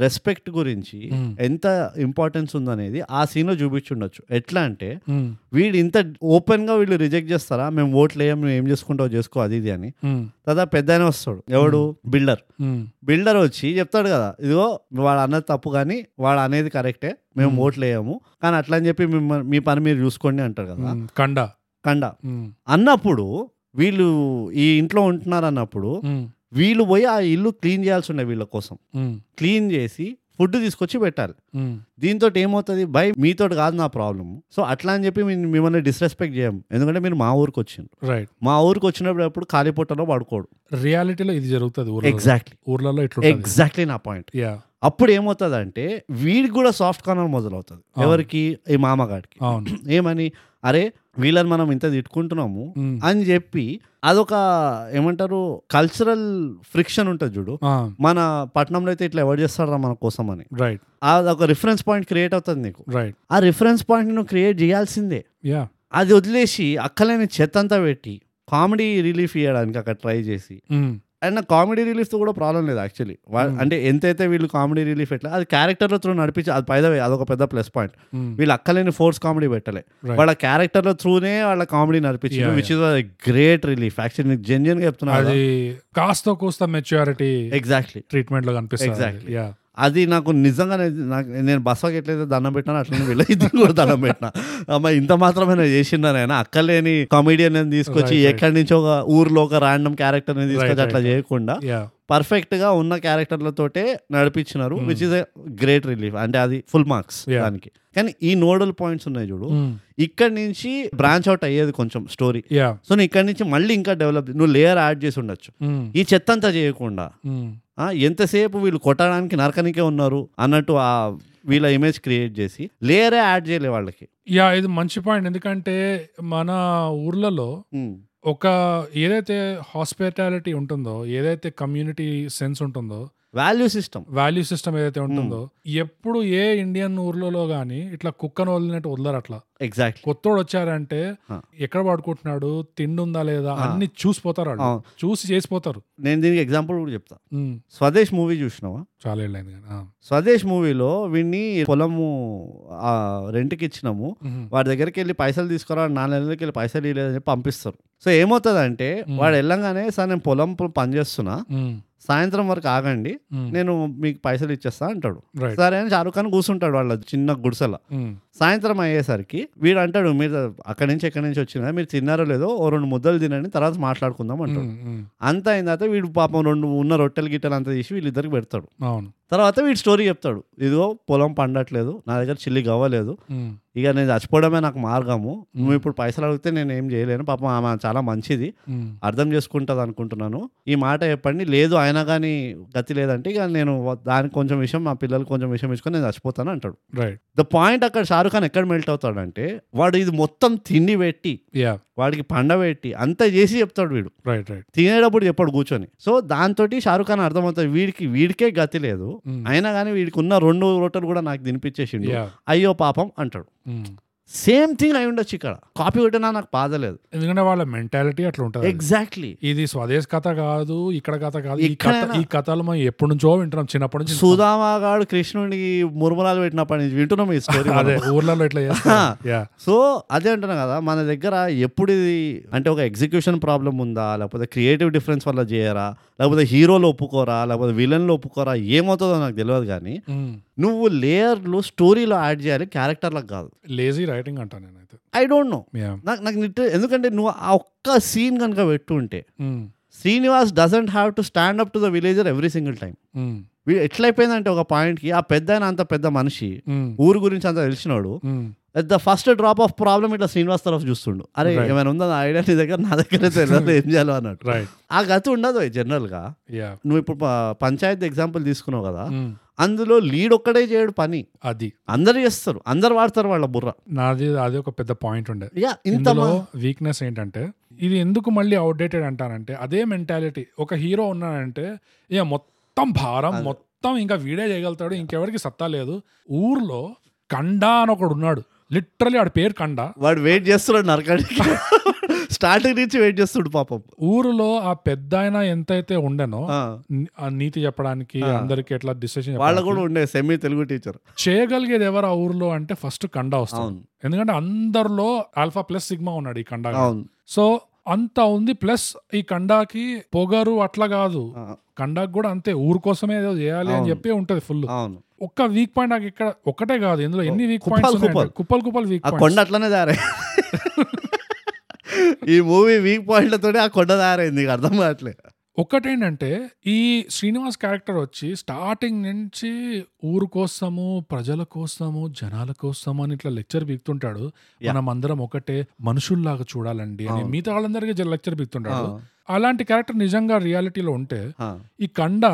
రెస్పెక్ట్ గురించి
మ్మ్.
ఎంత ఇంపార్టెన్స్ ఉందనేది ఆ సీన్లో చూపించుండొచ్చు ఎట్లా అంటే
ఉమ్.
వీడు ఇంత ఓపెన్గా వీళ్ళు రిజెక్ట్ చేస్తారా మేము ఓట్లు వేయం మేము ఏం చేసుకుంటావు చేసుకో అది ఇది అని
ఉమ్.
తర్వాత పెద్ద వస్తాడు ఎవడు బిల్డర్
ఉమ్.
బిల్డర్ వచ్చి చెప్తాడు కదా ఇదిగో వాడు అన్నది తప్పు కానీ వాడు అనేది కరెక్టే మేము ఓట్లు వేయము కానీ అట్లా అని చెప్పి మిమ్మల్ని మీ పని మీరు చూసుకోండి అంటారు కదా
ఉమ్. కండ
కండ
ఉమ్.
అన్నప్పుడు వీళ్ళు ఈ ఇంట్లో ఉంటున్నారు అన్నప్పుడు
ఉమ్.
వీళ్ళు పోయి ఆ ఇల్లు క్లీన్ చేయాల్సి ఉండే వీళ్ళ కోసం
ఉమ్.
క్లీన్ చేసి ఫుడ్ తీసుకొచ్చి పెట్టాలి
ఉమ్.
దీంతో ఏమవుతుంది బై మీతో కాదు నా ప్రాబ్లం సో అట్లా అని చెప్పి మీ- మిమ్మల్ని డిస్రెస్పెక్ట్ చేయము ఎందుకంటే మీరు మా ఊరికి వచ్చిండ్రు
రైట్
మా ఊరికి వచ్చినప్పుడు ఎప్పుడు ఖాళీ పొట్టలో పడుకోడు
రియాలిటీలో ఇది జరుగుతుంది ఊర్లలో
ఎగ్జాక్ట్లీ
ఊర్లలో ఇట్లా
ఎగ్జాక్ట్లీ నా పాయింట్
యా
అప్పుడు ఏమవుతుంది అంటే వీడికి కూడా సాఫ్ట్ కార్నర్ మొదలవుతుంది ఎవరికి ఈ మామగాడికి
అవును
ఏమని అరే వీళ్ళని మనం ఇంత తిట్టుకుంటున్నాము
ఉమ్.
అని చెప్పి అదొక ఏమంటారు కల్చరల్ ఫ్రిక్షన్ ఉంటుంది చూడు
ఆ.
మన పట్నంలో అయితే ఇట్లా ఎవరు చేస్తారా మన కోసం అని
రైట్
అదొక రిఫరెన్స్ పాయింట్ క్రియేట్ అవుతుంది నీకు
రైట్
ఆ రిఫరెన్స్ పాయింట్ నువ్వు క్రియేట్ చేయాల్సిందే
యా
అది వదిలేసి అక్కలేని చెత్త అంతా పెట్టి కామెడీ రిలీఫ్ ఇవ్వడానికి అక్కడ ట్రై చేసి
ఉమ్.
అండ్ నాకు కామెడీ రిలీఫ్తో కూడా ప్రాబ్లం లేదు యాక్చువల్లీ
Hmm.
అంటే ఎంతైతే వీళ్ళు కామెడీ రిలీఫ్ ఎట్లా అది క్యారెక్టర్ల త్రూ నడిపించి అది పైద అదొక పెద్ద ప్లస్ పాయింట్
ఉమ్.
వీళ్ళు అక్కలేని ఫోర్స్ కామెడీ పెట్టలే
mm, Right.
వాళ్ళ క్యారెక్టర్ల త్రూనే వాళ్ళ కామెడీ నడిపించింది
Yeah,
which is great relief actually నీకు జెన్యున్ గా చెప్తున్నా
అది కాస్త కూస్త మెచ్యూరిటీ
ఎగ్జాక్ట్లీ
ట్రీట్మెంట్ లో కనిపిస్తుంది
Exactly.
యా
అది నాకు నిజంగా నేను- నాకు నేను బస్సాకి ఎట్లయితే దండం పెట్టినా అట్లనే వీళ్ళ ఇద్దరు కూడా దండం పెట్టినా అమ్మ ఇంత మాత్రమే చేసిందని ఆయన అక్కలేని కామెడియన్ తీసుకొచ్చి
Right, right.
ఎక్కడి నుంచో ఒక ఊర్లో ఒక ర్యాండమ్ క్యారెక్టర్ ని తీసుకొచ్చి
Right,
అట్లా
right.
చేయకుండా
యా
పర్ఫెక్ట్ గా ఉన్న క్యారెక్టర్లతోటే నడిపించినారు which is a great relief అంటే అది ఫుల్ మార్క్స్
Hmm. Yeah.
దానికి కానీ ఈ నోడల్ పాయింట్స్ ఉన్నాయి చూడు
ఉమ్.
ఇక్కడి నుంచి బ్రాంచ్ అవుట్ అయ్యేది కొంచెం స్టోరీ
యా
సో నువ్వు ఇక్కడి నుంచి మళ్ళీ ఇంకా డెవలప్ నువ్వు లేయర్ యాడ్ చేసి ఉండొచ్చు
ఉమ్.
ఈ చెత్త అంతా చేయకుండా
ఉమ్.
ఆ, ఎంతసేపు వీళ్ళు కొట్టడానికి నరకనికే ఉన్నారు అన్నట్టు ఆ వీళ్ళ ఇమేజ్ క్రియేట్ చేసి లేయరే యాడ్ చేయలే వాళ్ళకి
యా ఇది మంచి పాయింట్ ఎందుకంటే మన ఊర్లలో ఒక ఏదైతే హాస్పిటాలిటీ ఉంటుందో ఏదైతే కమ్యూనిటీ సెన్స్ ఉంటుందో
వాల్యూ సిస్టమ్
వాల్యూ సిస్టమ్ ఏదైతే ఉంటుందో
Mm.
ఎప్పుడు ఏ ఇండియన్ ఊర్లలో గానీ ఇట్లా కుక్కను వదిలినట్టు వదలరు అట్లా
ఎగ్జాక్ట్లీ
కొత్తోడు వచ్చారంటే
Huh.
ఎక్కడ పడుకుంటున్నాడు తిండి ఉందా లేదా
Ah.
అన్ని చూసిపోతారు వాళ్ళు.
అవును.
చూసి చేసిపోతారు
నేను దీనికి ఎగ్జాంపుల్ కూడా చెప్తా
ఉమ్.
స్వదేశ్ మూవీ చూసినావా
చాలా ఏళ్ళైంది కానీ ఆ.
స్వదేశ్ మూవీలో వీడిని పొలము ఆ, రెంట్కి ఇచ్చినాము
ఉహు.
వాడి దగ్గరికి వెళ్ళి పైసలు తీసుకురా నాలుగు నెలలకి వెళ్ళి పైసలు ఇవ్వలేదని చెప్పి పంపిస్తారు సో ఏమవుతుందంటే వాడు వెళ్ళంగానే సార్ నేను పొలం పొలం పని చేస్తున్నా
ఉమ్.
సాయంత్రం వరకు ఆగండి
ఉమ్.
నేను మీకు పైసలు ఇచ్చేస్తా అంటాడు
రైట్
సరే అని షారుఖ్ ఖాన్ కూర్చుంటాడు వాళ్ళ చిన్న గుడిసెల
ఉమ్.
సాయంత్రం అయ్యేసరికి వీడు అంటాడు మీరు అక్కడి నుంచి ఎక్కడి నుంచి వచ్చినా మీరు తిన్నారో లేదో ఓ రెండు ముద్దలు తినండి తర్వాత మాట్లాడుకుందాం అంటాడు
ఉమ్. ఉమ్.
అంత అయిన తర్వాత వీడు పాపం రెండు ఉన్న రొట్టెలు గిట్టెలు అంతా తీసి వీళ్ళిద్దరికి పెడతాడు
అవును
తర్వాత వీడు స్టోరీ చెప్తాడు ఇదిగో పొలం పండట్లేదు నా దగ్గర చిల్లి గవ్వలేదు
ఉమ్.
ఇక నేను చచ్చిపోవడమే నాకు మార్గము నువ్వు ఇప్పుడు పైసలు అడిగితే నేను ఏం చేయలేను పాపం ఆమె చాలా మంచిది
ఉమ్.
అర్థం చేసుకుంటుంది అనుకుంటున్నాను ఈ మాట చెప్పండి లేదు అయినా కానీ గతి లేదంటే ఇక నేను దానికి కొంచెం విషయం మా పిల్లలు కొంచెం విషయం ఇచ్చుకొని నేను చచ్చిపోతాను అంటాడు
రైట్
ద పాయింట్ అక్కడ షారుఖ్ ఖాన్ ఎక్కడ మెల్ట్ అవుతాడంటే వాడు ఇది మొత్తం తిండి పెట్టి
యా
వాడికి పండబెట్టి అంతా చేసి చెప్తాడు వీడు
రైట్ రైట్
తినేటప్పుడు చెప్పాడు కూర్చొని సో దాంతో షారుఖ్ ఖాన్ అర్థమవుతుంది వీడికి వీడికే గతి లేదు
ఉమ్.
అయినా కానీ వీడికి ఉన్న రెండు రోటలు కూడా నాకు తినిపించేసిండు
యా
అయ్యో పాపం అంటాడు
ఉమ్.
సేమ్ థింగ్ అయి ఉండొచ్చు ఇక్కడ కాపీ కొట్టినా నాకు బాధలేదు
ఎందుకంటే వాళ్ళ మెంటాలిటీ అట్లా ఉంటుంది
ఎగ్జాక్ట్లీ
ఇది స్వదేశ్ కథ కాదు ఇక్కడ కథ కాదు ఈ కథ
ఎక్కడైనా-
ఈ కథలు మనం ఎప్పటి నుంచో వింటున్నాం చిన్నప్పటి నుంచి వింటున్నాం.
సుధామాగాడు కృష్ణుడికి మురుమరాలు పెట్టినప్పటి నుంచి వింటున్నాం ఈ స్టోరీ
అదే ఊర్లలో ఇట్లా చేస్తారు యా
సో అదే అంటున్నా కదా మన దగ్గర ఎప్పుడు ఇది అంటే ఒక ఎగ్జిక్యూషన్ ప్రాబ్లం ఉందా లేకపోతే క్రియేటివ్ డిఫరెన్స్ వల్ల చేయరా లేకపోతే హీరోలు ఒప్పుకోరా లేకపోతే విలన్లు ఒప్పుకోరా ఏమవుతుందో నాకు తెలియదు కానీ
ఉమ్.
నువ్వు లేయర్లు స్టోరీలో యాడ్ చేయాలి క్యారెక్టర్లకు కాదు
లేజీ రైటింగ్ అంటా నేనైతే
ఐ డోంట్ నో
యా
నాకు నాకు నిట్ ఎందుకంటే నువ్వు ఆ ఒక్క సీన్ కనుక పెట్టుంటే
um.
Srinivas doesn't have to stand up to the villager every single time
um.
ఎట్లయిపోయిందంటే ఒక పాయింట్కి ఆ పెద్ద ఆయన అంత పెద్ద మనిషి
ఉమ్.
ఊరు గురించి అంత తెలిసినాడు
um.
At the first drop off problem ఇట్లా శ్రీనివాస్ తరఫ్ చూస్తుండు అరే
Right.
ఏమైనా ఉందా నా ఐడియా నీ దగ్గర నా దగ్గర తెలియదు ఏం చేయాలో అన్నట్టు
రైట్
ఆ గతి ఉండదు జనరల్గా
యా
నువ్వు ఇప్పుడు ప- పంచాయత్ ఎగ్జాంపుల్ తీసుకున్నావు కదా
ఉమ్.
అందులో లీడ్ ఒక్కడే చేయడు పని
అది
అందరు చేస్తారు అందరు వాడతారు వాళ్ళ బుర్ర
నాది అది ఒక పెద్ద పాయింట్ ఉండే
యా ఇంత
ఇందులో వీక్నెస్ ఏంటంటే ఇది ఎందుకు మళ్ళీ అవుట్డేటెడ్ అంటానంటే అదే మెంటాలిటీ ఒక హీరో ఉన్నాడంటే ఇక మొత్తం భారం మొత్తం ఇంకా వీడే చేయగలుగుతాడు ఇంకెవరికి సత్తా లేదు ఊర్లో కండా అని ఒకడు ఉన్నాడు లిటరలీ ఆడి పేరు కండా
వాడు వెయిట్ చేస్తున్నాడు నరకడానికి స్టార్టింగ్ నుంచి వెయిట్ చేస్తుడు పాపం
ఊరులో ఆ పెద్ద ఆయన ఎంతైతే ఉండెనో
ఆ,
ని- ఆ నీతి చెప్పడానికి అందరికి ఎట్లా డిసిషన్
వాళ్ళ కూడా ఉండే సెమీ తెలుగు టీచర్
చేయగలిగేది ఎవరు ఆ ఊర్లో అంటే ఫస్ట్ కండా వస్తుంది
అవును.
ఎందుకంటే అందరిలో ఆల్ఫా ప్లస్ సిగ్మా ఉన్నాడు ఈ కండా
అవును
సో అంత ఉంది ప్లస్ ఈ కండాకి పొగరు అట్లా కాదు
ఆ,
కండాకి కూడా అంతే ఊరు కోసమే ఏదో చేయాలి అని
అవును.
చెప్పి ఉంటది ఫుల్
అవును
ఒక్క వీక్ పాయింట్ నాకు ఇక్కడ ఒకటే కాదు ఇందులో ఎన్ని వీక్
కుప్పలు
పాయింట్స్
కుప్పలు.
కుప్పలు కుప్పలు వీక్
ఆ
పాయింట్
కొండ అట్లనే తయారై ఈ మూవీ వీక్ పాయింట్లతోనే ఆ కొండ తయారైంది నీకు అర్థం కావట్లే
ఒకటేంటంటే ఈ శ్రీనివాస్ క్యారెక్టర్ వచ్చి స్టార్టింగ్ నుంచి ఊరు కోసము ప్రజల కోసము జనాల కోసము అని ఇట్లా లెక్చర్ బిగుతుంటాడు మనం అందరం ఒకటే మనుషుల్లాగా చూడాలండి అని మిగతా వాళ్ళందరికీ లెక్చర్ బిగుతుంటాడు అలాంటి క్యారెక్టర్ నిజంగా రియాలిటీలో ఉంటే
ఆ,
ఈ కండ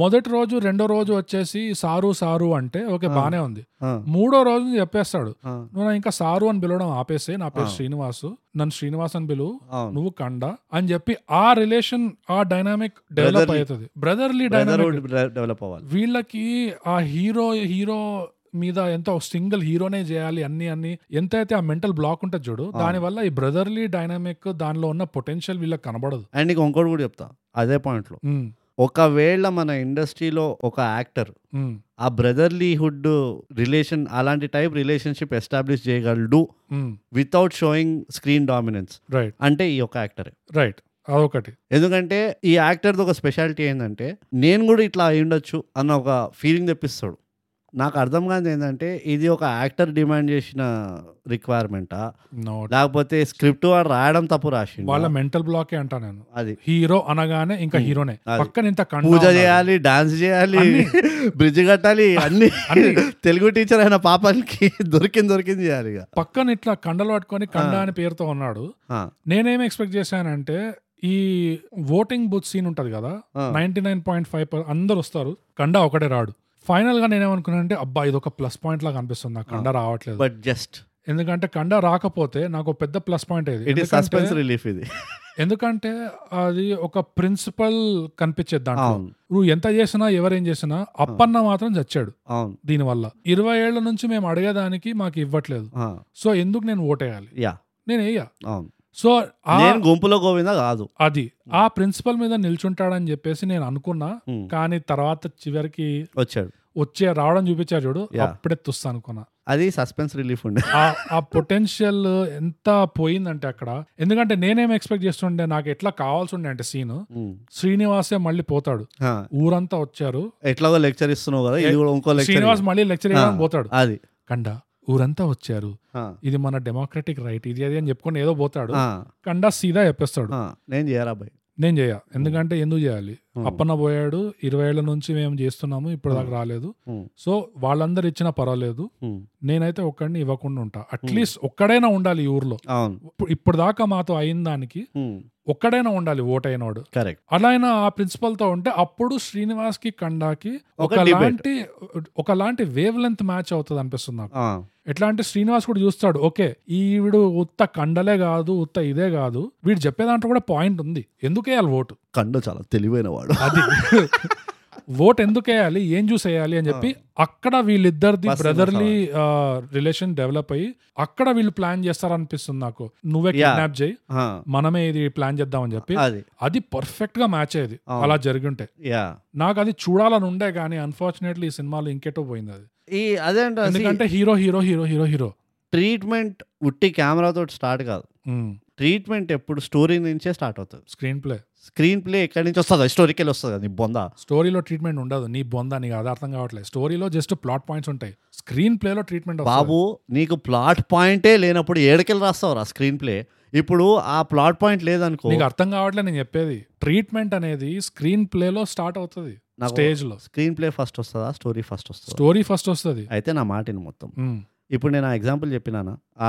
మొదటి రోజు రెండో రోజు వచ్చేసి సారు సారు అంటే ఓకే బానే ఉంది
ఆ,
మూడో రోజు చెప్పేస్తాడు
ఆ,
నువ్వు నా ఇంకా సారు అని పిలవడం ఆపేసే నా పేరు శ్రీనివాసు నన్ను శ్రీనివాస్ అని పిలువు
అవును
నువ్వు కండ అని చెప్పి ఆ రిలేషన్ ఆ డైనామిక్ డెవలప్
Brotherly.
అవుతుంది బ్రదర్లీ
బ్రదర్హుడ్
డైనామిక్
డెవలప్ అవ్వాలి
వీళ్ళకి ఆ హీరో హీరో మీద ఎంతో సింగిల్ హీరోనే చేయాలి అన్ని అన్ని ఎంతైతే ఆ మెంటల్ బ్లాక్ ఉంటుంది చూడు దానివల్ల ఈ బ్రదర్లీ డైనామిక్ దానిలో ఉన్న పొటెన్షియల్ వీళ్ళకి కనబడదు
అండ్ నీకు ఇంకోటి కూడా చెప్తా అదే పాయింట్లో
ఉమ్,
ఒకవేళ మన ఇండస్ట్రీలో ఒక యాక్టర్
ఉమ్,
ఆ బ్రదర్లీహుడ్ రిలేషన్ అలాంటి టైప్ రిలేషన్షిప్ ఎస్టాబ్లిష్ చేయగలడు
um,
without showing screen dominance
right
అంటే ఈ ఒక యాక్టరే
రైట్ అదొకటి
ఎందుకంటే ఈ యాక్టర్ది ఒక స్పెషాలిటీ ఏంటంటే నేను కూడా ఇట్లా అయి ఉండొచ్చు అన్న ఒక ఫీలింగ్ తెప్పిస్తాడు నాకు అర్థం కాదు ఏంటంటే ఇది ఒక యాక్టర్ డిమాండ్ చేసిన రిక్వైర్మెంటా
నో
లేకపోతే స్క్రిప్ట్ వాడు రాయడం తప్పు రాసి
వాళ్ళ మెంటల్ బ్లాకే అంటా నేను
అది
హీరో అనగానే ఇంకా హీరోనే
అది.
పక్కన ఇంత కండ
పూజ
ఉన్నాడు.
చేయాలి డాన్స్ చేయాలి
అన్ని.
బ్రిడ్జ్ కట్టాలి అన్ని
అన్ని.
తెలుగు టీచర్ అయిన పాపానికి దొరికింది దొరికింది చేయాలి ఇక
పక్కన ఇట్లా కండలు పట్టుకొని కండ అని పేరుతో ఉన్నాడు
ఆ,
నేనేం ఎక్స్పెక్ట్ చేశానంటే ఈ ఓటింగ్ బూత్ సీన్ ఉంటది కదా
ఆ.
నైన్టీ నైన్ పాయింట్ ఫైవ్ అందరు వస్తారు కండ ఒకటే రాడు ఫైనల్ గా నేనేమనుకున్నా అంటే అబ్బా ఇది ఒక ప్లస్ పాయింట్ లాగా అనిపిస్తుంది నాకు కండ రావట్లేదు
బట్ జస్ట్
ఎందుకంటే కండ రాకపోతే నాకు ఒక పెద్ద ప్లస్ పాయింట్ ఇది
ఇట్ ఈస్
ఎందుకంటే-
సస్పెన్స్ రిలీఫ్ ఇది
ఎందుకంటే అది ఒక ప్రిన్సిపల్ కనిపించేది దాంట్లో
అవును
నువ్వు ఎంత చేసినా ఎవరేం చేసినా అప్పన్న మాత్రం చచ్చాడు
అవును
దీనివల్ల ఇరవై ఏళ్ల నుంచి మేము అడిగేదానికి మాకు ఇవ్వట్లేదు
ఆ,
సో ఎందుకు నేను ఓటేయాలి
యా
నేను వేయ
అవును
సో ఆ-
నేను గుంపులో గోవిందా కాదు
అది ఆ ప్రిన్సిపల్ మీద నిల్చుంటాడని చెప్పేసి నేను అనుకున్నా
Hmm.
కానీ తర్వాత చివరికి
వచ్చాడు
వచ్చే రావడం చూపించారు చూడు
Yeah.
అప్పుడే తుస్తా అనుకున్నా
అది సస్పెన్స్ రిలీఫ్ ఉండే
ఆ- ఆ పొటెన్షియల్ ఎంత పోయిందంటే అక్కడ ఎందుకంటే నేనేం ఎక్స్పెక్ట్ చేస్తుండే నాకు ఎట్లా కావాల్సి ఉండే అంటే సీన్ శ్రీనివాసే మళ్ళీ పోతాడు
హా,
ఊరంతా వచ్చారు
ఎట్లాగో లెక్చర్ ఇస్తున్నావు కదా ఇది కూడా ఇంకో లెక్చర్
శ్రీనివాస్ మళ్ళీ లెక్చర్
ఆ.
చేయడానికి పోతాడు
అది
కండా ఊరంతా వచ్చారు
హా,
ఇది మన డెమోక్రటిక్ రైట్ ఇది అది అని చెప్పుకొని ఏదో పోతాడు
హా,
కండా సీదా చెప్పేస్తాడు
హా, నేను చేయరా బాయ్
నేను చేయ ఎందుకంటే ఎందుకు చేయాలి అప్పన్న పోయాడు ఇరవై ఏళ్ళ నుంచి మేము చేస్తున్నాము ఇప్పుడు దాకా రాలేదు
ఉమ్,
సో వాళ్ళందరు ఇచ్చినా పర్వాలేదు
ఉమ్,
నేనైతే ఒక్కడిని ఇవ్వకుండా ఉంటా అట్లీస్ట్ ఒక్కడైనా ఉండాలి ఈ ఊర్లో
అవును
ఇప్పుడు ఇప్పుడు దాకా మాతో అయిన దానికి
ఉమ్,
ఒక్కడైనా ఉండాలి ఓట్ అయినోడు
కరెక్ట్
అలా అయినా ఆ ప్రిన్సిపల్ తో ఉంటే అప్పుడు శ్రీనివాస్ కి కండాకి
ఒక debate.
ఒకలాంటి ఒకలాంటి వేవ్ లెంత్ మ్యాచ్ అవుతుంది అనిపిస్తుంది నాకు
ఆ,
ఎట్లా అంటే శ్రీనివాస్ కూడా చూస్తాడు ఓకే ఈవిడు ఉత్త కండలే కాదు ఉత్త ఇదే కాదు వీడు చెప్పే దాంట్లో కూడా పాయింట్ ఉంది ఎందుకు వేయాలి ఓటు
కండ చాలా తెలివైన వాడు
అది ఓట్ ఎందుకు వేయాలి ఏం చూసి వేయాలి అని చెప్పి అక్కడ వీళ్ళిద్దరిది
Personal
బ్రదర్లీ రిలేషన్ డెవలప్ అయ్యి అక్కడ వీళ్ళు ప్లాన్ చేస్తారనిపిస్తుంది నాకు నువ్వే
Yeah.
కిడ్నాప్ చేయి
ఆ,
మనమే ఇది ప్లాన్ చేద్దామని చెప్పి
అది
అది పర్ఫెక్ట్ గా మ్యాచ్ అయ్యేది
ఆ.
అలా జరిగి ఉంటే
యా
నాకు అది చూడాలని ఉండే కానీ అన్ఫార్చునేట్లీ ఈ సినిమాలో ఇంకెటో పోయింది అది
ఈ అదే అంటే
ఎందుకంటే hero hero hero hero hero
treatment ఉట్టి కెమెరాతో స్టార్ట్ కాదు ట్రీట్మెంట్ ఎప్పుడు స్టోరీ నుంచే స్టార్ట్ అవుతుంది
స్క్రీన్ ప్లే
స్క్రీన్ ప్లే ఎక్కడి నుంచి వస్తుంది స్టోరీకి వస్తుంది నీ బొంద
స్టోరీలో ట్రీట్మెంట్ ఉండదు నీ బొంద నీకు అది అర్థం కావట్లేదు స్టోరీలో జస్ట్ ప్లాట్ పాయింట్స్ ఉంటాయి స్క్రీన్ ప్లేలో ట్రీట్మెంట్
బాబు నీకు ప్లాట్ పాయింటే లేనప్పుడు ఏడకెళ్ళి రాస్తావు రా స్క్రీన్ ప్లే ఇప్పుడు ఆ ప్లాట్ పాయింట్ లేదనుకో
నీకు అర్థం కావట్లేదు నేను చెప్పేది ట్రీట్మెంట్ అనేది స్క్రీన్ ప్లేలో స్టార్ట్ అవుతుంది
నాకు-
స్టేజ్ లో
స్క్రీన్ ప్లే ఫస్ట్ వస్తుందా స్టోరీ ఫస్ట్ వస్తుందా
స్టోరీ ఫస్ట్ వస్తుంది
అయితే నా మాటిని మొత్తం ఇప్పుడు నేను ఆ ఎగ్జాంపుల్ చెప్పినానా ఆ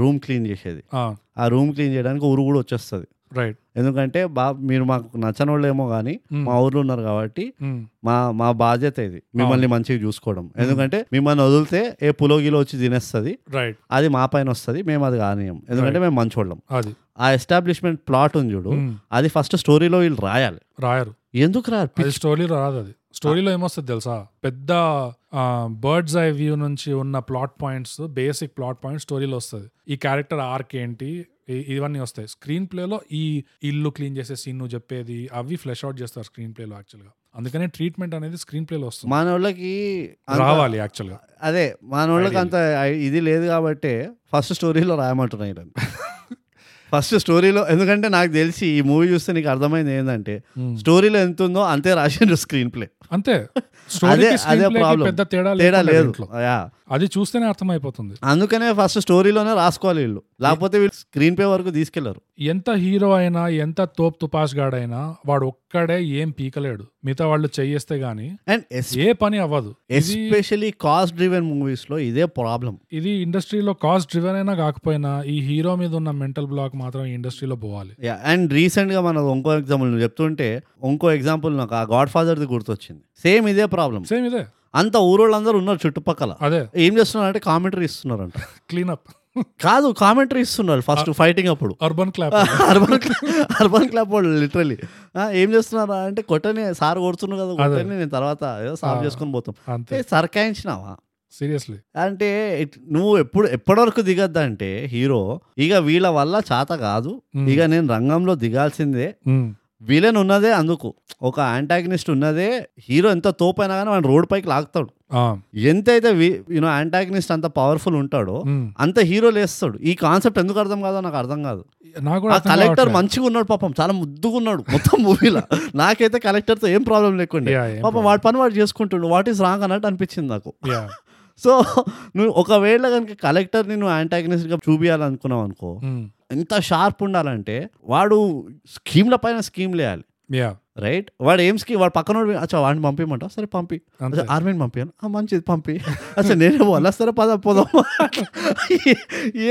రూమ్ క్లీన్ చేసేది ఆ రూమ్ క్లీన్ చేయడానికి ఊరు కూడా వచ్చేస్తుంది
రైట్
ఎందుకంటే బా మీరు మాకు నచ్చనోళ్ళేమో కానీ మా ఊర్లో ఉన్నారు కాబట్టి మా మా బాధ్యత ఇది మిమ్మల్ని మంచిగా చూసుకోవడం ఎందుకంటే మిమ్మల్ని వదిలితే ఏ పులోగిలో వచ్చి తినేస్తుంది
రైట్
అది మా పైన వస్తుంది మేము అది కానీయం ఎందుకంటే మేము మంచోళ్ళం
అది
ఆ ఎస్టాబ్లిష్మెంట్ ప్లాట్ ఉంది చూడు
మ్మ్.
అది ఫస్ట్ స్టోరీలో వీళ్ళు రాయాలి
రాయరు
ఎందుకు రా
అది స్టోరీలో రాదు అది స్టోరీలో ఏమొస్తుంది తెలుసా పెద్ద బర్డ్స్ ఐ వ్యూ నుంచి ఉన్న plot points basic plot points స్టోరీలో వస్తుంది ఈ క్యారెక్టర్ ఆర్క్ ఏంటి ఇ- ఇవన్నీ వస్తాయి స్క్రీన్ ప్లేలో ఈ ఇల్లు క్లీన్ చేసే సీన్ నువ్వు చెప్పేది అవి ఫ్లెష్ అవుట్ చేస్తారు స్క్రీన్ ప్లేలో యాక్చువల్గా అందుకనే ట్రీట్మెంట్ అనేది స్క్రీన్ ప్లేలో వస్తుంది
మానవుళ్ళకి అంత-
రావాలి యాక్చువల్గా
అదే మానవుళ్ళకి అంత ఐ- ఇది లేదు కాబట్టి ఫస్ట్ స్టోరీలో రాయమంటున్నాయి నన్ను ఫస్ట్ స్టోరీలో ఎందుకంటే నాకు తెలిసి ఈ మూవీ చూస్తే నీకు అర్థమైంది ఏంటంటే స్టోరీలో ఎంత ఉందో అంతే రాసిండ్రు స్క్రీన్ ప్లే
అంతే
అదే
స్టోరీకి
అదే
స్క్రీన్ ప్లేకి
ప్రాబ్లం
పెద్ద తేడా
తేడా
లేకుండా
లేదు
దీంట్లో.
యా.
అది చూస్తేనే అర్థమైపోతుంది
అందుకనే ఫస్ట్ స్టోరీలోనే రాసుకోవాలి వీళ్ళు లేకపోతే వీళ్ళు స్క్రీన్ ప్లే వరకు తీసుకెళ్లరు
ఎంత హీరో అయినా ఎంత తోప్ తుపాస్ గాడైనా వాడు ఒక్కడే ఏం పీకలేడు మిగతా వాళ్ళు చెయ్యేస్తే గానీ
అండ్
ఏ పని అవ్వదు ఇది
ఎస్పెషలీ కాస్ట్ డ్రివెన్ మూవీస్ లో ఇదే ప్రాబ్లం
ఇది ఇండస్ట్రీలో కాస్ట్ డ్రివెన్ అయినా కాకపోయినా ఈ హీరో మీద ఉన్న మెంటల్ బ్లాక్ మాత్రం ఈ ఇండస్ట్రీలో పోవాలి
అండ్ రీసెంట్ గా మనం ఇంకో ఎగ్జాంపుల్ నువ్వు చెప్తుంటే ఇంకో ఎగ్జాంపుల్ నాకు ఆ గాడ్ ఫాదర్ ది గుర్తొచ్చింది సేమ్ ఇదే ప్రాబ్లం
సేమ్ ఇదే
అంత ఊరోళ్ళందరూ ఉన్నారు చుట్టుపక్కల
అదే
ఏం చేస్తున్నారంటే కామెంటరీ ఇస్తున్నారంట
క్లీనప్
కాదు కామెంటరీ ఇస్తున్నారు ఫస్ట్ ఫైటింగ్ అప్పుడు
urban clap
urban urban club వాళ్ళు లిటరలీ ఏం చేస్తున్నారా అంటే కొట్టని సార్ కొడుతున్నారు కదా కొట్టని నేను తర్వాత ఏదో సాల్వ్ చేసుకొని పోతాం
అంతే
ఏ, సర్కాయించినావా
సీరియస్లీ
అంటే ఇట్- నువ్వు ఎప్పుడు ఎప్పటివరకు దిగద్దా అంటే హీరో ఇక వీళ్ళ వల్ల చేత కాదు ఇక నేను రంగంలో దిగాల్సిందే విలన్ ఉన్నదే అందుకు ఒక యాంటాగనిస్ట్ ఉన్నదే హీరో ఎంత తోపైనా కానీ వాడిని రోడ్ పైకి లాగుతాడు ఎంతైతే యూనో యాంటాగనిస్ట్ అంత పవర్ఫుల్ ఉంటాడో అంత హీరో లేస్తాడు ఈ కాన్సెప్ట్ ఎందుకు అర్థం కాదో నాకు అర్థం కాదు
నాకు కూడా
ఆ
అర్థం
కలెక్టర్
కావట్లేదు.
మంచిగా ఉన్నాడు పాపం చాలా ముద్దుగా ఉన్నాడు మొత్తం మూవీలో నాకైతే కలెక్టర్తో ఏం ప్రాబ్లం లేకుండా
Yeah, ఏం
పాపం వాడి పని వాడు చేసుకుంటుండు వాట్ ఈస్ రాంగ్ అన్నట్టు అనిపించింది నాకు
Yeah.
సో నువ్వు ఒకవేళ కనుక కలెక్టర్ని నువ్వు యాంటాగనిస్ట్గా చూపించాలనుకున్నావు అనుకో
Mm.
ఎంత షార్ప్ ఉండాలంటే వాడు స్కీమ్ల పైన స్కీమ్ లేయాలి
Yeah.
రైట్ వాడు ఏం స్కీమ్ వాడు పక్కన వాడు, అచ్చా వాడిని పంపిమంటా సరే పంపి
అంతే.
ఆర్మీని పంపాను ఆ, మంచిది పంపి అసలు నేనే పోవాలా సరే పద పోదాం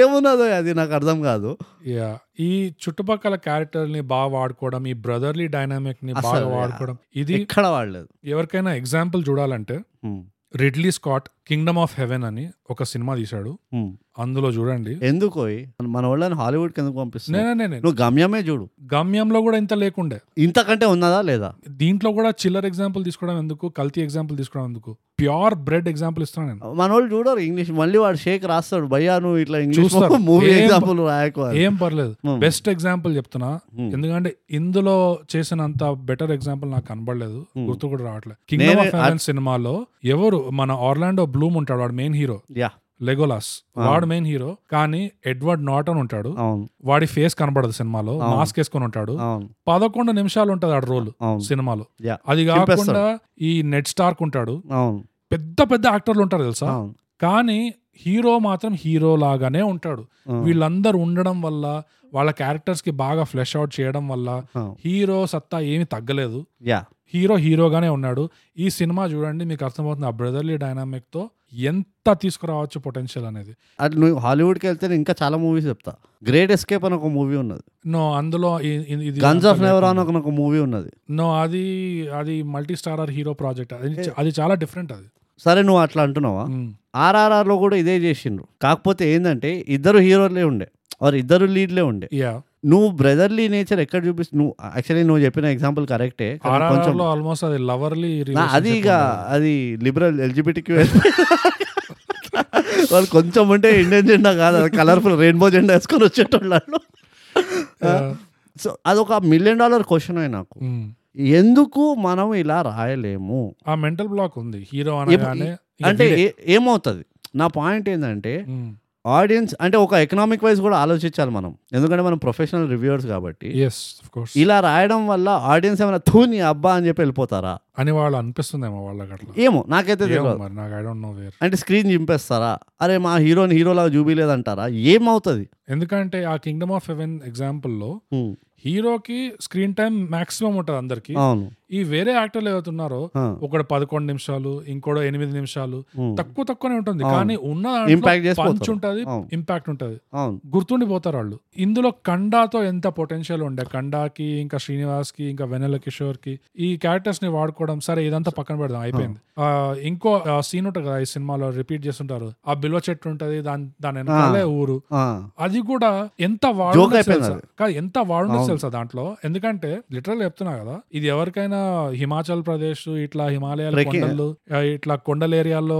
ఏమున్నదో అది నాకు అర్థం కాదు
Yeah. ఈ చుట్టుపక్కల క్యారెక్టర్ ని బాగా వాడుకోవడం ఈ బ్రదర్లీ డైనామిక్ ని బాగా
అసలు, yeah.
వాడుకోవడం ఇది
ఎక్కడ వాడలేదు
ఎవరికైనా ఎగ్జాంపుల్ చూడాలంటే
um,
Ridley Scott Kingdom of Heaven అని ఒక సినిమా తీశాడు
ఉమ్.
అందులో చూడండి
Hmm. ఎందుకు ఈ? మన వాళ్ళని హాలీవుడ్కి ఎందుకు పంపిస్తున్నావు
నేనే నేనే
నువ్వు గమ్యమే చూడు
గమ్యంలో కూడా ఇంత లేకుండే
ఇంతకంటే ఉన్నదా లేదా
దీంట్లో కూడా చిల్లర్ ఎగ్జాంపుల్ తీసుకోవడం ఎందుకు కల్తీ ఎగ్జాంపుల్ తీసుకోవడం ఎందుకు ప్యూర్ బ్రెడ్ ఎగ్జాంపుల్ ఇస్తున్నాను నేను
మన వాళ్ళు చూడరు ఇంగ్లీష్ మళ్ళీ వాడు షేక్ రాస్తాడు భయ్యా నువ్వు ఇట్లా ఇంగ్లీష్
చూస్తారు.
మూవీ
ఏం-
ఎగ్జాంపుల్ రాయకు అని.
ఏం పర్లేదు
Hmm.
బెస్ట్ ఎగ్జాంపుల్ చెప్తున్నా
Hmm.
ఎందుకంటే ఇందులో చేసినంత బెటర్ ఎగ్జాంపుల్ నాకు కనబడలేదు గుర్తు కూడా రావట్లేదు కింగ్డమ్
Hmm. నేనే-
ఆఫ్ హెవెన్ సినిమాలో ఎవరు మన ఆర్లాండో బ్లూమ్ ఉంటాడు వాడు మెయిన్ హీరో
యా
లెగోలాస్ వాడు మెయిన్ హీరో కానీ ఎడ్వర్డ్ నాటన్ ఉంటాడు
అవును
వాడి ఫేస్ కనబడదు సినిమాలో మాస్క్ వేసుకొని ఉంటాడు
అవును
పదకొండు నిమిషాలు ఉంటుంది ఆ రోల్
అవును.
సినిమాలో
యా
అది
చింపేస్తాడు.
కాకుండా ఈ నెట్ స్టార్క్ ఉంటాడు
అవును
పెద్ద పెద్ద యాక్టర్లు ఉంటారు తెలుసా
అవును
కానీ హీరో మాత్రం హీరో లాగానే ఉంటాడు వీళ్ళందరూ ఉండడం వల్ల వాళ్ళ క్యారెక్టర్స్ కి బాగా ఫ్లెష్ అవుట్ చేయడం వల్ల
ఆ.
హీరో సత్తా ఏమీ తగ్గలేదు
యా
హీరో హీరోగానే ఉన్నాడు ఈ సినిమా చూడండి మీకు అర్థమవుతుంది ఆ బ్రదర్లీ డైనామిక్ తో ఎంత తీసుకురావచ్చు పొటెన్షియల్ అనేది
అటు నువ్వు హాలీవుడ్కి వెళ్తే నేను ఇంకా చాలా మూవీస్ చెప్తా గ్రేట్ ఎస్కేప్ అని ఒక మూవీ ఉన్నది
నో అందులో ఇ- ఇ- ఇది
గన్స్ ఆఫ్ నెవర్ అని ఒక- ఒక మూవీ ఉన్నది
నో అది అది మల్టీ స్టారర్ హీరో ప్రాజెక్ట్ అది చ- అది చాలా డిఫరెంట్ అది Hmm.
సరే నువ్వు అట్లా అంటున్నావా
మ్మ్.
RRR లో కూడా ఇదే చేసిండ్రు కాకపోతే ఏంటంటే ఇద్దరు హీరోలే ఉండే ఆర్ ఇద్దరు లీడ్లే ఉండే
యా
నువ్వు బ్రదర్లీ నేచర్ ఎక్కడ చూపిస్తు నువ్వు యాక్చువల్లీ నువ్వు చెప్పిన ఎగ్జాంపుల్ కరెక్టే కానీ కొంచెం
ఆర్ఆర్ఆర్ లో ఆల్మోస్ట్ అది లవర్లీ
నా- అది ఇక అది లిబరల్ ఎల్జిబిటికి వాళ్ళు కొంచెం ఉంటే ఇండియన్ జెండా కాదు అది కలర్ఫుల్ రెయిన్బో జెండా వేసుకొని వచ్చేటోళ్ళు సో అదొక మిలియన్ డాలర్ క్వశ్చన్ నాకు ఎందుకు మనం ఇలా రాయలేము
Hmm. ఆ మెంటల్ బ్లాక్ ఉంది హీరో
ఎప్పు-
అనగానే ఇక
అంటే
వీడే. Hmm.
ఏ- ఏమవుతుంది నా పాయింట్ ఏంటంటే
మ్మ్.
ఆడియన్స్ అంటే ఒక ఎకనామిక్ వైజ్ కూడా ఆలోచించాలి మనం ఎందుకంటే మనం ప్రొఫెషనల్ రివ్యూవర్స్ కాబట్టి
yes of course
ఇలా రాయడం వల్ల ఆడియన్స్ ఏమైనా తూని అబ్బా అని చెప్పి వెళ్ళిపోతారా
అని వాళ్ళు అనిపిస్తుందేమో వాళ్ళకి అట్లా
ఏమో నాకైతే
ఏమో
తెలియదు
మరి నాకు ఐ డోంట్ నో వేర్
అంటే స్క్రీన్ చింపేస్తారా అరే మా హీరోని హీరోలాగా చూపిలేదంటారా ఏమవుతుంది
ఎందుకంటే ఆ కింగ్డమ్ ఆఫ్ హెవెన్ ఎగ్జాంపుల్ లో హీరోకి స్క్రీన్ టైం మాక్సిమం ఉంటుంది అందరికి
అవును
ఈ వేరే యాక్టర్లు ఏవైతున్నారో ఒకడు పదకొండు నిమిషాలు ఇంకోడు ఎనిమిది నిమిషాలు తక్కువ తక్కువనే ఉంటుంది కానీ ఉన్న
Impact చేసిపోతారు.
పంచ్ ఉంటుంది
అవును.
ఇంపాక్ట్ ఉంటుంది
అవును
గుర్తుండిపోతారు వాళ్ళు ఇందులో కండాతో ఎంత పొటెన్షియల్ ఉండే కండాకి ఇంకా శ్రీనివాస్ కి ఇంకా వెనెల కిషోర్ కి ఈ క్యారెక్టర్స్ ని వాడుకోవడం సరే ఇదంతా పక్కన పెడదాం అయిపోయింది ఆ, ఇంకో సీన్ ఉంటుంది కదా ఈ సినిమాలో రిపీట్ చేస్తుంటారు ఆ బిల్వ చెట్టు ఉంటది దాని దాని వెనకాలే ఊరు అది కూడా ఎంత వాడు
Joke అయిపోయింది అది.
కాదు ఎంత వాడు తెలుసా దాంట్లో ఎందుకంటే లిటరల్ చెప్తున్నా కదా ఇది ఎవరికైనా హిమాచల్ ప్రదేశ్ ఇట్లా హిమాలయాల
Trekking.
కొండలు ఆ, ఇట్లా కొండల ఏరియాల్లో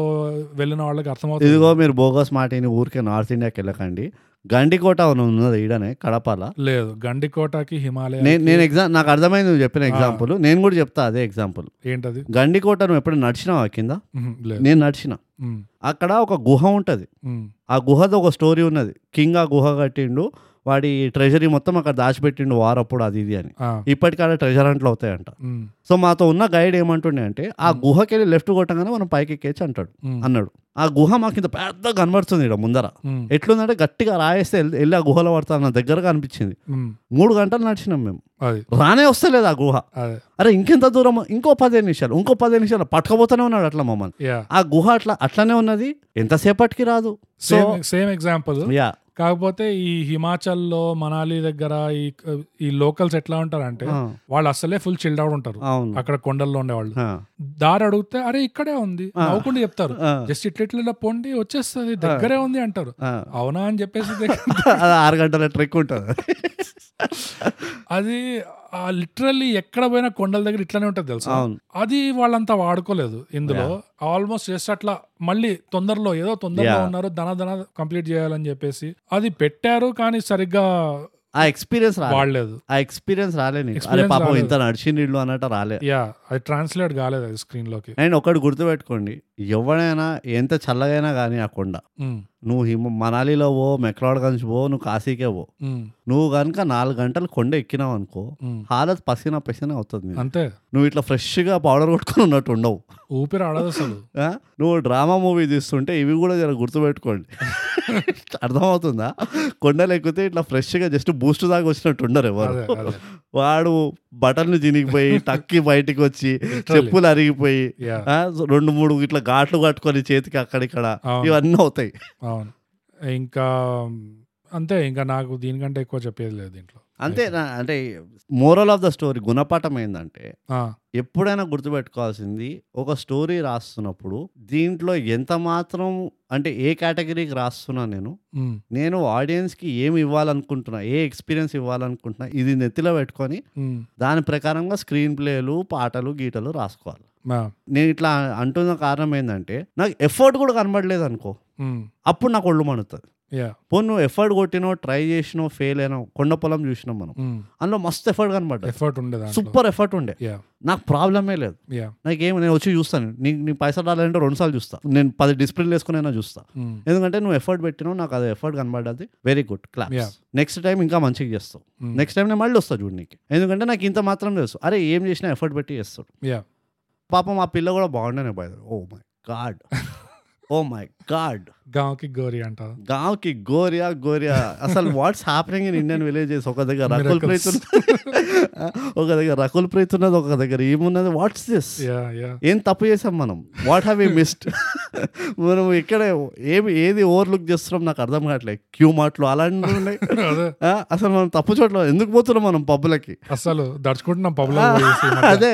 వెళ్ళిన వాళ్ళకి అర్థమవుతుంది
ఇదిగో మీరు బోగస్ మాటిని ఊరికే నార్త్ ఇండియాకి వెళ్ళకండి గండికోట అని ఉన్నది ఈడనే కడపల
లేదు గండికోటకి హిమాలయ
నేను నేను ఎగ్జామ్ నాకు అర్థమైంది నువ్వు చెప్పిన ఎగ్జాంపుల్ నేను కూడా చెప్తా అదే ఎగ్జాంపుల్
ఏంటది
గండికోట నువ్వు ఎప్పుడు నడిచినావా కింద
ఉహు, లేదు
నేను నడిచిన
ఉమ్,
అక్కడ ఒక గుహ ఉంటుంది
ఉమ్,
ఆ గుహది ఒక స్టోరీ ఉన్నది కింగ్ ఆ గుహ కట్టిండు వాడి ట్రెజరీ మొత్తం అక్కడ దాచిపెట్టిండు వారప్పుడు అది ఇది అని
ఆ,
ఇప్పటికీ అక్కడ ట్రెజర్ అంట్లు అవుతాయంట
ఉమ్,
సో మాతో ఉన్న గైడ్ ఏమంటుండే అంటే ఆ గుహకి వెళ్ళి లెఫ్ట్ కొట్టగానే మనం పైకి ఎక్కేచ్చు అంటాడు
ఉమ్,
అన్నాడు ఆ గుహ మాకు ఇంత పెద్ద కనబడుతుంది ఇక్కడ ముందర
ఉమ్,
ఎట్లుందంటే గట్టిగా రాయేస్తే వెళ్ళి- వెళ్ళి ఆ గుహలో పడతాను నా దగ్గరగా అనిపించింది
ఉమ్,
మూడు గంటలు నడిచినాం మేము
అది
రానే వస్తలేదు ఆ గుహ
అదే
అరే ఇంకెంత దూరం ఇంకో పదిహేను నిమిషాలు ఇంకో పదిహేను నిమిషాలు పట్టుకపోతూనే ఉన్నాడు అట్లా మమ్మల్ని
యా
ఆ గుహ అట్లా అట్లానే ఉన్నది ఎంతసేపటికి రాదు so
same same example
yeah
కాకపోతే ఈ హిమాచల్లో మనాలి దగ్గర ఈ ఈ లోకల్స్ ఎట్లా ఉంటారంటే
ఆ.
వాళ్ళు అసలే ఫుల్ చిల్డ్ అవుట్ ఉంటారు
అవును
అక్కడ కొండల్లో ఉండేవాళ్ళు
ఆ,
దారి అడిగితే అరే ఇక్కడే ఉంది నవ్వుకుంటూ చెప్తారు
ఆ,
జస్ట్ ఇట్ల ఇట్లా పోండి వచ్చేస్తుంది దగ్గరే ఉంది అంటారు
ఆ.
అవునా అని చెప్పేసి దగ్గ-
అది ఆరు గంటల ట్రెక్ ఉంటుంది
అది లిటరల్లీ ఎక్కడ పోయినా కొండల దగ్గర ఇట్లానే ఉంటది తెలుసా
అవును
అది వాళ్ళంతా వాడుకోలేదు ఇందులో ఆల్మోస్ట్ జస్ట్ అట్లా మళ్ళీ తొందరలో ఏదో తొందరలో
Yeah.
ఉన్నారు దన దన కంప్లీట్ చేయాలని చెప్పేసి అది పెట్టారు కానీ సరిగ్గా
ఆ ఎక్స్పీరియన్స్ రాలేదు
వాడలేదు
ఆ ఎక్స్పీరియన్స్ రాలే నీకు అరే
Experience
పాపం
రాలేదు.
ఇంత నడిచింది ఇల్లు అన్నట్టు రాలే
యా అది ట్రాన్స్లేట్ కాలేదు అది స్క్రీన్ లోకి
అండ్ ఒకటి గుర్తుపెట్టుకోండి ఎవడైనా ఎంత చల్లగైనా కానీ ఆ కొండ
ఉమ్,
నువ్వు హిమ మనాలిలో పో మెక్లాడ్గంజ్ పో నువ్వు కాశీకే పో
ఉమ్,
నువ్వు కనుక నాలుగు గంటలు కొండ ఎక్కినావు అనుకో
ఉమ్.
హాలత్ పసినా పసినా అవుతుంది నీకు.
hmm. అంతే
నువ్వు ఇట్లా ఫ్రెష్గా పౌడర్ కొట్టుకుని ఉన్నట్టు ఉండవు
ఊపిరి ఆడదు అసలు
ఆ? నువ్వు డ్రామా మూవీ తీస్తుంటే ఇవి కూడా జర గుర్తుపెట్టుకోండి అర్థమవుతుందా కొండలు ఎక్కితే ఇట్లా ఫ్రెష్గా జస్ట్ బూస్ట్ దాకా వచ్చినట్టు ఉండరు ఎవరు
అదే అదే
వాడు బటన్లు చినిగిపోయి టక్కి బయటికి వచ్చి చెప్పులు అరిగిపోయి
యా
ఆ, సో రెండు మూడు ఇట్లా ఘాట్లు కట్టుకొని చేతికి అక్కడిక్కడ
అవును.
ఇవన్నీ అవుతాయి
అవును ఇంకా అంతే ఇంకా నాకు దీనికంటే ఎక్కువ చెప్పేది లేదు దీంట్లో
అంతే నా- అంటే మోరల్ ఆఫ్ ద స్టోరీ గుణపాఠం ఏంటంటే
ఆ,
ఎప్పుడైనా గుర్తుపెట్టుకోవాల్సింది ఒక స్టోరీ రాస్తున్నప్పుడు దీంట్లో ఎంత మాత్రం అంటే ఏ కేటగిరీకి రాస్తున్నా నేను
ఉమ్,
నేను ఆడియన్స్కి ఏమి ఇవ్వాలనుకుంటున్నా ఏ ఎక్స్పీరియన్స్ ఇవ్వాలనుకుంటున్నా ఇది నెత్తిలో పెట్టుకొని
ఉమ్,
దాని ప్రకారంగా స్క్రీన్ ప్లేలు పాటలు గీటలు రాసుకోవాలి
ఆ,
నేను ఇట్లా అంటున్న కారణం ఏంటంటే నాకు ఎఫర్ట్ కూడా కనబడలేదు అనుకో
ఉమ్,
అప్పుడు నాకు ఒళ్ళు మణుతుంది
యా
పోను నువ్వు ఎఫర్ట్ కొట్టినో ట్రై చేసినో ఫెయిల్ అయినా కొండ పొలం చూసినాం మనం
ఉమ్,
అందులో మస్తు ఎఫర్ట్ కనబడ్డా
ఎఫర్ట్ ఉండేది దాంట్లో
సూపర్ ఎఫర్ట్ ఉండే
యా
నాకు ప్రాబ్లమే లేదు
యా
నాకేం నేను వచ్చి చూస్తాను నీకు నీ పైసలు రాలంటే రెండు సార్లు చూస్తా నేను పది డిస్ప్లేలు వేసుకునైనా చూస్తా
ఉమ్,
ఎందుకంటే నువ్వు ఎఫర్ట్ పెట్టినావు నాకు అది ఎఫర్ట్ కనబడ్డది very good
Yeah.
Claps next time ఇంకా మంచిగా చేస్తావు
Mm.
నెక్స్ట్ టైం నేను మళ్ళీ వస్తా చూడు నీకు ఎందుకంటే నాకు ఇంత మాత్రం తెలుసు అరే ఏం చేసినా ఎఫర్ట్ పెట్టి చేస్తాడు
యా
Oh పాపం ఆ పిల్ల కూడా బాగుండే boy oh my God oh my God
గాంకి గోరి అంట
గాంకి గోరియా గోరియా అసలు what's happening in Indian villages ఒక దగ్గర రకుల్ ప్రీత్
Miracles.
ఒక దగ్గర రకుల్ ప్రీత్ ఉన్నది ఒక దగ్గర ఏమున్నది వాట్స్ దిస్
యా యా
ఏం తప్పు చేసాం మనం వాట్ హ్యావ్ యూ మిస్డ్ మనం ఇక్కడ ఏమి ఏది ఓవర్లుక్ చేస్తున్నాం నాకు అర్థం కావట్లేదు క్యూ మార్ట్లు అలాంటివి ఉన్నాయి
అదే
ఆ, అసలు మనం తప్పు చోట్ల ఎందుకు పోతున్నాం మనం పబ్బులకి
అసలు దడుచుకుంటున్నాం పబ్లో
అదే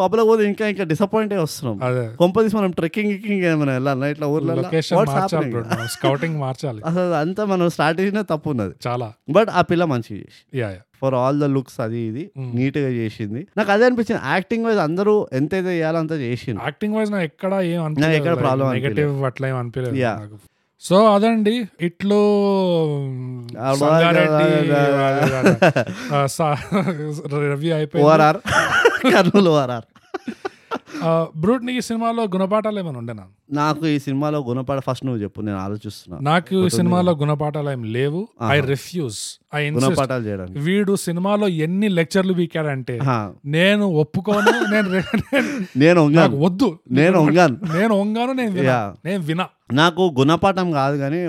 పబ్లకు పోతే ఇంకా ఇంకా డిసప్పాయింట్ వస్తున్నాం
అదే
కొంపదీసి మనం ట్రెక్కింగ్ గిక్కింగ్ ఏమైనా వెళ్ళాలి ఇట్లా ఊర్లలో
లొకేషన్
What's
మార్చాలి
happening?
bro. మనం స్కౌటింగ్ మార్చాలి
అసలు అంతా మనం స్ట్రాటజీనే తప్పు ఉన్నది
చాలా
బట్ ఆ పిల్ల మంచిగా చేసి
yeah yeah
for all the looks అది ఇది నీట్ గా చేసింది నాకు అదే అనిపించింది యాక్టింగ్ వైజ్ అందరూ ఎంతైతే చేయాలంత చేసింది
యాక్టింగ్ వైజ్ Hmm. నాకు ఎక్కడ ఏం
నాకు ఎక్కడ problem అనిపించలేదు.
నెగటివ్ అట్లా ఏం అనిపించలేదు
Yeah.
నాకు సో అదండి ఇట్లు
ఆ
సంగారెడ్డి
బాగా-
రివ్యూ అయిపోయింది
ఓఆర్ఆర్ కర్నూలు ఓఆర్ఆర్
బ్రూట్ నీ సినిమాలో గుణపాఠాలు ఏమైనా ఉండేనా
నాకు ఈ సినిమాలో గుణపడ ఫస్ట్ నువ్వు చెప్పు నేను ఆలోచిస్తున్నాను
నాకు ఈ సినిమాలో గుణపాఠాలు ఏం లేవు ఐ రిఫ్యూజ్ ఐ ఇన్సిస్ట్
గుణపాఠాలు చేయడానికి
వీడు సినిమాలో ఎన్ని లెక్చర్లు వీకాడంటే
ఆహా.
నేను ఒప్పుకోను నేను రే- నేను-
నేను
నాకు
వంగాను
వద్దు
నేను వంగాను
నేను వంగాను నేను వినా
Yeah.
నేను వినా
నాకు గుణపాఠం కాదు కానీ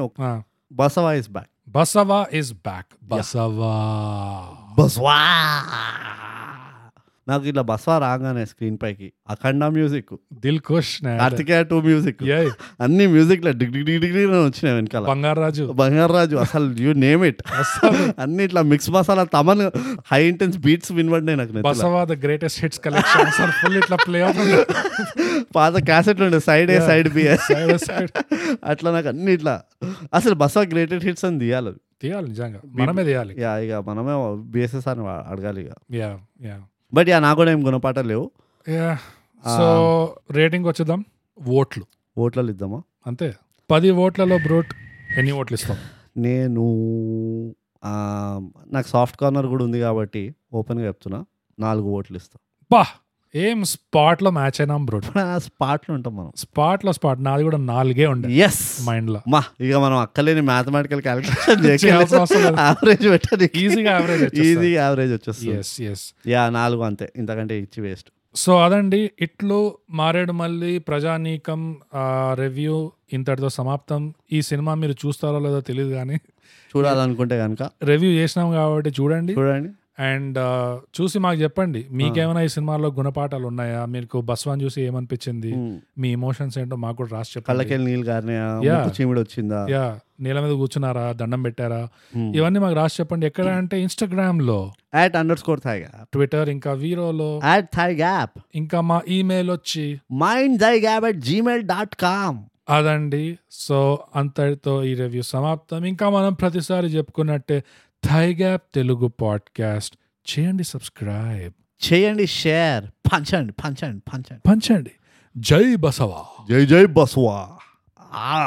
Basava is back
Basava is back Basava
Baswa నాకు ఇట్లా బస్వా రాగానే స్క్రీన్ పైకి అఖండ మ్యూజిక్
దిల్ ఖుష్ నే.
కార్తికేయ టూ మ్యూజిక్
ఏయ్,
అన్ని మ్యూజిక్ లో డిగ్ డిగ్ డిగ్ డిగ్ డిగ్ అని వచ్చినాయి వెనకాల
బంగారాజు
బంగారు రాజు అసలు యూ నేమ్ ఇట్ అన్ని ఇట్లా mix masala Thaman high intense beats వినబడినాయి నాకు నెత్తిలో.
Basava the greatest hits collection sir full ఇట్లా ప్లే
పాత క్యాసెట్లు ఉండే side A side B
Side A, side.
అట్లా నాకు అన్ని ఇట్లా అసలు బస్వా గ్రేటెడ్ హిట్స్ అని తీయాలి అది.
తీయాలి నిజంగా మనమే తీయాలి
యా ఇక మనమే బిఎస్ఎస్ఆర్ అడగాలి ఇక
యా యా
బట్ యా నాకు కూడా ఏం గుణపాఠాలు లేవు
యా సో రేటింగ్ వచ్చేద్దాం ఓట్లు
ఓట్లలో ఇద్దామా
అంతే పది ఓట్లలో బ్రూట్ ఎన్ని ఓట్లు ఇస్తాం
నేను ఆ, నాకు సాఫ్ట్ కార్నర్ కూడా ఉంది కాబట్టి ఓపెన్గా చెప్తున్నా నాలుగు ఓట్లు ఇస్తాం
బా ఏం స్పాట్ లో మ్యాచ్ అయినాం బ్రూట్
ఇప్పుడు ఆ స్పాట్లు ఉంటాం మనం
స్పాట్ లో స్పాట్ నాది కూడా నాలుగే ఉండే
ఎస్
మైండ్ లో
మా ఇక మనం అక్కలేని మ్యాథమెటికల్ క్యాలిక్యులేషన్
చేయాల్సిన అవసరం లేదు.
యావరేజ్ పెట్టడానికి
ఈజీగా
ఈజీ
యావరేజ్
యావరేజ్ వచ్చేస్తుంది
ఎస్ ఎస్
యా నాలుగు అంతే ఇంతకంటే ఇచ్చి వేస్ట్
సో అదండి ఇట్లు మారేడు మళ్ళీ ప్రజానీకం రివ్యూ ఇంతటితో సమాప్తం ఈ సినిమా మీరు చూస్తారో లేదో తెలియదు కానీ
చూడాలనుకుంటే కనుక
రివ్యూ చేసినాం కాబట్టి చూడండి
చూడండి
అండ్ చూసి మాకు చెప్పండి మీకేమైనా ఈ సినిమాలో గుణపాఠాలు ఉన్నాయా మీకు బస్వాన్ చూసి ఏమనిపించింది
Hmm.
మీ ఇమోషన్స్ ఏంటో మాకు కూడా రాసి చెప్పండి
కళ్ళకెళ్ళి నీళ్ళు కారినాయా
Yeah.
ముక్కు చీమిడి వచ్చిందా
యా నేల మీద కూర్చున్నారా దండం పెట్టారా
Hmm.
ఇవన్నీ మాకు రాసి చెప్పండి ఎక్కడ అంటే ఇన్స్టాగ్రామ్ లో
at under score thigh gap
Twitter ఇంకా వీరోలో
యాట్ థాయ్ గ్యాప్
ఇంకా మా ఈమెయిల్ వచ్చి
mind thigh gap at Gmail dot com
అదండి సో అంతటితో ఈ రివ్యూ సమాప్తం ఇంకా మనం ప్రతిసారి చెప్పుకున్నట్టే థై గ్యాప్ తెలుగు పాడ్కాస్ట్ చేయండి సబ్స్క్రైబ్
చేయండి షేర్ పంచండి పంచండి పంచండి
పంచండి జై బసవా
జై జై బస్వా ఆ